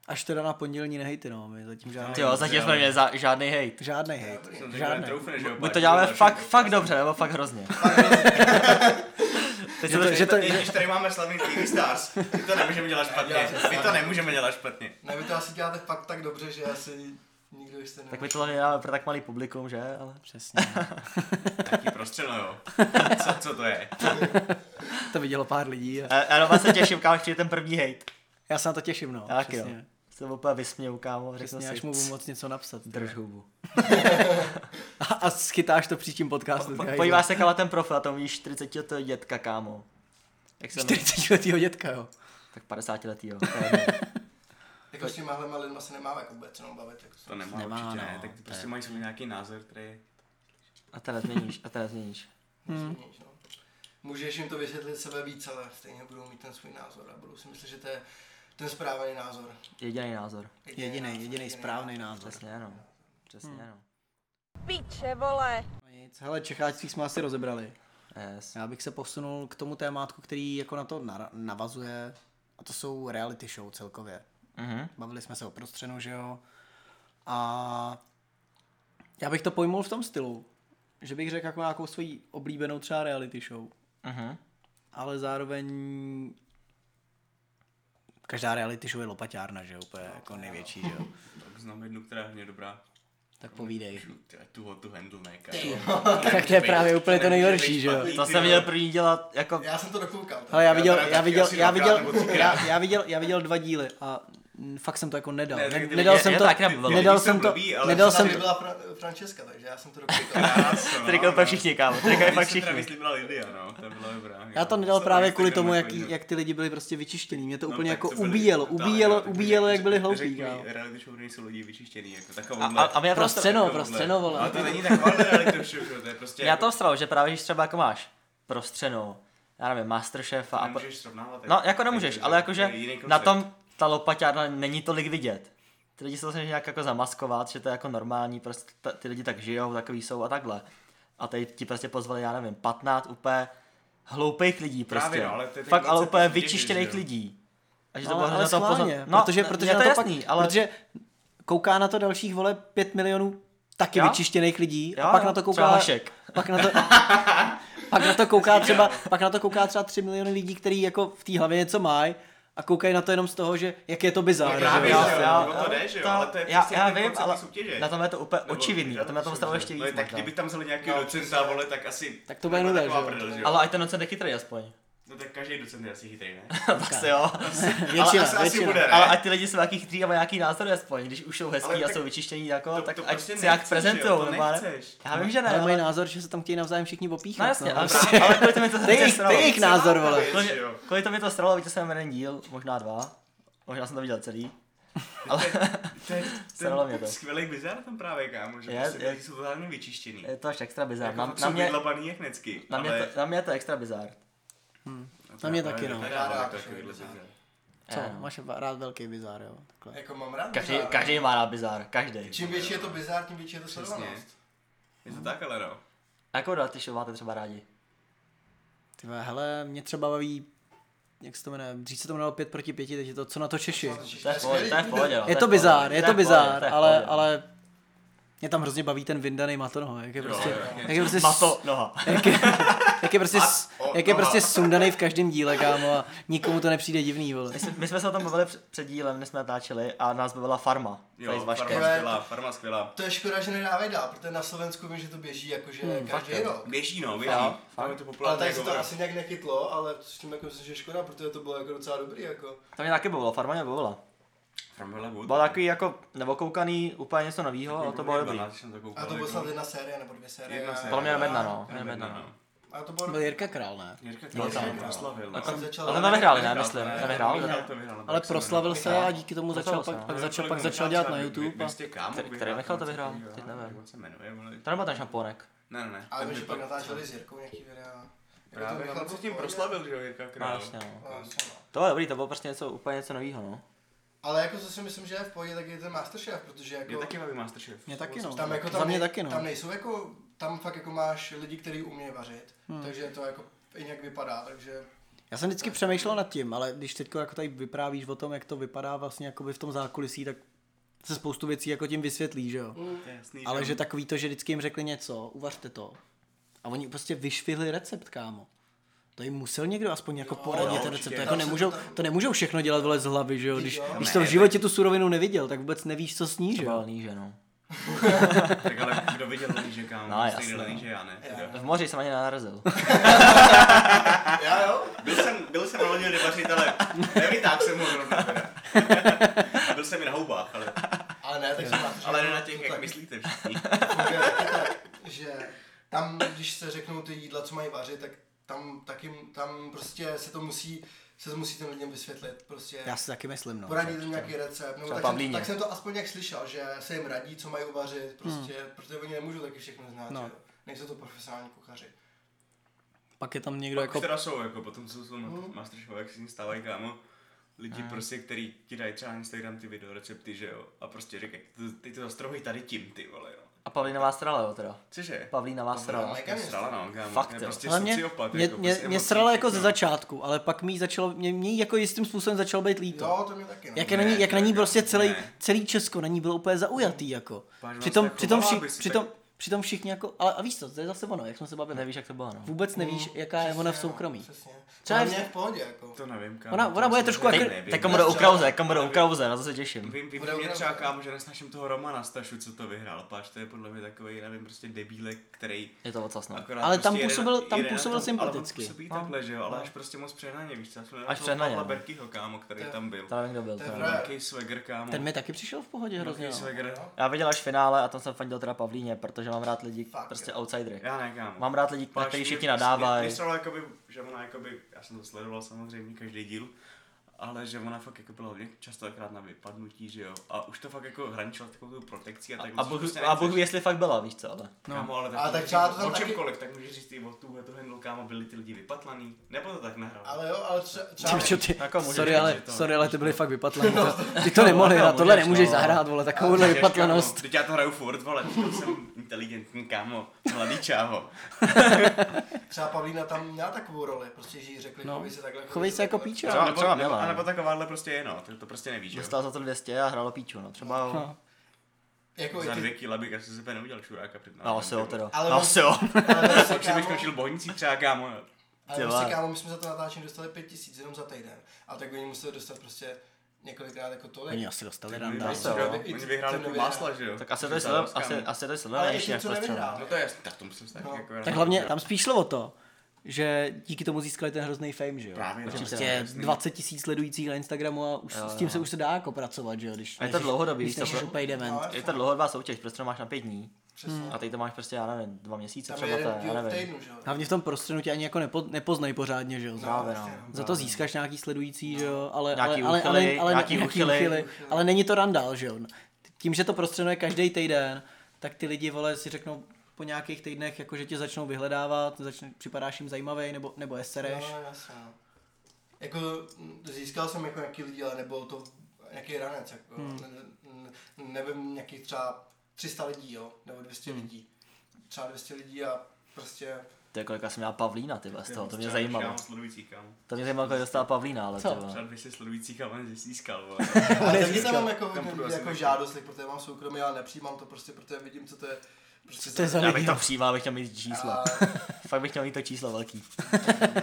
A: Až teda na pondělní nehejty, no, my zatím žádný,
D: Ty jo, zatím jsme měli za- žádný hejt.
A: žádný hejt.
C: Jsem takový
A: Žádný.
C: troufne, že jo,
D: My
C: páči,
D: to děláme
C: další
D: fakt,
C: podcast.
D: fakt dobře, nebo
B: [laughs]
D: fakt hrozně. Teď se to,
A: že to-
C: Ježiš, tady máme slavný TV Stars. My to nemůžeme dělat špatně. My to nemůžeme dělat špatně.
B: Ne, vy to asi děláte fakt tak dobře, že asi nikdo jste
D: tak my to hlavně děláme pro tak malý publikum, že? Ale...
A: Přesně.
C: Taky prostřeno,
A: [laughs]
C: jo. Co, co to je?
A: To vidělo pár lidí. A...
D: Já, já doma se těším, kámo, až přijde ten první hejt.
A: Já se na to těším, no.
D: Já Taky jo.
A: přesně.
D: Se úplně vysměju, kámo, řeknu
A: Přesně,
D: si,
A: až mu
D: "Cs,
A: budu moc něco napsat.
D: drž hubu.
A: A, a schytáš to příštím podcastu.
D: Po,
A: guys.
D: podívá se kala ten profil, a tam vidíš 40 letého dětka, kámo. Jak se
A: 40 letýho dětka, jo.
D: Tak 50 letýho.
B: Jako s těma hlema lidma se nemá jako vůbec jenom bavit. Jako
C: To nemá,
A: Nemá,
C: určitě ne.
A: no.
C: Tak prostě mají svůj nějaký názor, který je
D: A ten nezměníš, a ten nezměníš.
B: hmm. no. Můžeš jim to vysvětlit sebe víc, ale stejně budou mít ten svůj názor a budou si myslet, že to je ten správný názor.
D: Jediný názor.
A: Jediný, jediný
B: názor.
A: správný názor.
C: Hmm.
D: Přesně, no. Přesně, no.
G: piče, vole.
A: Nic. Hele, Čecháčství jsme asi rozebrali.
D: Yes.
A: Já bych se posunul k tomu témátku, který jako na to nara- navazuje. A to jsou reality show celkově.
D: Mhm.
A: Bavili jsme se o prostřenu, že jo? A já bych to pojmul v tom stylu, že bych řekl jako nějakou svoji oblíbenou třeba reality show.
D: Mhm.
A: ale zároveň každá reality show je lopaťárna, že jo, úplně jako největší, že jo.
C: Tak znám jednu, která je hodně dobrá.
A: Tak povídej.
C: Žu- tyhle, Tu ho tu handle ne,
A: [laughs] Tak to je právě úplně to nejhorší, že jo.
D: To jsem viděl první dělat jako...
B: Já jsem to dokoukal. tak.
A: Ale já viděl,
C: teda
A: já
C: taky
A: viděl,
C: asi
A: já viděl,
C: dvakrát nebo
A: já, já viděl, já viděl dva díly a mm, fakt jsem to jako nedal. Ne,
C: Ne, tak ty
A: nedal
D: viděl-
A: jsem
D: je
A: to,
D: tak, já byl-
A: nedal
C: Lidi jsou
A: jsem to,
C: blbí, ale
A: nedal
B: Tam
A: jsem
B: by
A: to,
B: byla Fra- Francesca, takže já jsem to dokoukal.
C: no.
D: Trikal pak všichni, kámo. Trikal pak
C: Jsem
D: všichni.
C: myslím, byla Lidia, no, ta byla dobrá.
A: já to
C: jo.
A: nedal
C: Co
A: právě
C: na
A: kvůli
C: Instagramu
A: tomu, jak,
C: jako jinak.
A: jak ty lidi byli prostě vyčištění. Mě to
C: No,
A: úplně
C: tak
A: jako
C: to byly
A: ubíjelo,
C: brutální,
A: ubíjelo,
C: no, tak
A: ubíjelo, jak byli
C: řek-
A: hloupí, no.
C: řekni,
A: kámo.
C: Reality show nejsou lidi vyčištěný, jako
D: A-
C: takovouhle.
D: a- a mě to
A: Pro střeno,
C: takovouhle.
A: pro střeno, vole.
C: Ale to není taková reality show, jo, to je prostě...
D: Já
C: jako-
D: to vstral, že právě když třeba jako máš prostřenou, já nevím, Masterchef a...
C: Nemůžeš srovnávat.
D: No, jako nemůžeš,
C: Takže
D: ale jakože
C: to je jiný
D: na
C: koncept.
D: tom ta lopaťárna není tolik vidět. Ty lidi se to snaží nějak jako zamaskovat, že to je jako normální, prostě ta, ty lidi tak žijou, takový jsou a takhle. A teď ti prostě pozvali, já nevím, 15 úplně hloupých lidí prostě.
C: Právě, no, ale to je ten
D: Fakt, ale
C: koncept
D: úplně
C: těch dětí,
D: vyčištěných
C: že jo.
D: lidí. A že to
A: Ale,
D: bylo
A: No, ale
D: hrozně na to
A: schválně,
D: pozor-
A: no, protože,
D: ne-
A: protože
D: je
A: na to,
D: jasný,
A: pak,
D: ale
A: protože kouká na to dalších, vole, pět milionů taky
D: Jo?
A: vyčištěných lidí
D: Jo,
A: a pak
D: jo,
A: na to kouká...
D: třeba Hašek.
A: Pak na
D: [laughs]
A: to, pak na to kouká třeba, pak na to kouká třeba tři miliony lidí, který jako v té hlavě něco mají a koukají na to jenom z toho, že jak je to bizár.
C: právě,
A: že jo.
C: jo. o to jde, že jo, ale to je
D: já,
C: prostě
D: já
C: ten
D: vím,
C: koncept
D: ale
C: té soutěže.
D: na tom je to úplně
C: Nebo
D: očividný, na tom je to stalo ještě
C: No,
D: víc.
C: tak
D: možná.
C: kdyby tam vzali nějakého docenta, vole, tak asi...
A: Tak to bude
C: byla
A: nuda,
C: taková
A: že jo.
C: prdel, že
D: Ale ať ten docent je chytrý aspoň.
C: No tak každý docent je asi chytrý, ne?
D: [laughs]
A: [laughs]
D: Asi jo.
A: Většina,
C: asi- asi
A: většina.
C: bude, ne?
D: Ale ať ty lidi jsou nějaký chytrý a mají nějaký názor aspoň, když už jsou hezký
C: Ale
D: a
C: tak
D: jsou vyčištění jako,
C: to-
D: tak
C: to
D: ať
C: prostě
D: se nějak
C: nechceš, jo, to
D: prezentují. nebo já ne-
C: nechceš.
D: Já vím, že ne,
A: Ale
D: ale...
A: mají názor, že se tam chtějí navzájem všichni popíchat.
D: No jasně, ale,
A: prostě.
D: ale kvůli tomu je to
A: To je
D: hrozně
A: jejich- to je
D: sralo.
A: jejich názor, vole.
C: že jo.
D: Kvůli tomu je to sralo, viděl jsem jeden díl, možná dva. Možná jsem to viděl celý.
C: To je
D: Sralo mě to.
C: ten skvělý bizar tam právě, kámo, že
D: Je,
C: prostě
D: je.
C: lidi jsou totálně vyčištěný.
D: Je to až extra bizár.
C: Jako
D: Na,
C: fakt
D: na,
C: jsou
D: mě,
C: vydlabaný jak necky,
D: na, mě
C: ale-
D: to, na mě je to extra bizár.
A: Na mě taky, no.
C: Nedávám
B: Rád,
C: takovýhle
B: že jo.
C: bizar.
A: Co, máš rád velký bizár, jo. Takhle.
B: Jako mám rád
D: Každý,
B: bizár.
D: každý má rád bizár, každý.
B: Čím větší je to bizár, tím větší je to sledovanost.
C: Je to tak, ale no.
D: Jakou reality show máte třeba rádi?
A: Ty vole, hele, mě třeba baví, jak se to jmenuje, dřív se to jmenovalo 5 proti 5, teď je to co na to Češi.
D: To je v pohodě, to je v pohodě. no,
A: Je
D: v
A: to
D: pohodě,
A: bizár, je to
D: v pohodě,
A: bizár,
D: to je v
A: ale,
D: pohodě.
A: ale mě tam hrozně baví ten vyndaný Matonoho, jak je prostě,
C: jo.
A: jak je prostě,
D: Mato, noha.
A: jak je, jak je prostě, s-
C: Mato,
A: jak je prostě
C: noha.
A: sundaný v každém díle, kámo, a nikomu to nepřijde divný, vole.
D: My jsme, my jsme se o tom mluvili před- před dílem, než jsme natáčeli a nás bavila farma. Jo,
C: Jo,
D: s
C: farma
D: Vaškem.
B: farma.
C: skvělá, farma skvělá.
B: To je škoda, že nedávají dál, protože na Slovensku vím, že to běží jakože
D: Hmm,
B: každý rok.
C: Běží, no, běží.
D: Jo,
C: Tam je to
B: Ale
C: populární
B: tak se
C: jako
B: to
C: vrah.
B: asi nějak nechytlo, ale s tím jako myslím, že škoda, protože to bylo jako docela dobrý jako.
D: To mě taky bavilo, farma mě bavila.
C: Farma byla good.
D: Bylo takový jako nevokoukaný, úplně něco novýho, ale to bylo dobrý.
B: A to byla snad jedna série nebo dvě série.
C: Jedna
B: a-
C: série.
D: Bylo mě jenom jedna,
B: a-
D: no. jenom jedna, no.
B: A to bylo
A: Byl
B: dobrý.
A: Jirka Král, ne?
C: Jirka to
D: Byl tam,
C: tam proslavil.
D: A
C: no.
D: tam,
B: začal-
D: ale tam nevyhráli, ne,
B: nevyhrál,
D: myslím.
B: ne,
D: Nevyhráli,
C: Michal
D: ne.
C: to vyhrál, nebo
A: Ale
C: jak se jmenuje.
A: proslavil se a díky tomu začal
D: Proslavil se,
A: pak,
D: no.
A: pak
C: Ale
A: začal,
C: kolik
A: pak začal
C: Michal
A: dělat na
C: třeba-
A: YouTube.
C: Vy
A: a-
C: jste kámo,
D: Který-
C: vy-
D: který Michal to vyhrál?
C: jak
D: Teď nevím.
C: Jak se jmenuje, vole.
D: To nebyl ten šampónek.
C: Ne, ne, ne.
B: Ale
C: ten
B: vím, že
C: byl
B: pak
C: pak-
B: natáčeli s Jirkou nějaký videa.
C: Právě,
B: Jako to
C: chlap
B: bylo
C: se tím
B: pohodě.
C: proslavil, že jo, Jirka
D: No,
C: Král.
D: jasně, no.
B: No, jasně, no.
D: To bylo dobrý, to bylo prostě něco, úplně něco novýho, no.
B: Ale jako co si myslím, že je v pohodě, tak je ten Masterchef, protože
C: Mě
B: jako...
C: taky baví Masterchef.
A: Mě taky, no.
B: Tam jako tam,
A: Za mě
B: nej-
A: taky, no.
B: tam nejsou jako, tam fakt jako máš lidi, kteří umějí vařit,
A: Hmm.
B: takže to jako i nějak vypadá, takže
A: Já jsem vždycky přemýšlel nad tím, ale když teď jako tady vyprávíš o tom, jak to vypadá vlastně jakoby v tom zákulisí, tak se spoustu věcí jako tím vysvětlí, že jo?
C: To je jasný,
A: Ale
C: jo.
A: že takový to, že vždycky jim řekli něco, uvařte to. A oni prostě vyšvihli recept, kámo. To jim musel někdo aspoň jako poradit
C: jo,
A: ten
C: určitě.
A: recept. To, jako
B: Tam se
A: nemůžou,
B: to tam-
A: to nemůžou všechno dělat vole z hlavy, že jo? Když,
B: Jo.
A: když to v
C: Ne,
A: životě tu surovinu neviděl, tak vůbec nevíš, co sní, že
D: To
A: jo?
D: bylo níže, no.
C: Tak ale kdo viděl Líže, kámo?
D: No,
C: Stejný
D: jasné.
C: Líže, já ne. teda.
D: V moři jsem ani nenarazil.
B: já jo,
C: Byl jsem, byl jsem na lodi rybařit, ale nevytáhl jsem ho zrovna teda. A byl jsem i na houbách, ale,
B: ale ne, tak jsem rád, že-
C: ale ne na těch,
B: to
C: jak
B: tak jako
C: myslíte všichni.
B: funguje taky tak, jako, že tam, když se řeknou ty jídla, co mají vařit, tak tam, taky, tam prostě se to musí, se to musí těm lidem vysvětlit, prostě
A: Já si taky myslím, no.
B: poradit jim nějaký recept, nebo tak jsem,
D: pavlíně.
B: tak jsem to aspoň nějak slyšel, že se jim radí, co mají uvařit, prostě, protože oni nemůžou taky všechno znát,
A: Hmm. No.
B: no. nejsou to profesionální kuchaři.
A: Pak je tam někdo jako...
C: Která jsou, jako potom co jsou hmm. Masterchef, jak se s ní stávají, kámo. Lidi prostě, který ti dají třeba na Instagram ty video recepty, že jo. A prostě říkají, "T- ty to zastrohej tady tím, ty vole, jo.
D: A A Pavlinová strala, jo teda.
C: Cože?
D: Pavlínová strala.
B: mega město.
C: Strala, no, kámo.
D: Fakt,
C: To
D: jo.
C: je prostě
A: Ale mě,
C: sociopat.
A: mě,
C: jako,
A: mě,
C: prostě
A: mě
C: emocí
A: sralo jako ze
C: všechno.
A: začátku, ale pak mi začalo, mě, mě jí jako jistým způsobem začalo být líto.
B: Jo, to mě taky. No.
A: Jak, je na
C: Ne,
A: ní, jak na
C: ne,
A: ní
C: ne,
A: prostě celý,
C: ne.
A: celý Česko na ní bylo úplně zaujatý, jako.
C: Vážná
A: Přitom,
C: se
A: přitom,
C: chovala,
A: vši,
C: aby si
A: přitom,
C: tak-
A: přitom všichni jako, ale a víš co, to je zase ono, jak jsme se bavili.
D: Nevíš, jak to bylo, no.
A: Vůbec nevíš, jaká je
B: Přesně,
A: ona v
B: no,
A: soukromí.
B: Přesně.
A: Třeba
B: Třeba
A: je
B: mě
A: v-
B: v pohodě, jako.
C: To nevím, kámo.
A: Ona-
C: to
A: ona bude
C: asi
A: trošku
C: nevím,
A: jako-
C: nevím.
D: Tak bude u Krauze, kam bude u Krauze, na to se těším.
C: Vím, vím,
B: Bude
C: že mě
B: opravdu.
C: třeba kámo, že nesnaším toho Romana Stašu, co to vyhrál. Páč, to je podle mě takový, nevím, prostě debílek, který
D: Je to ocas, no.
C: akorát prostě
A: Ale tam
C: jeden-
A: působil- tam
C: jeden na
A: působil
C: tom-
A: sympaticky.
C: Ale on působí takhle, že jo,
D: No.
C: ale až prostě moc přehnaně, víš co? Já jsem nedal toho
D: přehnaně,
C: Pavla
D: no.
C: Berkyho, kámo, který tam byl.
D: To nevím, kdo byl.
B: To
D: To
B: je
D: nevím.
B: frajer.
C: Velký swagger, kámo.
A: Ten mi taky přišel v pohodě hrozně.
C: Velký
A: no.
C: swagger.
D: Já viděl až finále a tam jsem fandil teda Pavlíně, protože mám rád lidi,
B: Fakt,
D: prostě outsidery.
C: Já ne, kámo.
D: Mám rád lidi, na který všichni nadávají.
C: Myslím, jakoby, že ona jakoby, já jsem to sledoval samozřejmě každý díl, ale že ona fakt jako byla hodně častokrát na vypadnutí, že jo. A už to fakt jako hraničilo s takovou tu protekcí a tak. prostě
D: A Bůh,
B: prostě
D: a Bůh ví, jestli fakt byla, víš co, ale.
C: No. Kámo, ale tak,
B: Ale
C: ale
B: tak
C: tak
B: třeba to
C: to
B: tam
C: o
B: taky-
C: čemkoliv, tak můžeš říct i o tuhle to handle, kámo, byli ty lidi vypatlaný. Nebo to tak nahrál.
B: Ale jo, ale tře- třeba...
A: Ty, čo, ty,
D: Jako můžeš
A: sorry,
D: říct, No.
A: ale,
C: že to-
A: sorry, ale ty byly fakt vypatlaný. Ty to nemohli, na tohle
D: jako můžeš,
A: nemůžeš
D: no.
A: zahrát, vole, takovouhle
C: Říkáš, kámo,
A: vypatlanost.
C: Teď já to hraju furt, vole, přitom jsem inteligentní, kámo, mladý čáho.
B: Třeba Pavlína tam měla takovou roli, prostě, že jí řekli, no. chovej se takhle.
A: Chovej se jako
B: takhle.
A: píče.
D: Třeba- třeba
C: nebo,
D: měla, no.
C: nebo takováhle prostě je, no, to, to prostě nevíš, jo.
D: Dostal za to 200 a hrálo píču, no třeba jo.
B: Jako
C: Za
B: i
C: dvě
B: ty,
C: kila bych asi sebe neudělal čuráka před námi.
D: No asi jo teda.
B: Ale
D: No
B: on-
D: asi jo.
B: [laughs]
D: [laughs]
B: ale prostě,
C: Takže bych
B: kámo,
C: skončil bohnicí třeba, kámo.
B: ale
D: Ty
B: prostě,
D: vole.
B: kámo, my jsme za to natáčení dostali pět tisíc jenom za týden. A tak by oni museli dostat prostě několikrát jako
A: Oni
B: tolik.
A: asi dostali
C: Oni
A: randa.
D: Asi jo.
C: vyhráli- Oni vyhráli
B: Ten
C: tu
B: vyhrál.
C: másla, že jo.
D: Tak asi to je
C: Ten
D: sledo-
C: Zalewská,
D: asi,
C: no.
D: asi to je
B: Ale
D: sledovanější,
B: ještě
D: jak
B: co
D: prostě- prostřelil.
B: nevyhrál.
C: No to je, tak to musím stát.
B: No.
C: jako
A: Tak
C: rád,
A: hlavně
C: že-
A: tam spíš šlo o to, že díky tomu získali ten hrozný fame, že jo?
C: Právě, no.
A: Prostě 20 tisíc sledujících na Instagramu a už s tím se už se dá jako pracovat, že jo? Když
D: A je to dlouhodobý,
A: když
D: víš co,
A: nejsi
D: pro-
A: úplně dement.
B: No,
D: Je to dlouhodobá soutěž, prostě to máš na pět dní.
B: Přesně.
D: A teď to máš prostě, já nevím, dva měsíce
B: Tam je
D: třeba to,
B: jeden
D: je, já
B: díl v
D: nevím.
B: týdnu, že jo.
A: Hlavně v tom prostředu tě ani jako nepo, nepoznají pořádně, že jo?
D: Právě no.
B: Prostě,
A: Za to získáš nějaký sledující, že jo, ale,
D: Nějaký
A: ale, ale,
D: úchyly,
A: ale,
D: nějaký úchyly.
A: ale není to randál, že jo. Tím, že to prostřeno je každý týden, tak ty lidi, vole, si řeknou po nějakých týdnech, jako že tě začnou vyhledávat, začne, připadáš jim zajímavý, nebo, nebo je sereš.
B: No, jasně, no. Jako mm, získal jsem jako nějaký lidi, ale nebylo to nějaký ranec, jako, hmm. ne, nevím, nějakých třeba 300 lidí, jo, nebo 200 hmm. lidí. Třeba 200 lidí a prostě,
D: To je kolika jsem měla Pavlína, ty vole, z toho, to mě
C: Třeba
D: zajímalo.
C: kámo, sledující, kámo.
D: To mě zajímalo, kolik dostala Pavlína, ale ty
A: Co?
D: vole.
C: Třeba 200 sledujících, ale nezískal, vole.
D: [laughs]
B: ale taky tam mám jako,
C: Kam půjdu asi
B: jako
C: nejvíc.
B: žádost, like, protože mám soukromí, ale nepřijímám to prostě, protože vidím, co to je. Prostě
A: To je za
D: Já bych
A: lidi,
D: to
A: jo.
D: přijímal, abych chtěl
B: [laughs]
D: mít čísla.
B: A-
D: Fakt bych chtěl mít to číslo velký.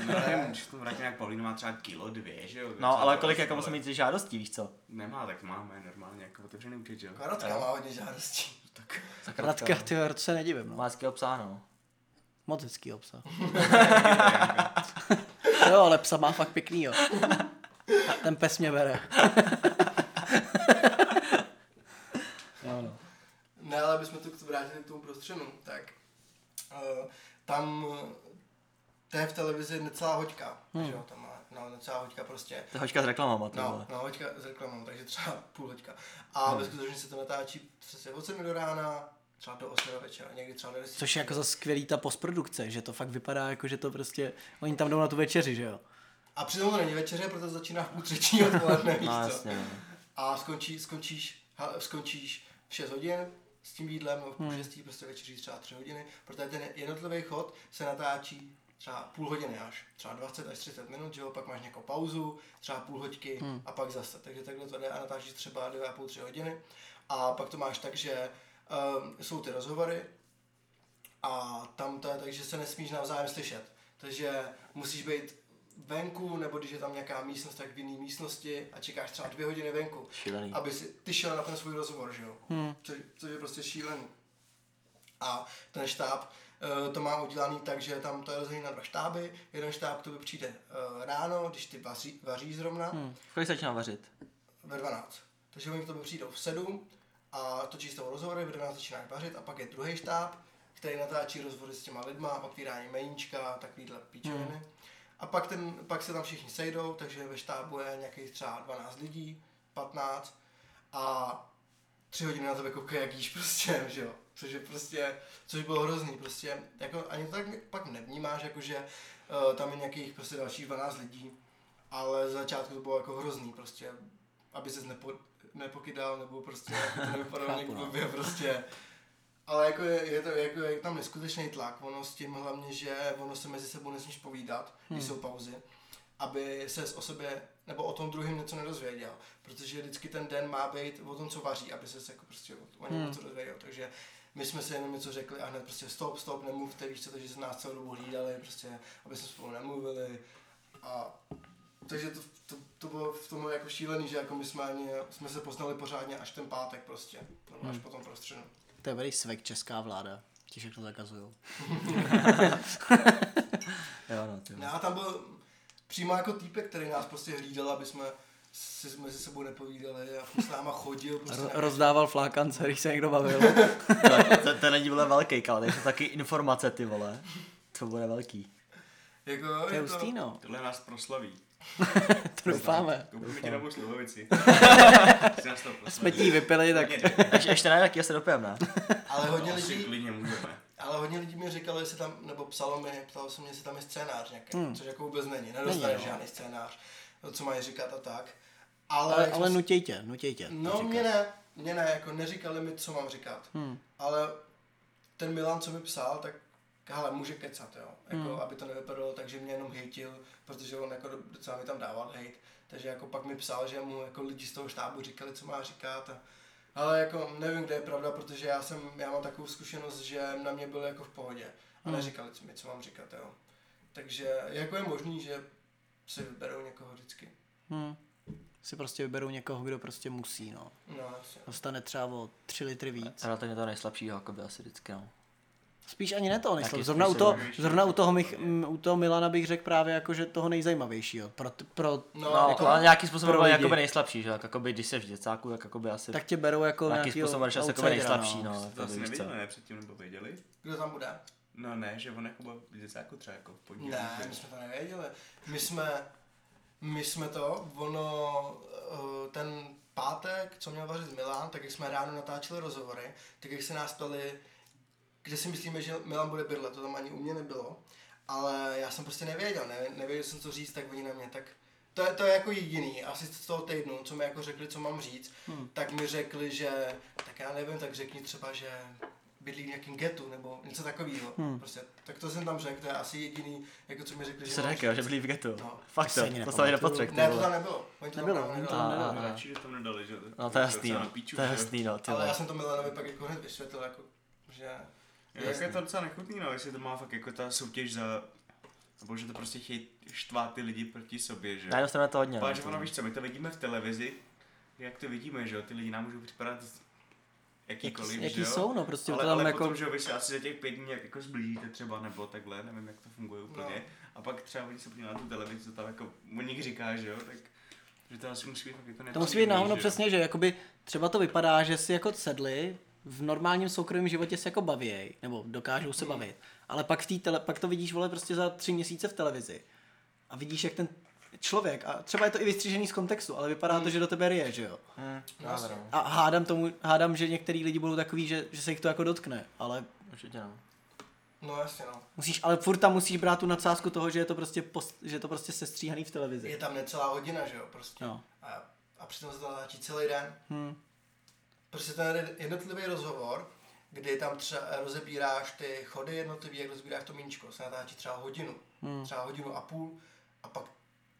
C: No, nevím, že to vrátí nějak Pavlína má třeba kilo, dvě, že jo.
D: No,
C: Třeba
D: ale
C: to
D: kolik
C: asi,
D: jako
C: ale
D: musím mít žádostí, víš co?
C: Nemá, tak máme normálně jako otevřený účet, že jo.
B: Radka má hodně žádostí.
A: Radka, ty jo, se nedivím, no.
D: Má hezkého psa, no.
A: Moc hezký
D: [laughs]
A: obsah. [laughs] jo, ale psa má fakt pěkný, jo. Ten pes mě
D: [laughs]
A: bere.
D: No,
B: Ne, ale abychom to k- vrátili k tomu prostřenu, tak uh, tam eh, to je v televizi necelá hoďka,
D: Hmm.
B: že jo, tam má, no, necelá hoďka prostě.
D: To je hočka s reklamama, ty
B: No,
D: vole.
B: no, hoďka s reklamou, takže třeba půl hoďka. A
D: Hmm.
B: no. skutečně se to natáčí přesně od 7 do rána, třeba do 8 do večera, někdy třeba do 10.
A: Což je jako za skvělý ta postprodukce, že to fakt vypadá jako, že to prostě, oni tam jdou na tu večeři, že jo.
B: A přitom to není večeře, protože začíná v půl třetí odpoledne, víš
D: [laughs] No,
B: co?
D: jasně, no.
B: A skončí, skončíš, ha, skončíš v 6 hodin s tím jídlem, nebo v půl šestý, prostě večeří třeba 3 hodiny, protože ten jednotlivý chod se natáčí třeba půl hodiny až, třeba 20 až 30 minut, že jo, pak máš nějakou pauzu, třeba půl hoďky hmm. a pak zase. Takže takhle to jde a natáčíš třeba 2,5-3 hodiny a pak to máš tak, že um, jsou ty rozhovory a tam to je tak, že se nesmíš navzájem slyšet. Takže musíš být venku, nebo když je tam nějaká místnost, tak v jiné místnosti a čekáš třeba dvě hodiny venku
D: Šílený.
B: aby si ty šel na ten svůj rozhovor, že jo? Hmm. Co, což je prostě šílený. A ten štáb eh, to má udělaný tak, že tam to je rozdělený na dva štáby. Jeden štáb k tobě přijde eh, ráno, když ty vaří, vaří zrovna, hmm.
D: V kolik začíná vařit?
B: ve 12. Takže oni k tobě přijdou v 7 a točí s tebou rozhovory, ve 12 začínáš vařit a pak je druhý štáb, který natáčí rozhovory s těma lidma, otvírání meníčka, takovýhle píčoviny. Hmm. A pak, ten, pak se tam všichni sejdou, takže ve štábu je nějakých třeba 12 lidí, 15 a tři hodiny na tebe koukají, jak jíš prostě, [laughs] že jo. Což je prostě, což bylo hrozný, prostě, jako ani to tak pak nevnímáš, jakože uh, tam je nějakých prostě dalších 12 lidí, ale z začátku to bylo jako hrozný, prostě,
A: [laughs]
B: aby ses nepo, nepokydal, nebo prostě, jako to nevypadalo
A: Chápu,
B: nějak
A: no.
B: blbě, prostě. Ale jako je, je, to, jako je tam neskutečný tlak, ono s tím hlavně, že ono se mezi sebou nesmíš povídat, když
A: Hmm.
B: jsou pauzy, aby se o sobě nebo o tom druhém něco nedozvěděl, protože vždycky ten den má být o tom, co vaří, aby se jako prostě o, o něm
A: Hmm.
B: něco dozvěděl, takže my jsme si jenom něco řekli a hned prostě stop, stop, nemluvte, víš co, takže se nás celou dobu hlídali, prostě, aby jsme spolu nemluvili a takže to, to, to bylo v tom jako šílený, že jako my jsme, ani, jsme se poznali pořádně až ten pátek prostě, nebo
A: Hmm.
B: až potom prostředu.
A: To je very svek česká vláda. Ti všechno zakazujou.
D: Jo, no, ty.
B: Ne, a tam byl přímo jako týpek, který nás prostě hlídal, aby jsme si mezi sebou nepovídali a furt s náma chodil. Prostě
A: Ro-
B: na-
A: rozdával flákance, když se někdo bavil.
D: To- to- Ten není vole velký, ale to taky informace, ty vole. To bude velký.
B: jako,
A: To je hustý,
D: [laughs]
A: no.
C: Tohle nás proslaví.
A: To doufáme.
C: Koupíme ti
D: [laughs]
C: novou slovovici. Asi nás to proslaví.
A: Jsme ti ji vypili, tak
D: [laughs] Až, až to najde, taky se dopijeme, ne?
B: Ale hodně
C: no, Asi
B: lidí,
C: klidně můžeme.
B: ale hodně lidí mi říkalo, jestli tam, nebo psalo mi, ptalo se mě, jestli tam je scénář nějaký, hmm. což jako vůbec není,
A: no.
B: nedostaneš žádný scénář, co mají říkat a tak. Ale,
A: Ale, ale nutěj tě, nutěj tě.
B: No, mě ne, mě ne, jako neříkali mi, co mám říkat. Hmm. Ale ten Milan, co mi psal, tak hele, může kecat, jo. Jako, hmm. aby to nevypadalo, takže mě jenom hejtil, protože on jako do- docela mi tam dával hejt. Takže jako pak mi psal, že mu jako lidi z toho štábu říkali, co má říkat. A, ale jako nevím, kde je pravda, protože já jsem, já mám takovou zkušenost, že na mě bylo jako v pohodě. A neříkali mi, co mám říkat, jo. Takže jako je možný, že si vyberou někoho vždycky.
A: Si prostě vyberou někoho, kdo prostě musí, no.
B: No, jasně.
A: Dostane třeba o 3 litry víc.
D: Relativně to nejslabšího, jako by asi vždycky, no.
A: Spíš ani ne toho nejslab.
D: Taky
A: Zrovna, u
D: spíš
A: toho,
C: zajímavější.
A: zrovna u, toho Mich, m, u toho Milana bych řekl právě jako, že toho nejzajímavějšího. Pro, t- pro,
B: No,
D: No,
B: jako-
D: jako, ale nějaký způsob
A: pro
D: byl
A: lidi.
D: jakoby nejslabší, že? Tak Jakoby, když jsi v děcáku, tak jakoby asi...
A: tak tě berou jako
D: nějaký
A: nějakýho
D: způsob, že asi jakoby
A: outsidera,
D: nejslabší, no.
C: To
D: jakoby,
C: asi
D: víš co.
C: nevěděli, ne? Předtím nebo věděli?
B: Kdo tam bude?
C: No ne, že on jako byl v děcáku třeba jako v podniku.
B: Ne, my jsme to nevěděli. My jsme, my jsme to, ono, eh, ten pátek, co měl vařit Milan, tak jak jsme ráno natáčeli rozhovory, tak jak se nás ptali, kde si myslíme, že Milan bude bydlet, to tam ani u mě nebylo. Ale já jsem prostě nevěděl, ne, nevěděl jsem, co říct, tak oni na mě tak... To, je- to je jako jediný, asi z toho týdnu, co mi jako řekli, co mám říct, hmm. tak mi řekli, že, tak já nevím, tak řekni třeba, že bydlí v nějakém getu, nebo něco takového. Hmm. Prostě, tak to jsem tam řekl, to je asi jediný, jako co mi řekli,
D: To
B: že
D: se
B: mám
D: řekl,
B: říct.
D: že byli v getu.
B: No.
D: Fakt
A: To si ani
D: to, to se ani nepatřek, ty
B: Ne, to tam
D: vole.
B: nebylo. Hmm. Oni to
A: Nebylo,
B: tam
A: oni to
B: nedali.
A: tam
D: A,
A: nedali.
D: a, a.
C: Radši, že tam nedali, že?
D: No to je jasný,
C: docela na
D: no.
C: píču,
D: To je
C: že?
D: jasný, no, ty
B: Ale já
D: vole.
B: jsem to Milanovi pak jako hned vysvětlil, jako, že...
C: Jo, Jako je to docela nechutný, no, jestli to má fakt jako ta soutěž za... Nebo že to prostě chtějí štvát ty lidi proti sobě, že?
D: Na jednu stranu je to hodně, no.
C: Páč, ono víš co, my to vidíme v televizi, jak to vidíme, že jo, ty lidi nám můžou připadat jakýkoliv,
A: jaký
C: že jo?
A: jsou, no, prostě
C: ale,
A: to tam
C: ale
A: jako-
C: potom, že jo, vy se asi za těch pět dní nějak jako zblížíte třeba, nebo takhle, nevím, jak to funguje úplně.
A: No.
C: A pak třeba oni se podívají na tu televizi, co tam jako Monik říká, že jo, tak... Že to asi musí být fakt jako
A: To musí být nahovno přesně, že jakoby třeba to vypadá, že si jako sedli, v normálním soukromém životě se jako bavěj, nebo dokážou se bavit, ale pak, v té tele, pak to vidíš, vole, prostě za tři měsíce v televizi a vidíš, jak ten člověk, a třeba je to i vystřížený z kontextu, ale vypadá to, že do tebe rije, že jo?
B: No,
A: A hádám, tomu, hádám že některý lidi budou takový, že, že se jich to jako dotkne, ale
D: Určitě, no.
B: no jasně, no.
A: musíš, ale furt tam musíš brát tu nadsázku toho, že je to prostě, post, že je to prostě sestříhaný v
B: Je
A: televizi.
B: tam necelá hodina, že jo, prostě.
A: No.
B: A, a přitom se to natáčí celý den. Hmm. Prostě ten jednotlivý rozhovor, kdy tam třeba rozebíráš ty chody jednotlivý, jak rozebíráš to míčko, se natáčí třeba hodinu, hmm. třeba hodinu a půl a pak,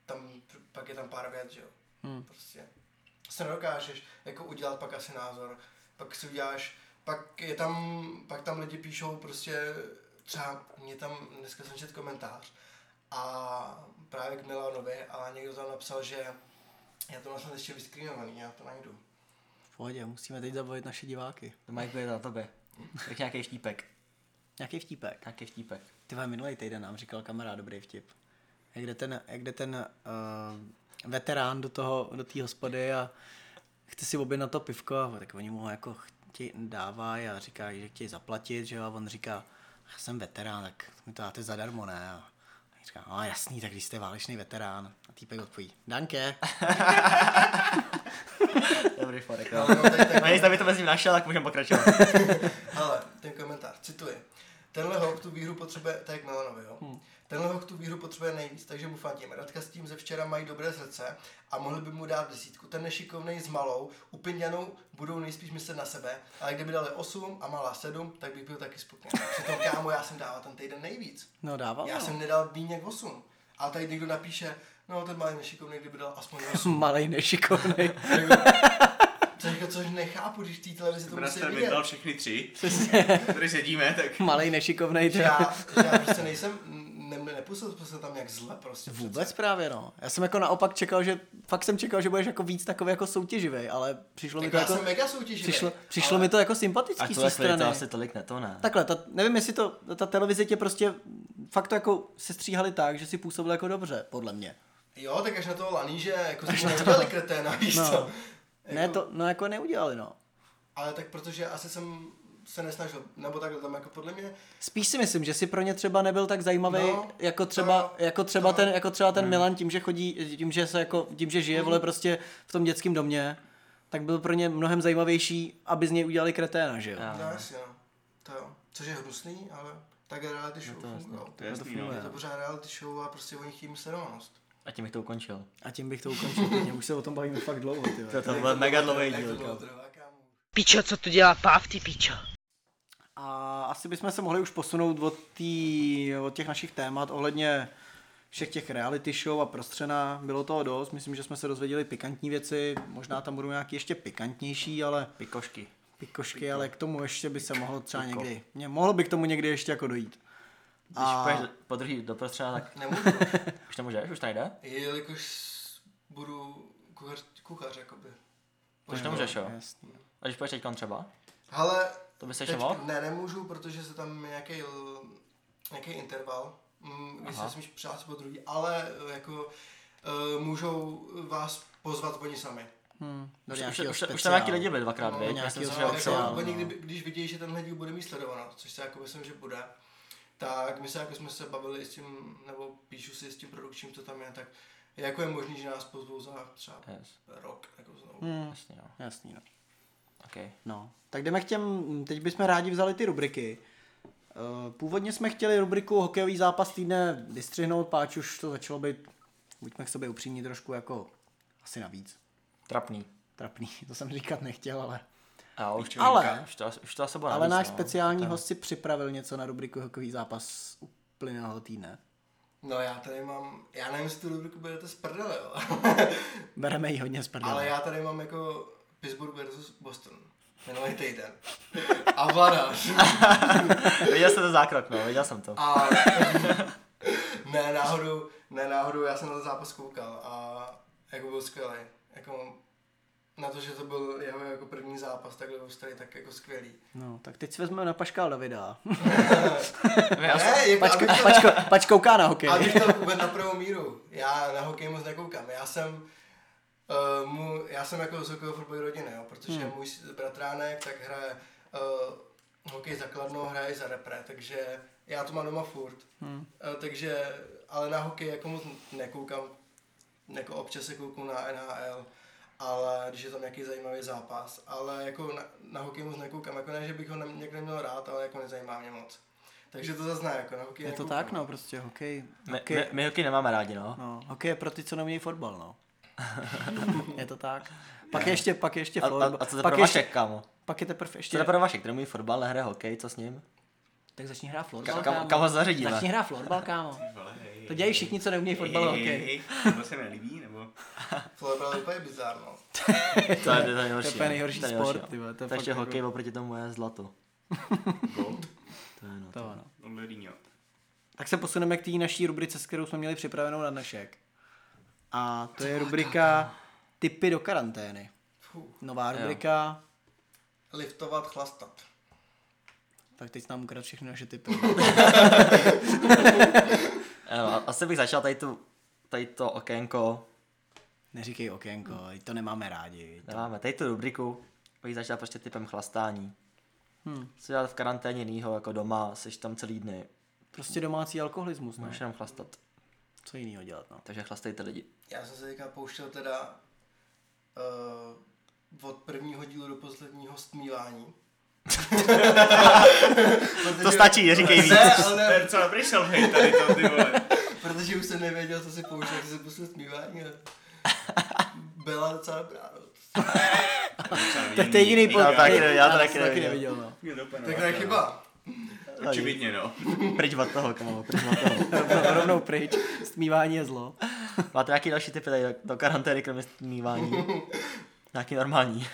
B: tam, pak je tam pár vět, že jo. Hmm. Prostě se nedokážeš jako udělat pak asi názor, pak si uděláš, pak je tam, pak tam lidi píšou prostě třeba, mě tam dneska jsem četl komentář a právě k Milanovi a někdo tam napsal, že já to mám ještě vyskrýnovaný, já to najdu.
A: V pohodě, musíme teď zabavit naše diváky.
D: To Majku je na tobě. Jak nějaký štípek.
A: Nějaký vtípek.
D: Nějaký štípek.
A: Ty vole, minulý týden nám říkal kamarád dobrý vtip. Jak jde ten, jak jde ten uh, veterán do toho, do té hospody a chce si objednat to pivko a tak oni mu ho jako chtěj, dávají a říká, že chtějí zaplatit, že jo, a on říká, já jsem veterán, tak mi to dáte zadarmo, ne? A oni říká, no jasný, tak když jste válečný veterán. A týpek odpoví, danke.
D: Dobrý [laughs] forek,
B: No,
D: no.
B: no, tady, tady,
D: No nic, aby to mezi ním našel, tak můžeme pokračovat.
B: Ale ten komentář, cituji. Tenhle houk tu výhru potřebuje, tak jak Milanovi, jo? Tenhle houk tu výhru kdo potřebuje nejvíc, takže mu fandím. Radka s tím ze včera mají dobré srdce a mohli by mu dát desítku. Ten nešikovnej s malou, upinděnou budou nejspíš myslet na sebe, ale kdyby dali 8 a malá 7, tak bych byl taky spokojený. Přitom kámo, já jsem dával ten týden nejvíc.
A: No dával,
B: Já
A: no.
B: jsem nedal bíněk 8. A tady někdo napíše, no ten malý nešikovný, kdyby dal aspoň
A: [laughs]
B: 8.
A: Malej nešikovnej. [laughs]
B: Což, jako, což nechápu, když v té televizi to
C: Nás
B: musí
C: tady
B: vidět.
C: vydal všechny tři, [laughs] tady sedíme, tak
A: Malej nešikovnej.
B: Že
A: Teda.
B: já, že já prostě nejsem, ne, nepůsobil jsem tam jak zle prostě. přece.
A: Vůbec právě no. Já jsem jako naopak čekal, že fakt jsem čekal, že budeš jako víc takový jako soutěživý, ale přišlo mi
B: Jako
A: to
B: já
A: jako,
B: jsem mega soutěživý.
A: přišlo, přišlo
B: ale-
A: mi to jako
D: A
A: sympatický z
D: tohle
A: té
D: chvíli
A: strany.
D: to asi tolik ne, to ne.
A: Takhle, ta, nevím, jestli to, ta televize tě prostě fakt to jako se stříhali tak, že si působil jako dobře, podle mě.
B: Jo, tak až na toho laníže, jako jsme neudělali kreténa, víš
A: No.
B: co.
A: Ne, to, no jako neudělali, no.
B: Ale tak protože asi jsem se nesnažil, nebo takhle tam jako podle mě,
A: Spíš si myslím, že si pro ně třeba nebyl tak zajímavý,
B: No,
A: no, jako třeba,
B: to-
A: to, jako třeba
B: to-
A: ten, jako třeba ten Milan tím, že chodí, tím, že se jako, tím, že žije, vole, prostě v tom dětském domě, tak byl pro ně mnohem zajímavější, aby z něj udělali kreténa, že jo?
D: Já.
B: no jasně no, to jo, což je hnusný, ale tak je reality show fungují.
C: to je jasný, no.
B: Je to pořád reality show a prostě oni chtějí sledovanost.
D: A tím bych to ukončil.
A: A tím bych to ukončil, mě už se o tom bavíme fakt dlouho, ty vole.
D: To, to byl mega dlouhý
B: Jak to
D: díl. jako.
B: dlouho
D: kámo.
B: trvá, kámo?
G: Pičo, co tu dělá Páv, ty pičo?
A: A asi bychom se mohli už posunout od, tý, od těch našich témat ohledně všech těch reality show a prostřená. Bylo toho dost, myslím, že jsme se dozvěděli pikantní věci, možná tam budou nějaký ještě pikantnější, ale
D: Pikošky.
A: pikošky, ale k tomu ještě by se mohlo třeba někdy, mě, mohlo by k tomu někdy ještě jako dojít.
D: Když
A: A-
D: půjdeš po druhý do prostředa, tak
B: Nemůžu,
D: už to můžeš, už to jde?
B: jelikož budu kuchař, kuchař jakoby.
D: Už to můžeš, jo.
A: Jasný.
D: A když půjdeš teďkon třeba?
B: Ale
D: To by se
B: teď,
A: mm.
D: šlo?
B: ne, nemůžu, protože se tam nějaký, l- nějaký interval, mm, kdy se smíš přát po druhý, ale eh, jako uh, můžou vás pozvat oni sami.
A: Do
D: Už, už,
A: nějakého
D: už, už tam
A: speciálu.
D: nějaký lidi byli dvakrát,
B: No,
D: no, viď?
A: nějakýho
D: Myslím si, že
A: speciálu.
B: Ale jako,
D: oceál.
A: oceán,
B: oni,
A: no.
B: kdyby, když vidějí, že tenhle díl bude mít sledovanost, což se jako myslím, že bude, tak my se jako jsme se bavili s tím, nebo píšu si s tím produkčním, co tam je, tak jako je možný, že nás pozvou za třeba
D: Yes, Hmm.
B: rok, jako znovu.
D: jasně, jo.
A: Jasný, no.
D: Okay.
A: No, tak jdeme k těm, teď bychom rádi vzali ty rubriky. Eh, Původně jsme chtěli rubriku hokejový zápas týdne vystřihnout, páč už to začalo být, buďme k sobě upřímní trošku jako, asi navíc,
D: Trapný.
A: trapný, [laughs] to jsem říkat nechtěl, ale...
D: A už,
A: Ale-
D: už to, už to asi bude
A: Ale
D: navíc,
A: náš
D: no.
A: speciální
D: Ten-
A: host si připravil něco na rubriku hokejový zápas uplynulého týdne.
B: No já tady mám, já nevím, jestli tu rubriku budete z prdele, jo.
A: Bereme ji hodně z prdele.
B: Ale já tady mám jako Pittsburgh versus Boston. Minulý týden. A vladař.
D: Viděl jsem to zákrok, no, viděl jsem to.
B: A [laughs] ne náhodou, ne náhodou, já jsem na ten zápas koukal a jako byl skvělý. Jako na to, že to byl jeho jako první zápas takhle v Austrálii, tak jako skvělý.
A: No, tak teď si vezmeme na Paškal Davida. [laughs]
B: Ne, jako,
A: Pačko,
B: abych to,
A: pačko, pač kouká na hokej.
B: abych to uvedl na prvou míru. Já na hokej moc nekoukám. Já jsem Uh, mu, já jsem jako z hokejové fotbalové rodiny, jo, protože hmm. můj s- bratránek tak hraje uh, hokej za Kladno, hraje i za repre, takže já to mám doma furt. Hmm. Uh, takže, ale na hokej jako moc nekoukám, jako občas se kouknu na NHL, ale když je tam nějaký zajímavý zápas, ale jako na, na hokej moc nekoukám, jako ne, že bych ho ne, někde měl rád, ale jako nezajímá mě moc. Takže to zazná, jako na hokej
A: Je to
B: nekoukám.
A: tak, no, prostě hokej.
D: My,
A: hokej.
D: my, my hokej nemáme rádi, no.
A: No, hokej je pro ty, co neumějí fotbal,
D: [laughs]
A: no. je to tak. Pak je ještě, pak je ještě
D: A, a,
A: florba-
D: a co
A: pak,
D: teprve
A: je ještě,
D: Vašek, kámo?
A: pak je teprve
D: Co
A: ještě.
D: teprve Vašek, který umí fotbal, nehraje hokej, co s ním?
A: Tak začni hrát
D: Ka-
A: florbal,
D: kam, kam ho zařadíme?
A: Začni hrát florbal, kámo. To dělají všichni, co neumějí fotbal,
D: [laughs]
A: hokej.
C: To se mi nelíbí, nebo?
B: Florba je úplně bizár, no.
D: To je to je nejhorší.
A: úplně
D: no.
A: nejhorší
D: To je
A: sport,
D: no.
A: ty vole, to je
D: To ještě
A: fakt jako-
D: hokej oproti tomu je zlato. To je no.
A: To ono.
C: Ledýňo.
A: Tak se posuneme k té naší rubrice, s kterou jsme měli připravenou na dnešek. A to je rubrika Typy do karantény.
B: Fuh.
A: Nová rubrika,
B: Liftovat, chlastat.
A: tak teď jsi nám ukradl všechny naše
D: [laughs]
A: typy.
D: Ano, a- asi bych začal tady tu, tady to okénko,
A: Neříkej okénko, to nemáme rádi.
D: nemáme, tady tu rubriku, bych začal prostě typem chlastání. Hmm. Co dělat v karanténě jinýho, jako doma, jsi tam celý dny,
A: Prostě domácí alkoholismus, ne?
D: můžeš jenom chlastat.
A: Co jiného dělat, no.
D: No. Takže chlastejte lidi.
B: Já jsem se teďka pouštěl teda uh, od prvního dílu do posledního stmívání.
D: To stačí, neříkej víc.
B: Ne, ale
C: To
B: ne,
C: je docela prišel, hej, tady to, ty vole.
B: protože už jsem nevěděl, co si pouštěl, tak jsem pustil smívání. a Byla docela dobrá. no.
A: Tak to je jiný
C: pod.
D: taky
A: podcast.
D: ne- já to taky
A: jsem taky
D: neviděl.
A: neviděl. No.
B: Tak to je chyba.
C: Očividně, no.
D: Pryč od toho, kámo, pryč od toho.
A: Rovnou, rovnou pryč. Stmívání je zlo.
D: Máte nějaký další typy tady do, do karantény, kromě stmívání? nějaký normální.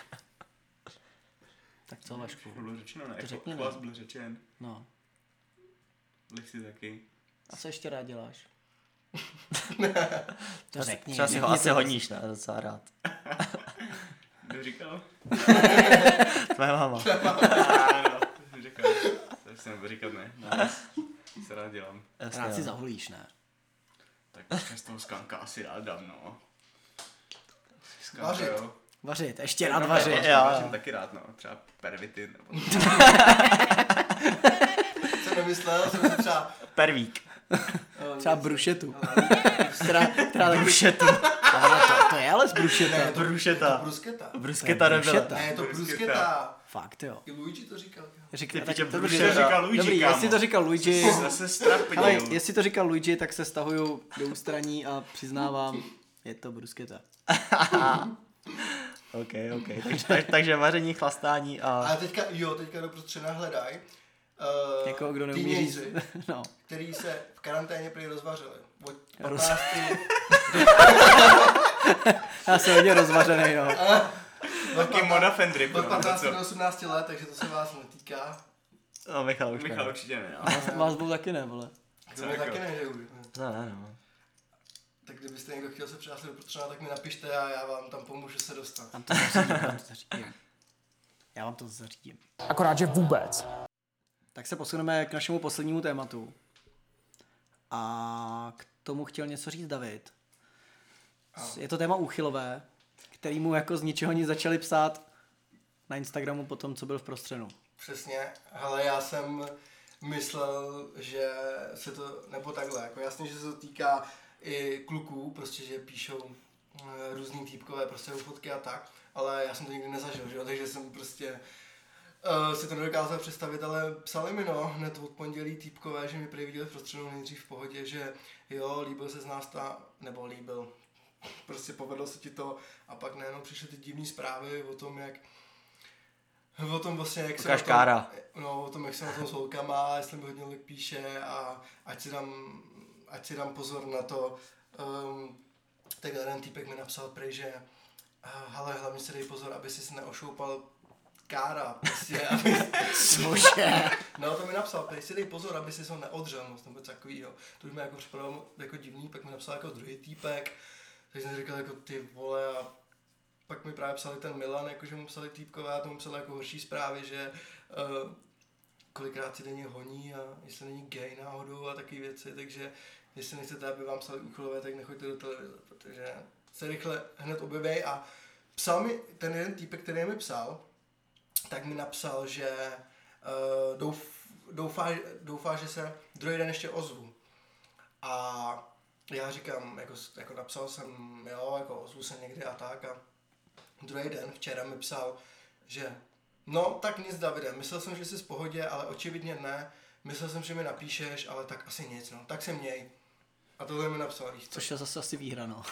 A: Tak co, Vašku?
C: Bylo řečeno, ne?
A: To řekni,
C: Jako,
A: no.
C: Vás byl řečen.
A: No.
C: Lich si taky.
A: A co ještě rád děláš? [laughs] to
D: Třeba si-
A: řekni.
D: Třeba si ho
A: řekni
D: asi
A: to.
D: honíš, ne? Docela rád.
C: Kdo říkal?
D: Tvoje máma.
C: [laughs] Ano, říkal. Tak jsem to říkat ne. To Se rád dělám.
D: Jasně,
A: Rád si
D: jo.
A: zaholíš, ne?
C: Tak přes toho skanka asi rád dám, no. Skanka,
B: Vařit.
C: jo.
A: Vařit, ještě rád
C: Já
A: vařit.
C: vlastně
D: jo.
C: vařím taky rád, no. Třeba pervitin. Nebo...
B: Jsem nemyslel, jsem si třeba... Eh,
D: Pervík.
A: Třeba brušetu. která, která taky...
D: Brušetu.
A: Ale to, to je ale z brušeta.
B: Ne, to
D: Brušeta.
B: brusketa.
D: Brusketa nebyla.
A: brušeta.
B: Ne, je to
C: Bruschetta.
B: brusketa.
A: Fakt jo.
B: I Luigi to říkal. kámo.
A: Říká,
D: Ty
A: tak
D: piče,
A: to
D: brušeta.
A: bude-
D: To říkal
C: Luigi,
A: Dobrý,
C: kámo.
A: jestli to říkal Luigi,
C: Zase strapnil.
A: ale jestli to říkal Luigi, tak se stahuju do ústraní a přiznávám, je to brusketa.
D: Ok, ok. Takže, tak, takže vaření, chlastání a...
B: Ale teďka, jo, teďka doprostřed hledají. Uh,
A: Někoho, Jako, kdo neumí říct. [laughs] No.
B: který se v karanténě prý rozvařili. Od 15.
C: [laughs]
A: Já jsem hodně rozvařený, no.
B: od
C: Taky
B: 15
C: Mona Fendrip.
B: od
C: no,
B: 15
C: co?
B: do 18 let, takže to se vás netýká.
D: No, Michal už ne.
C: Michal určitě ne, no.
A: Vás, vás dvou taky ne, vole.
B: To mi
C: jako?
B: taky ne, že už.
D: No, ne, no.
B: Tak kdybyste někdo chtěl se přihlásit do Protřeba, tak mi napište a já vám tam pomůžu se dostat.
A: Tam to zařídím, tam to zařídím. Já vám to zařídím.
H: Akorát, že vůbec.
A: Tak se posuneme k našemu poslednímu tématu. A k tomu chtěl něco říct David. S- Je to téma úchylové, kterýmu jako z ničeho nic začali psát na Instagramu po tom, co byl v prostřenu.
B: Přesně, ale já jsem myslel, že se to, nebo takhle, jako jasně, že se to týká i kluků, prostě, že píšou eh, různý týpkové prostě fotky a tak, ale já jsem to nikdy nezažil, že jo, takže jsem prostě Uh, si to nedokázal představit, ale psali mi no, hned od pondělí týpkové, že mi prý viděli v prostředu nejdřív v pohodě, že jo, líbil se z nás ta, nebo líbil, prostě povedlo se ti to a pak najednou přišly ty divné zprávy o tom, jak o tom vlastně, jak se na
D: Lukáš
B: tom,
D: Kára.
B: no, o tom, jak se na tom s holkama, jestli mi hodně lidí píše a ať si dám, ať si dám pozor na to. Um, tak jeden týpek mi napsal prej, že "Ah, ale hlavně si dej pozor, aby si neošoupal kára, prostě, [laughs] aby,
A: Cože?
B: No, to mi napsal, teď si dej pozor, aby si ho neodřel moc, nebo něco takovýho. To už mi jako připadalo mo- jako divný, pak mi napsal jako druhý týpek, takže jsem říkal jako ty vole a pak mi právě psali ten Milan, jakože mu psali týpkové a tomu psali jako horší zprávy, že uh, kolikrát si denně honí a jestli není gay náhodou a taky věci, takže jestli nechcete, aby vám psali úkolové, tak nechoďte do televize, protože se rychle hned objeví a psal mi ten jeden týpek, který mi psal, tak mi napsal, že uh, douf, doufá, doufá, že se druhý den ještě ozvu. A já říkám, jako, s- jako napsal jsem, jo, jako ozvu se někdy a tak. A druhý den, včera mi psal, že no, tak nic, Davide, myslel jsem, že jsi v pohodě, ale očividně ne. Myslel jsem, že mi napíšeš, ale tak asi nic, no, tak se měj. A tohle mi napsal, víš co?
A: Což je zase asi výhra, no.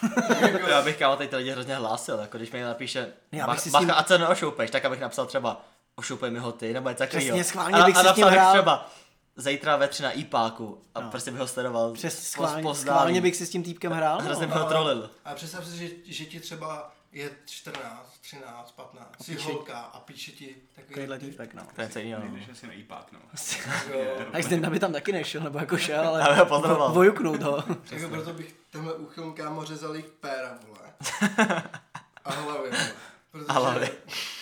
D: To Já bych kámo teď ty lidi hrozně hlásil, jako když mi napíše
A: Já bych si s
D: bacha,
A: ním-
D: a co neošoupeš, tak abych napsal třeba ošoupej mi ho ty, nebo něco takového.
A: Přesně, schválně bych
D: a
A: si s ním
D: napsal
A: hrál. No.
D: třeba zítra ve tři na IPáku a prostě bych ho sledoval.
A: Přes
D: po-
A: schválně,
D: zpozdání.
A: schválně bych si s tím týpkem hrál.
D: Hrozně
A: No.
D: bych ho trolil.
B: A představ si, že, že ti třeba je 14, 13, 15, jsi
A: píše-
B: holka a píše ti takový
A: Takovýhle týpek, no.
D: To je něco jiného. no.
C: Nejdeš asi na e-pack, no.
B: Jo. jako
A: Tak ten by tam taky nešel, nebo jako šel,
D: Já bych ho
A: ale
D: pozoroval.
A: vojuknout ho.
B: Jako proto bych tenhle úchylům kámo řezal jich péra,
D: [laughs]
B: vole. A hlavy, vole. Protože,
D: A hlavy.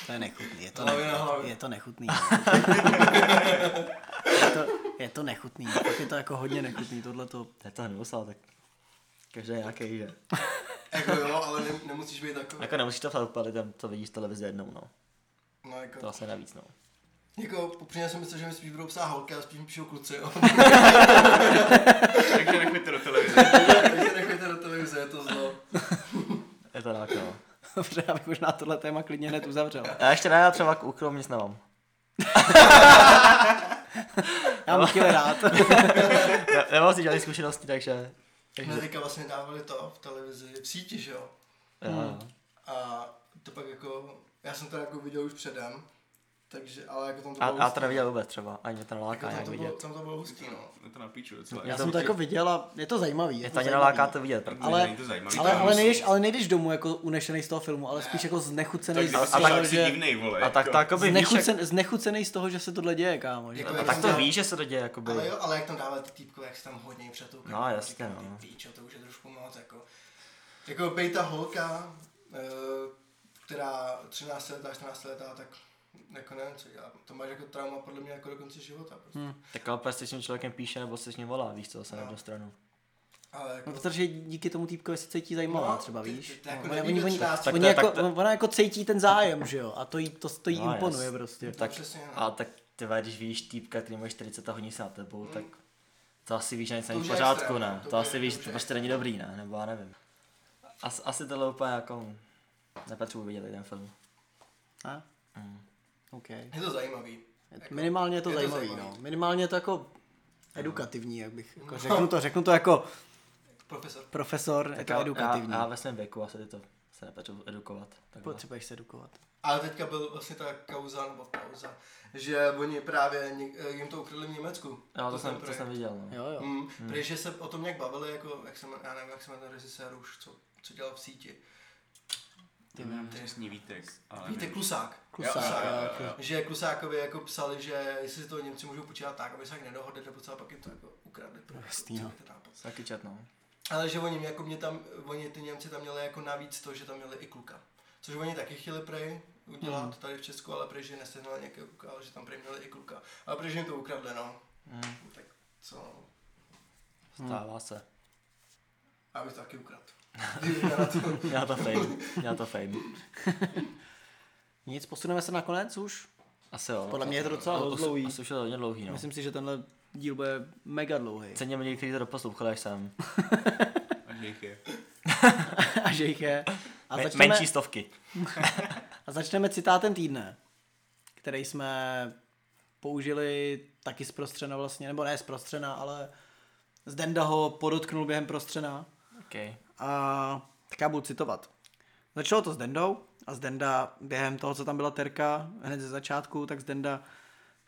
A: To je nechutný, je to,
B: Hlavě na
A: nechutný,
B: hlavě.
A: je to [laughs] nechutný. je, to, je to nechutný, fakt je to jako hodně nechutný, tohle to.
D: To je to nemusel, tak každý je nějaký, že.
B: Jako jo, ale ne, nemusíš být takový.
D: Jako nemusíš to fakt lidem, co vidíš v televizi jednou, no.
B: No,
D: To
B: jako,
D: asi navíc, no.
B: jako upřímně jsem myslel, že mi spíš budou psát holky a spíš mi píšou kluci,
D: [laughs]
B: jo.
C: Takže nechoďte do televize.
B: Takže nechajte do televize, je to zlo.
D: Je to tak, no.
A: Dobře, já bych možná tohle téma klidně hned [laughs] uzavřel.
D: Já ještě ne, já třeba k úkrům nic nemám.
A: Já bych chtěl rád.
D: Ne- Nemám si žádný zkušenosti, takže
B: My teďka vlastně dávali to v televizi, v síti, že jo?
D: Jo.
B: A to pak jako, já jsem to jako viděl už předem, takže, ale jako tam to
D: A,
B: bylo
D: a
B: hustý.
D: to neviděl vůbec třeba, ani mě to
B: jako
D: neláká
B: tam,
D: nějak
B: to bylo,
D: vidět.
B: tam to bylo hustý, no.
C: Je to na píču docela.
D: Já
A: Já
D: to
A: jsem to
D: určitě-
A: jako viděl a je to zajímavý. Je
D: Mě
A: to
D: to ani
A: zajímavý.
D: neláká to vidět, protože
A: Ale-
C: není to zajímavý.
A: Ale,
C: to
A: ale, nejdeš, ale nejdeš domů jako unešený z toho filmu, ale spíš jako znechucený z
C: a,
D: a
C: a
D: tak-
A: toho,
C: tak si
A: že...
C: divnej, vole.
D: A tak to
C: jako.
D: jakoby víš, jak,
A: Znechucen, znechucený z toho, že se tohle děje, kámo. Že?
B: Jako
D: a
B: jak
D: tak
B: jsem
D: to
B: dělal-
D: víš, že se to děje, jakoby.
B: Ale jo, ale jak tam dávat ty týpko, jak se tam hodně přetoukají.
D: No, jasně, no.
B: Píčo, to už je trošku moc, jako. Jako bej ta holka, eh, která 13 letá, 14 letá, tak jako nevím, co dělá. To máš jako trauma podle mě jako do konce života. Prostě. Hmm.
D: Tak ale prostě s tím člověkem píše nebo se s ním volá, víš co, zase na
B: No.
D: jednu stranu.
B: Ale jako,
A: No, protože díky tomu týpkovi se cítí zajímavá třeba,
B: ty-
A: víš?
B: ty- ty jako
A: No, ona-
B: nevíš,
A: oni-
B: do
A: oni-
B: 13.
D: Tak
A: oni
D: to je-
A: jako-
D: tak to-
A: Ona jako cítí ten zájem, že jo? A to jí, to, to jí
D: No,
A: imponuje
D: jas-
A: prostě.
D: Tak,
B: přesně, no.
D: a tak ty vole, když víš týpka, který má 40 a hodí se na tebou, tak to asi víš, že nic není
B: Mm. už
D: v
B: je
D: pořádku,
B: extrém,
D: ne?
B: to
D: To
B: už
D: asi
B: je- to
D: víš, že
B: už
D: to
B: je
D: prostě není dobrý, ne? Nebo já nevím. As, asi tohle úplně jako nepatřuji vidět tady ten film.
A: A?
D: Mm.
A: OK.
B: je to zajímavý.
A: Minimálně je to
B: je to
A: zajímavý,
B: zajímavý. No.
A: no. Minimálně je to jako edukativní, jak bych, jako řeknu to, řeknu to jako
B: Profesor.
A: profesor, je
D: Tak
A: to
D: já-
A: edukativní.
D: Já, já ve svém věku asi to se nepatřu edukovat. Takhle.
A: Potřebuješ se edukovat.
B: Ale teďka byl vlastně ta kauza, nebo kauza, že oni právě něk- jim to ukryli v Německu.
D: Jo, to,
B: ten
D: jsem, to
B: projekt.
D: jsem viděl, no.
A: Jo, jo.
B: Mm, Prý, že se o tom nějak bavili, jako, jak se jmenuje, já nevím, jak se jmenuje režisér už, co, co dělal v síti.
A: Ty vole.
C: Přesný Vítek. ale
B: Víte,
C: nevím.
B: Klusák.
A: Klusák, jo, jo, jo.
B: Že Klusákovi jako psali, že jestli si to Němci můžou počítat tak, aby se tak nedohodli, nebo co, a pak jim to jako ukradli. Pro
A: Jasný, no.
D: Taky čet, no.
B: Ale že oni, jako mě tam, oni ty Němci tam měli jako navíc to, že tam měli i kluka. Což oni taky chtěli prej udělat
A: Hmm.
B: mm. tady v Česku, ale prej, že nestehnali nějakého kluka, ale že tam prej měli i kluka. Ale prej, že jim to ukradli, no.
A: Hmm.
B: Mm. Tak co, no.
D: Stává se.
B: Já bych to taky ukradl. Kdybych měl na to.
D: Měla to fame. Měla to fame.
A: Nic, posuneme se na konec už.
D: Asi jo.
A: Podle mě je to docela
D: Asi-
A: dost dlouhý.
D: Asi už je to hodně dlouhý, no.
A: Myslím si, že tenhle díl bude mega dlouhý.
D: Cením lidi, kteří to doposlouchali až sem.
C: A že jich je.
A: [laughs] A že jich je. A
D: Me-
A: začneme,
D: Menší stovky.
A: a začneme citátem týdne, který jsme použili taky z prostřena vlastně, nebo ne z prostřena, ale z Denda ho podotknul během prostřena.
D: Okay.
A: A tak já budu citovat. Začalo to s Dendou a z Denda během toho, co tam byla Terka hned ze začátku, tak z Denda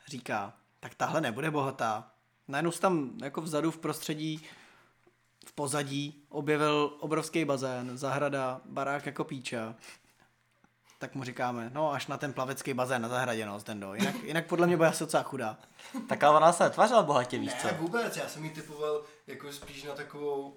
A: říká, tak tahle nebude bohatá. Najednou se tam jako vzadu v prostředí, v pozadí objevil obrovský bazén, zahrada, barák jako píča. Tak mu říkáme, no až na ten plavecký bazén na zahradě, no, z Dendo. Jinak, jinak podle mě bude asi docela chudá.
D: Tak ale ona se netvářila bohatě, víš co?
B: Ne, vůbec, já jsem ji typoval jako spíš na takovou,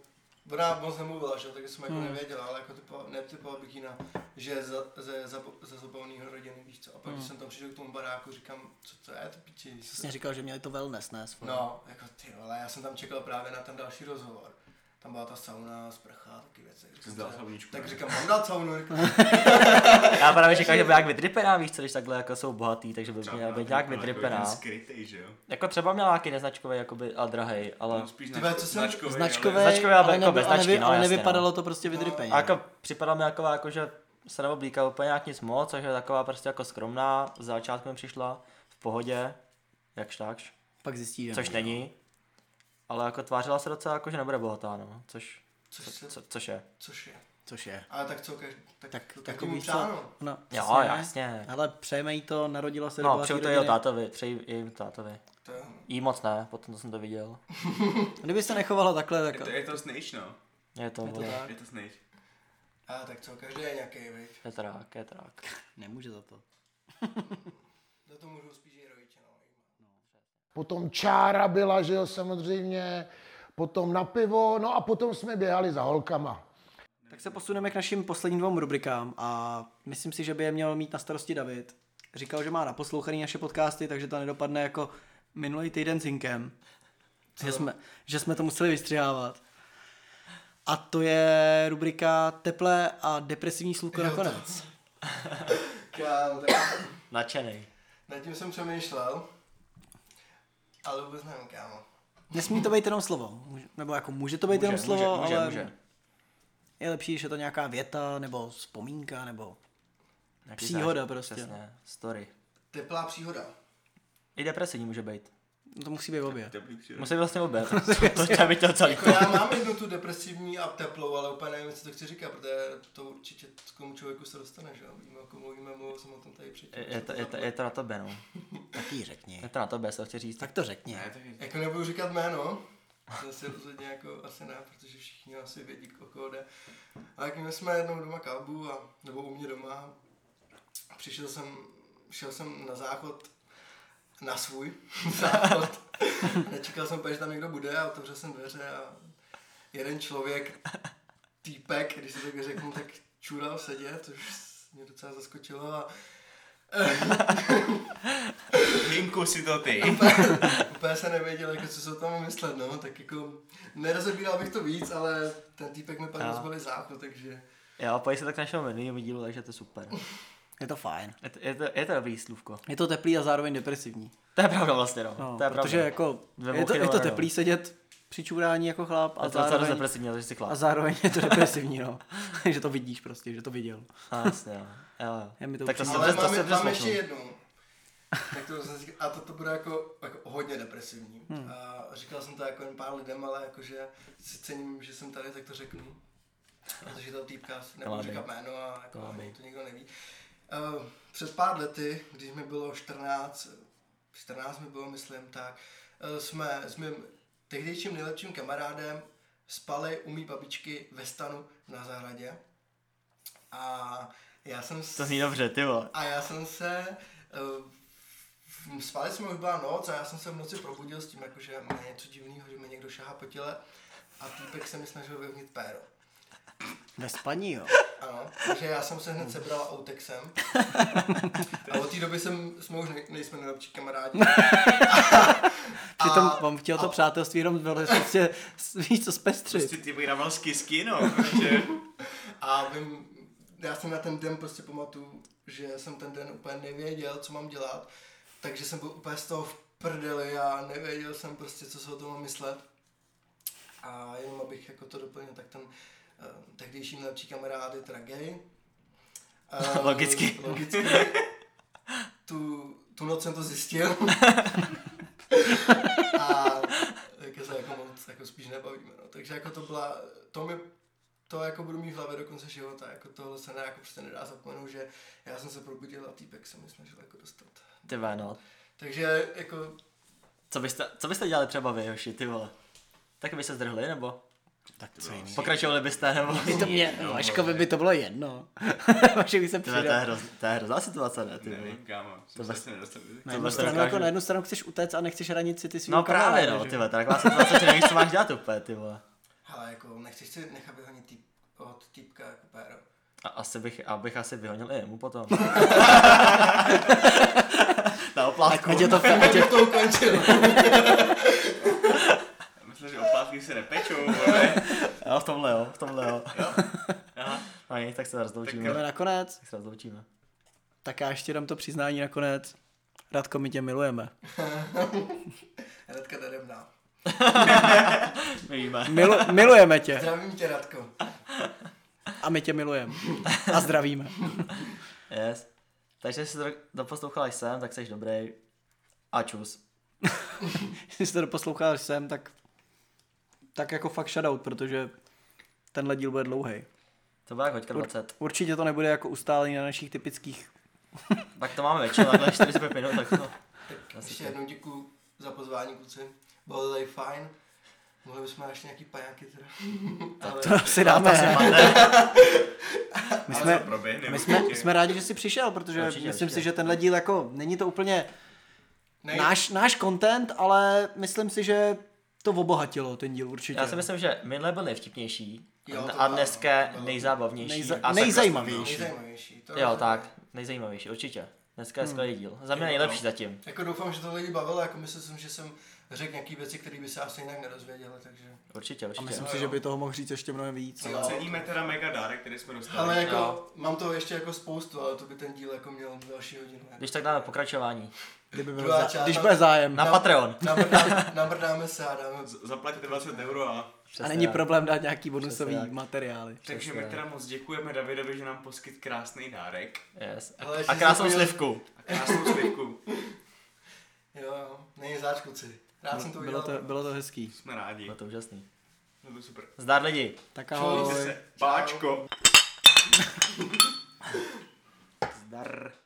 B: ona moc nemluvila, že jo, takže jsem jako hmm. nevěděla, ale jako typo, netypoval bych ji na, že je za, ze, za, ze zabavného rodiny, víš co, a pak hmm. když jsem tam přišel k tomu baráku, říkám, co to je, to piči, víš co?
A: Jsem vlastně říkal, že měli to wellness, ne? Svoje.
B: No, jako ty vole, já jsem tam čekal právě na ten další rozhovor. Tam byla ta sauna, sprcha, taky věci. Říkám,
C: dal
B: to je-
C: sauničku,
B: Tak
C: ne?
B: říkám, mám dát saunu, říkám,
D: Já právě říkal, že byl jak vytrypená, víš co, když takhle jako jsou bohatý, takže by měla být nějak
C: Jako
D: vytrypená.
C: ten skrytej, že jo?
D: Jako třeba měla nějaký neznačkový, jakoby, a drahej, ale...
C: No, spíš
B: Ty vole, co
C: znač-
B: jsem-
C: značkovej,
A: Značkové,
C: ale-
D: Značkové, ale jako bez
A: nebyl-
D: značky,
A: nevy-
D: no,
A: ale
D: jasně,
A: nevypadalo
D: no.
A: to prostě vydrypeně.
D: A jako připadá mi jako, jako, že se neoblíká úplně nějak nic moc, takže taková prostě jako skromná, z začátku mi přišla, v pohodě, jakž takž,
A: Pak zjistí, že
D: což
A: ne.
D: není. Ale jako tvářila se docela jako, že nebude bohatá, no, což,
B: což, se,
D: co, což je.
B: což je.
A: Což je.
B: Ale tak co, každý, tak,
A: Tak,
B: to
A: tak
B: každému
A: víš co?
B: přáno.
A: No,
D: Jo,
A: přesně, ne?
D: jasně.
A: Ale přejme jí to, narodila se
D: No,
A: do
D: přeju to
A: jeho
D: jeho tátovi, přeji jim tátovi.
B: To je-
D: Jí moc ne, potom to jsem to viděl.
A: Kdyby se nechovala takhle, tak...
C: To je to snitch, no.
D: Je to,
A: to
D: vole,
A: tak.
C: Je to snitch.
B: A tak co, každý je nějaký, viď?
D: je trák, je trák.
A: Nemůže za to.
B: Za to můžou spíš i rodiče, no.
H: Potom čára byla, že jo, samozřejmě, potom na pivo, no a potom jsme běhali za holkama.
A: Tak se posuneme k našim posledním dvou rubrikám a myslím si, že by je měl mít na starosti David. Říkal, že má naposlouchaný naše podcasty, takže to nedopadne jako minulý týden s Inkem. Že jsme, že jsme to museli vystřihávat. A to je rubrika teplé a depresivní slůvko nakonec.
B: Kámo, tak...
D: Nadšenej.
B: Nad tím jsem přemýšlel, ale vůbec nevím, kámo.
A: Nesmí to být jenom slovo. Může- Nebo jako může to být
D: Může,
A: jenom slovo,
D: může,
A: ale
D: může.
A: je lepší, když je to nějaká věta, nebo vzpomínka, nebo...
D: Nějaký
A: Příhoda
D: zážitek,
A: prostě,
D: Přesně, story.
B: Teplá příhoda.
D: I depresivní může být.
A: No to musí být obě.
C: Teplý přírodní.
D: Musí
A: [laughs]
D: vlastně obě. To, to já bych chtěl celý.
B: Jako já mám jednu tu depresivní a teplou, ale úplně nevím, co to chci říkat, protože to určitě k tomu člověku se dostane, že jo? Víme, jako mluvíme, mluvil jsem o tom tady předtím.
D: Je to, je, to, je to na tebe, no.
I: Taky řekni.
D: Je to na tebe, se chci říct.
I: Tak to řekni.
C: Ne, tak je-
B: Jako nebudu říkat jméno, to si rozhodně jako asi ne, protože všichni asi vědí, o koho jde. Ale jak my jsme jednou doma kábu, a, nebo u mě doma, a přišel jsem, šel jsem na záchod, na svůj [laughs] záchod. Nečekal jsem úplně, že tam někdo bude a otevřel jsem dveře a jeden člověk, týpek, když si to tak řeknu, tak čural sedět, což mě docela zaskočilo a
C: Hinku si
B: [laughs]
C: to ty.
B: úplně se nevěděl, jako, co se o tom myslet, no, tak jako nerozebíral bych to víc, ale ten týpek mi pak
D: Jo.
B: rozbalil záchod, no, takže
D: Jo, pojí se tak k našemu minulému dílu, takže to je super.
A: Je to fajn.
D: Je to, je to, je to dobrý slůvko.
A: Je to teplý a zároveň depresivní.
D: To je pravda vlastně, no.
A: No,
D: to je
A: protože
D: pravda.
A: jako
D: Dve
A: je to,
D: mouchy
A: je
D: do
A: to
D: rána.
A: teplý sedět při čurání jako chlap a
D: a to je docela
A: zároveň,
D: depresivní, ale že jsi chlap.
A: a zároveň je to depresivní, no. [laughs] že to vidíš prostě, že to viděl.
D: A jasně, jo. jo. jo.
A: Je mi to
D: tak to
A: upřímně.
D: jsem,
B: ale
D: to, to
B: mám,
D: jsem
B: mám ještě
D: přeslechnul.
B: jednu. Tak to jsem si, a to, to bude jako, jako hodně depresivní. Hmm. A říkal jsem to jako jen pár lidem, ale jakože si cením, že jsem tady, tak to řeknu. Protože toho týpka si nebudu
D: Lámej.
B: říkat jméno a jako
D: Lámej.
B: to nikdo neví. Eh, Před pár lety, když mi bylo 14, 14 mi bylo, myslím, tak, eh, jsme s mým tehdejším nejlepším kamarádem spali u mý babičky ve stanu na zahradě. A já jsem... s-
D: To zní dobře, ty vole.
B: a já jsem se... Uh, spali jsme už byla noc a já jsem se v noci probudil s tím, jako, že mám něco divného, že mi někdo šahá po těle a týpek se mi snažil vyhnit péro.
A: Ve spaní, jo.
B: Ano, takže já jsem se hned sebral a utek jsem. A od té doby jsem, jsme už nej, nejsme nejlepší kamarádi.
A: Přitom vám chtěl to přátelství jenom velice prostě, s- víš co, zpestřit.
C: Prostě ty bych dával z kisky, no. Prostě.
B: [laughs] A vím, já jsem na ten den prostě pamatuju, že jsem ten den úplně nevěděl, co mám dělat, takže jsem byl úplně z toho v prdeli a nevěděl jsem prostě, co se o tom mám myslet. A jenom abych jako to doplnil, tak ten eh, tehdejší nejlepší kamarád je teda gay. Eh,
D: Logicky.
B: Logicky. Tu, tu noc jsem to zjistil. a jako se jako moc jako spíš nebavíme. No. Takže jako to byla, to mi to jako budu mít v hlavě do konce života, jako tohle se ne, jako prostě nedá zapomenout, že já jsem se probudil a týpek se mi snažil jako dostat.
D: Ty vole, no.
B: Takže jako,
D: Co byste, co byste dělali třeba vy, hoši, ty vole? Tak byste zdrhli, nebo?
I: Tak co jiný.
D: Pokračovali byste, nebo?
A: By to mě, Vaškovi by to bylo jedno. [laughs] Vašek by se
D: Ty vole, to je,
A: přidal.
D: hroz, to je hrozná situace, ne, ty vole.
C: Nevím, kámo. To
D: bez-
C: se nedostavili.
A: Na
D: to
A: jednu,
D: vůbec
A: stranu,
D: nedokážu.
A: jako na jednu stranu chceš utéct a nechceš ranit si ty svým
D: Prostě No právě, no, ty vole, taková situace, ty nevíš, co máš dělat úplně, ty vole.
B: hele, jako nechceš si nechat vyhonit týp, od týpka jako péro.
D: A asi bych, abych asi vyhonil i jemu potom. Na oplátku.
A: Ať je
D: [laughs]
A: to, fe- ať je,
B: Jak to ukončil?
C: Myslím, že oplátky
B: [laughs]
C: se nepečou, vole.
D: Jo, v tomhle jo, v tomhle jo.
C: Aha.
D: No nic, tak se rozloučíme.
A: jdeme nakonec.
D: Tak se rozloučíme.
A: Tak já ještě dám to přiznání nakonec. Radko, my tě milujeme.
B: Radka tady mná.
D: My víme.
A: Milu, milujeme tě.
B: Zdravím tě, Radko.
A: A my tě milujeme. A zdravíme. [laughs]
D: Yes. Takže jestli jsi to doposlouchal až sem, tak jsi dobrý. A čus.
A: Jestli jste to poslouchal až sem, tak, tak jako fakt shoutout, protože tenhle díl bude dlouhý.
D: To byla jak hoďka 20.
A: Určitě to nebude jako ustálený na našich typických. [laughs]
D: Tak to máme většinou, takhle 45 minut, tak to.
B: Tak ještě jednou děkuju za pozvání, kluci. Bylo to tady fajn. Mohli bychom ještě nějaký pajáky teda. Ale
A: To si dáme. My
C: Ale
A: jsme,
C: to proběhne.
A: my jsme,
C: určitě.
A: jsme rádi, že jsi přišel, protože
D: Určitě,
A: myslím
D: určitě.
A: si, že tenhle díl jako není to úplně
B: nej-
A: náš, náš content, ale myslím si, že to obohatilo ten díl určitě.
D: Já si myslím, že minule byl nejvtipnější
B: Jo, to
D: a
B: bylo,
D: dneska
B: to bylo.
D: nejzábavnější.
A: Nejza-
D: a
A: nejzajímavější.
B: nejzajímavější. To
D: Jo,
B: rozhodně.
D: tak, nejzajímavější, určitě. Dneska
A: Hmm.
D: je skvělý díl. Za mě nejlepší zatím.
B: Jako doufám, že to lidi bavilo, jako myslel jsem, že jsem řekl nějaký věci, které by se asi jinak nerozvěděli, takže...
D: Určitě, určitě.
A: myslím si, že by toho mohl říct ještě mnohem víc.
B: Jo.
C: Ceníme teda mega dárek, který jsme dostali.
B: Ale jako, jo. mám toho ještě jako spoustu, ale to by ten díl jako měl další hodinu.
D: Když tak dáme pokračování.
A: Kdyby byl
B: Druhá
A: zá-
B: část
A: když
B: na-
A: bude zájem.
D: Na Patreon.
B: Nabrdáme, nabrdáme se a dáme...
C: Z- Zaplaťte 20 euro a...
A: A
D: Přesně
A: není
D: tak.
A: problém dát nějaký
D: Přesně
A: bonusový
D: tak.
A: materiály.
C: Takže my teda moc děkujeme Davidovi, že nám poskyt krásný dárek
D: Yes.
B: Ale
D: A
B: ještě
D: krásnou
B: jsem zapomněl-
D: slivku.
C: a krásnou slivku.
B: Jo, jo, není záč, kluci. Rád jsem to
A: Bylo
B: udělal.
A: to, bylo to hezký.
C: Jsme rádi.
D: Bylo to úžasný.
C: Bylo to super.
D: Zdar lidi.
A: Tak ahoj.
C: Páčko.
D: Zdar.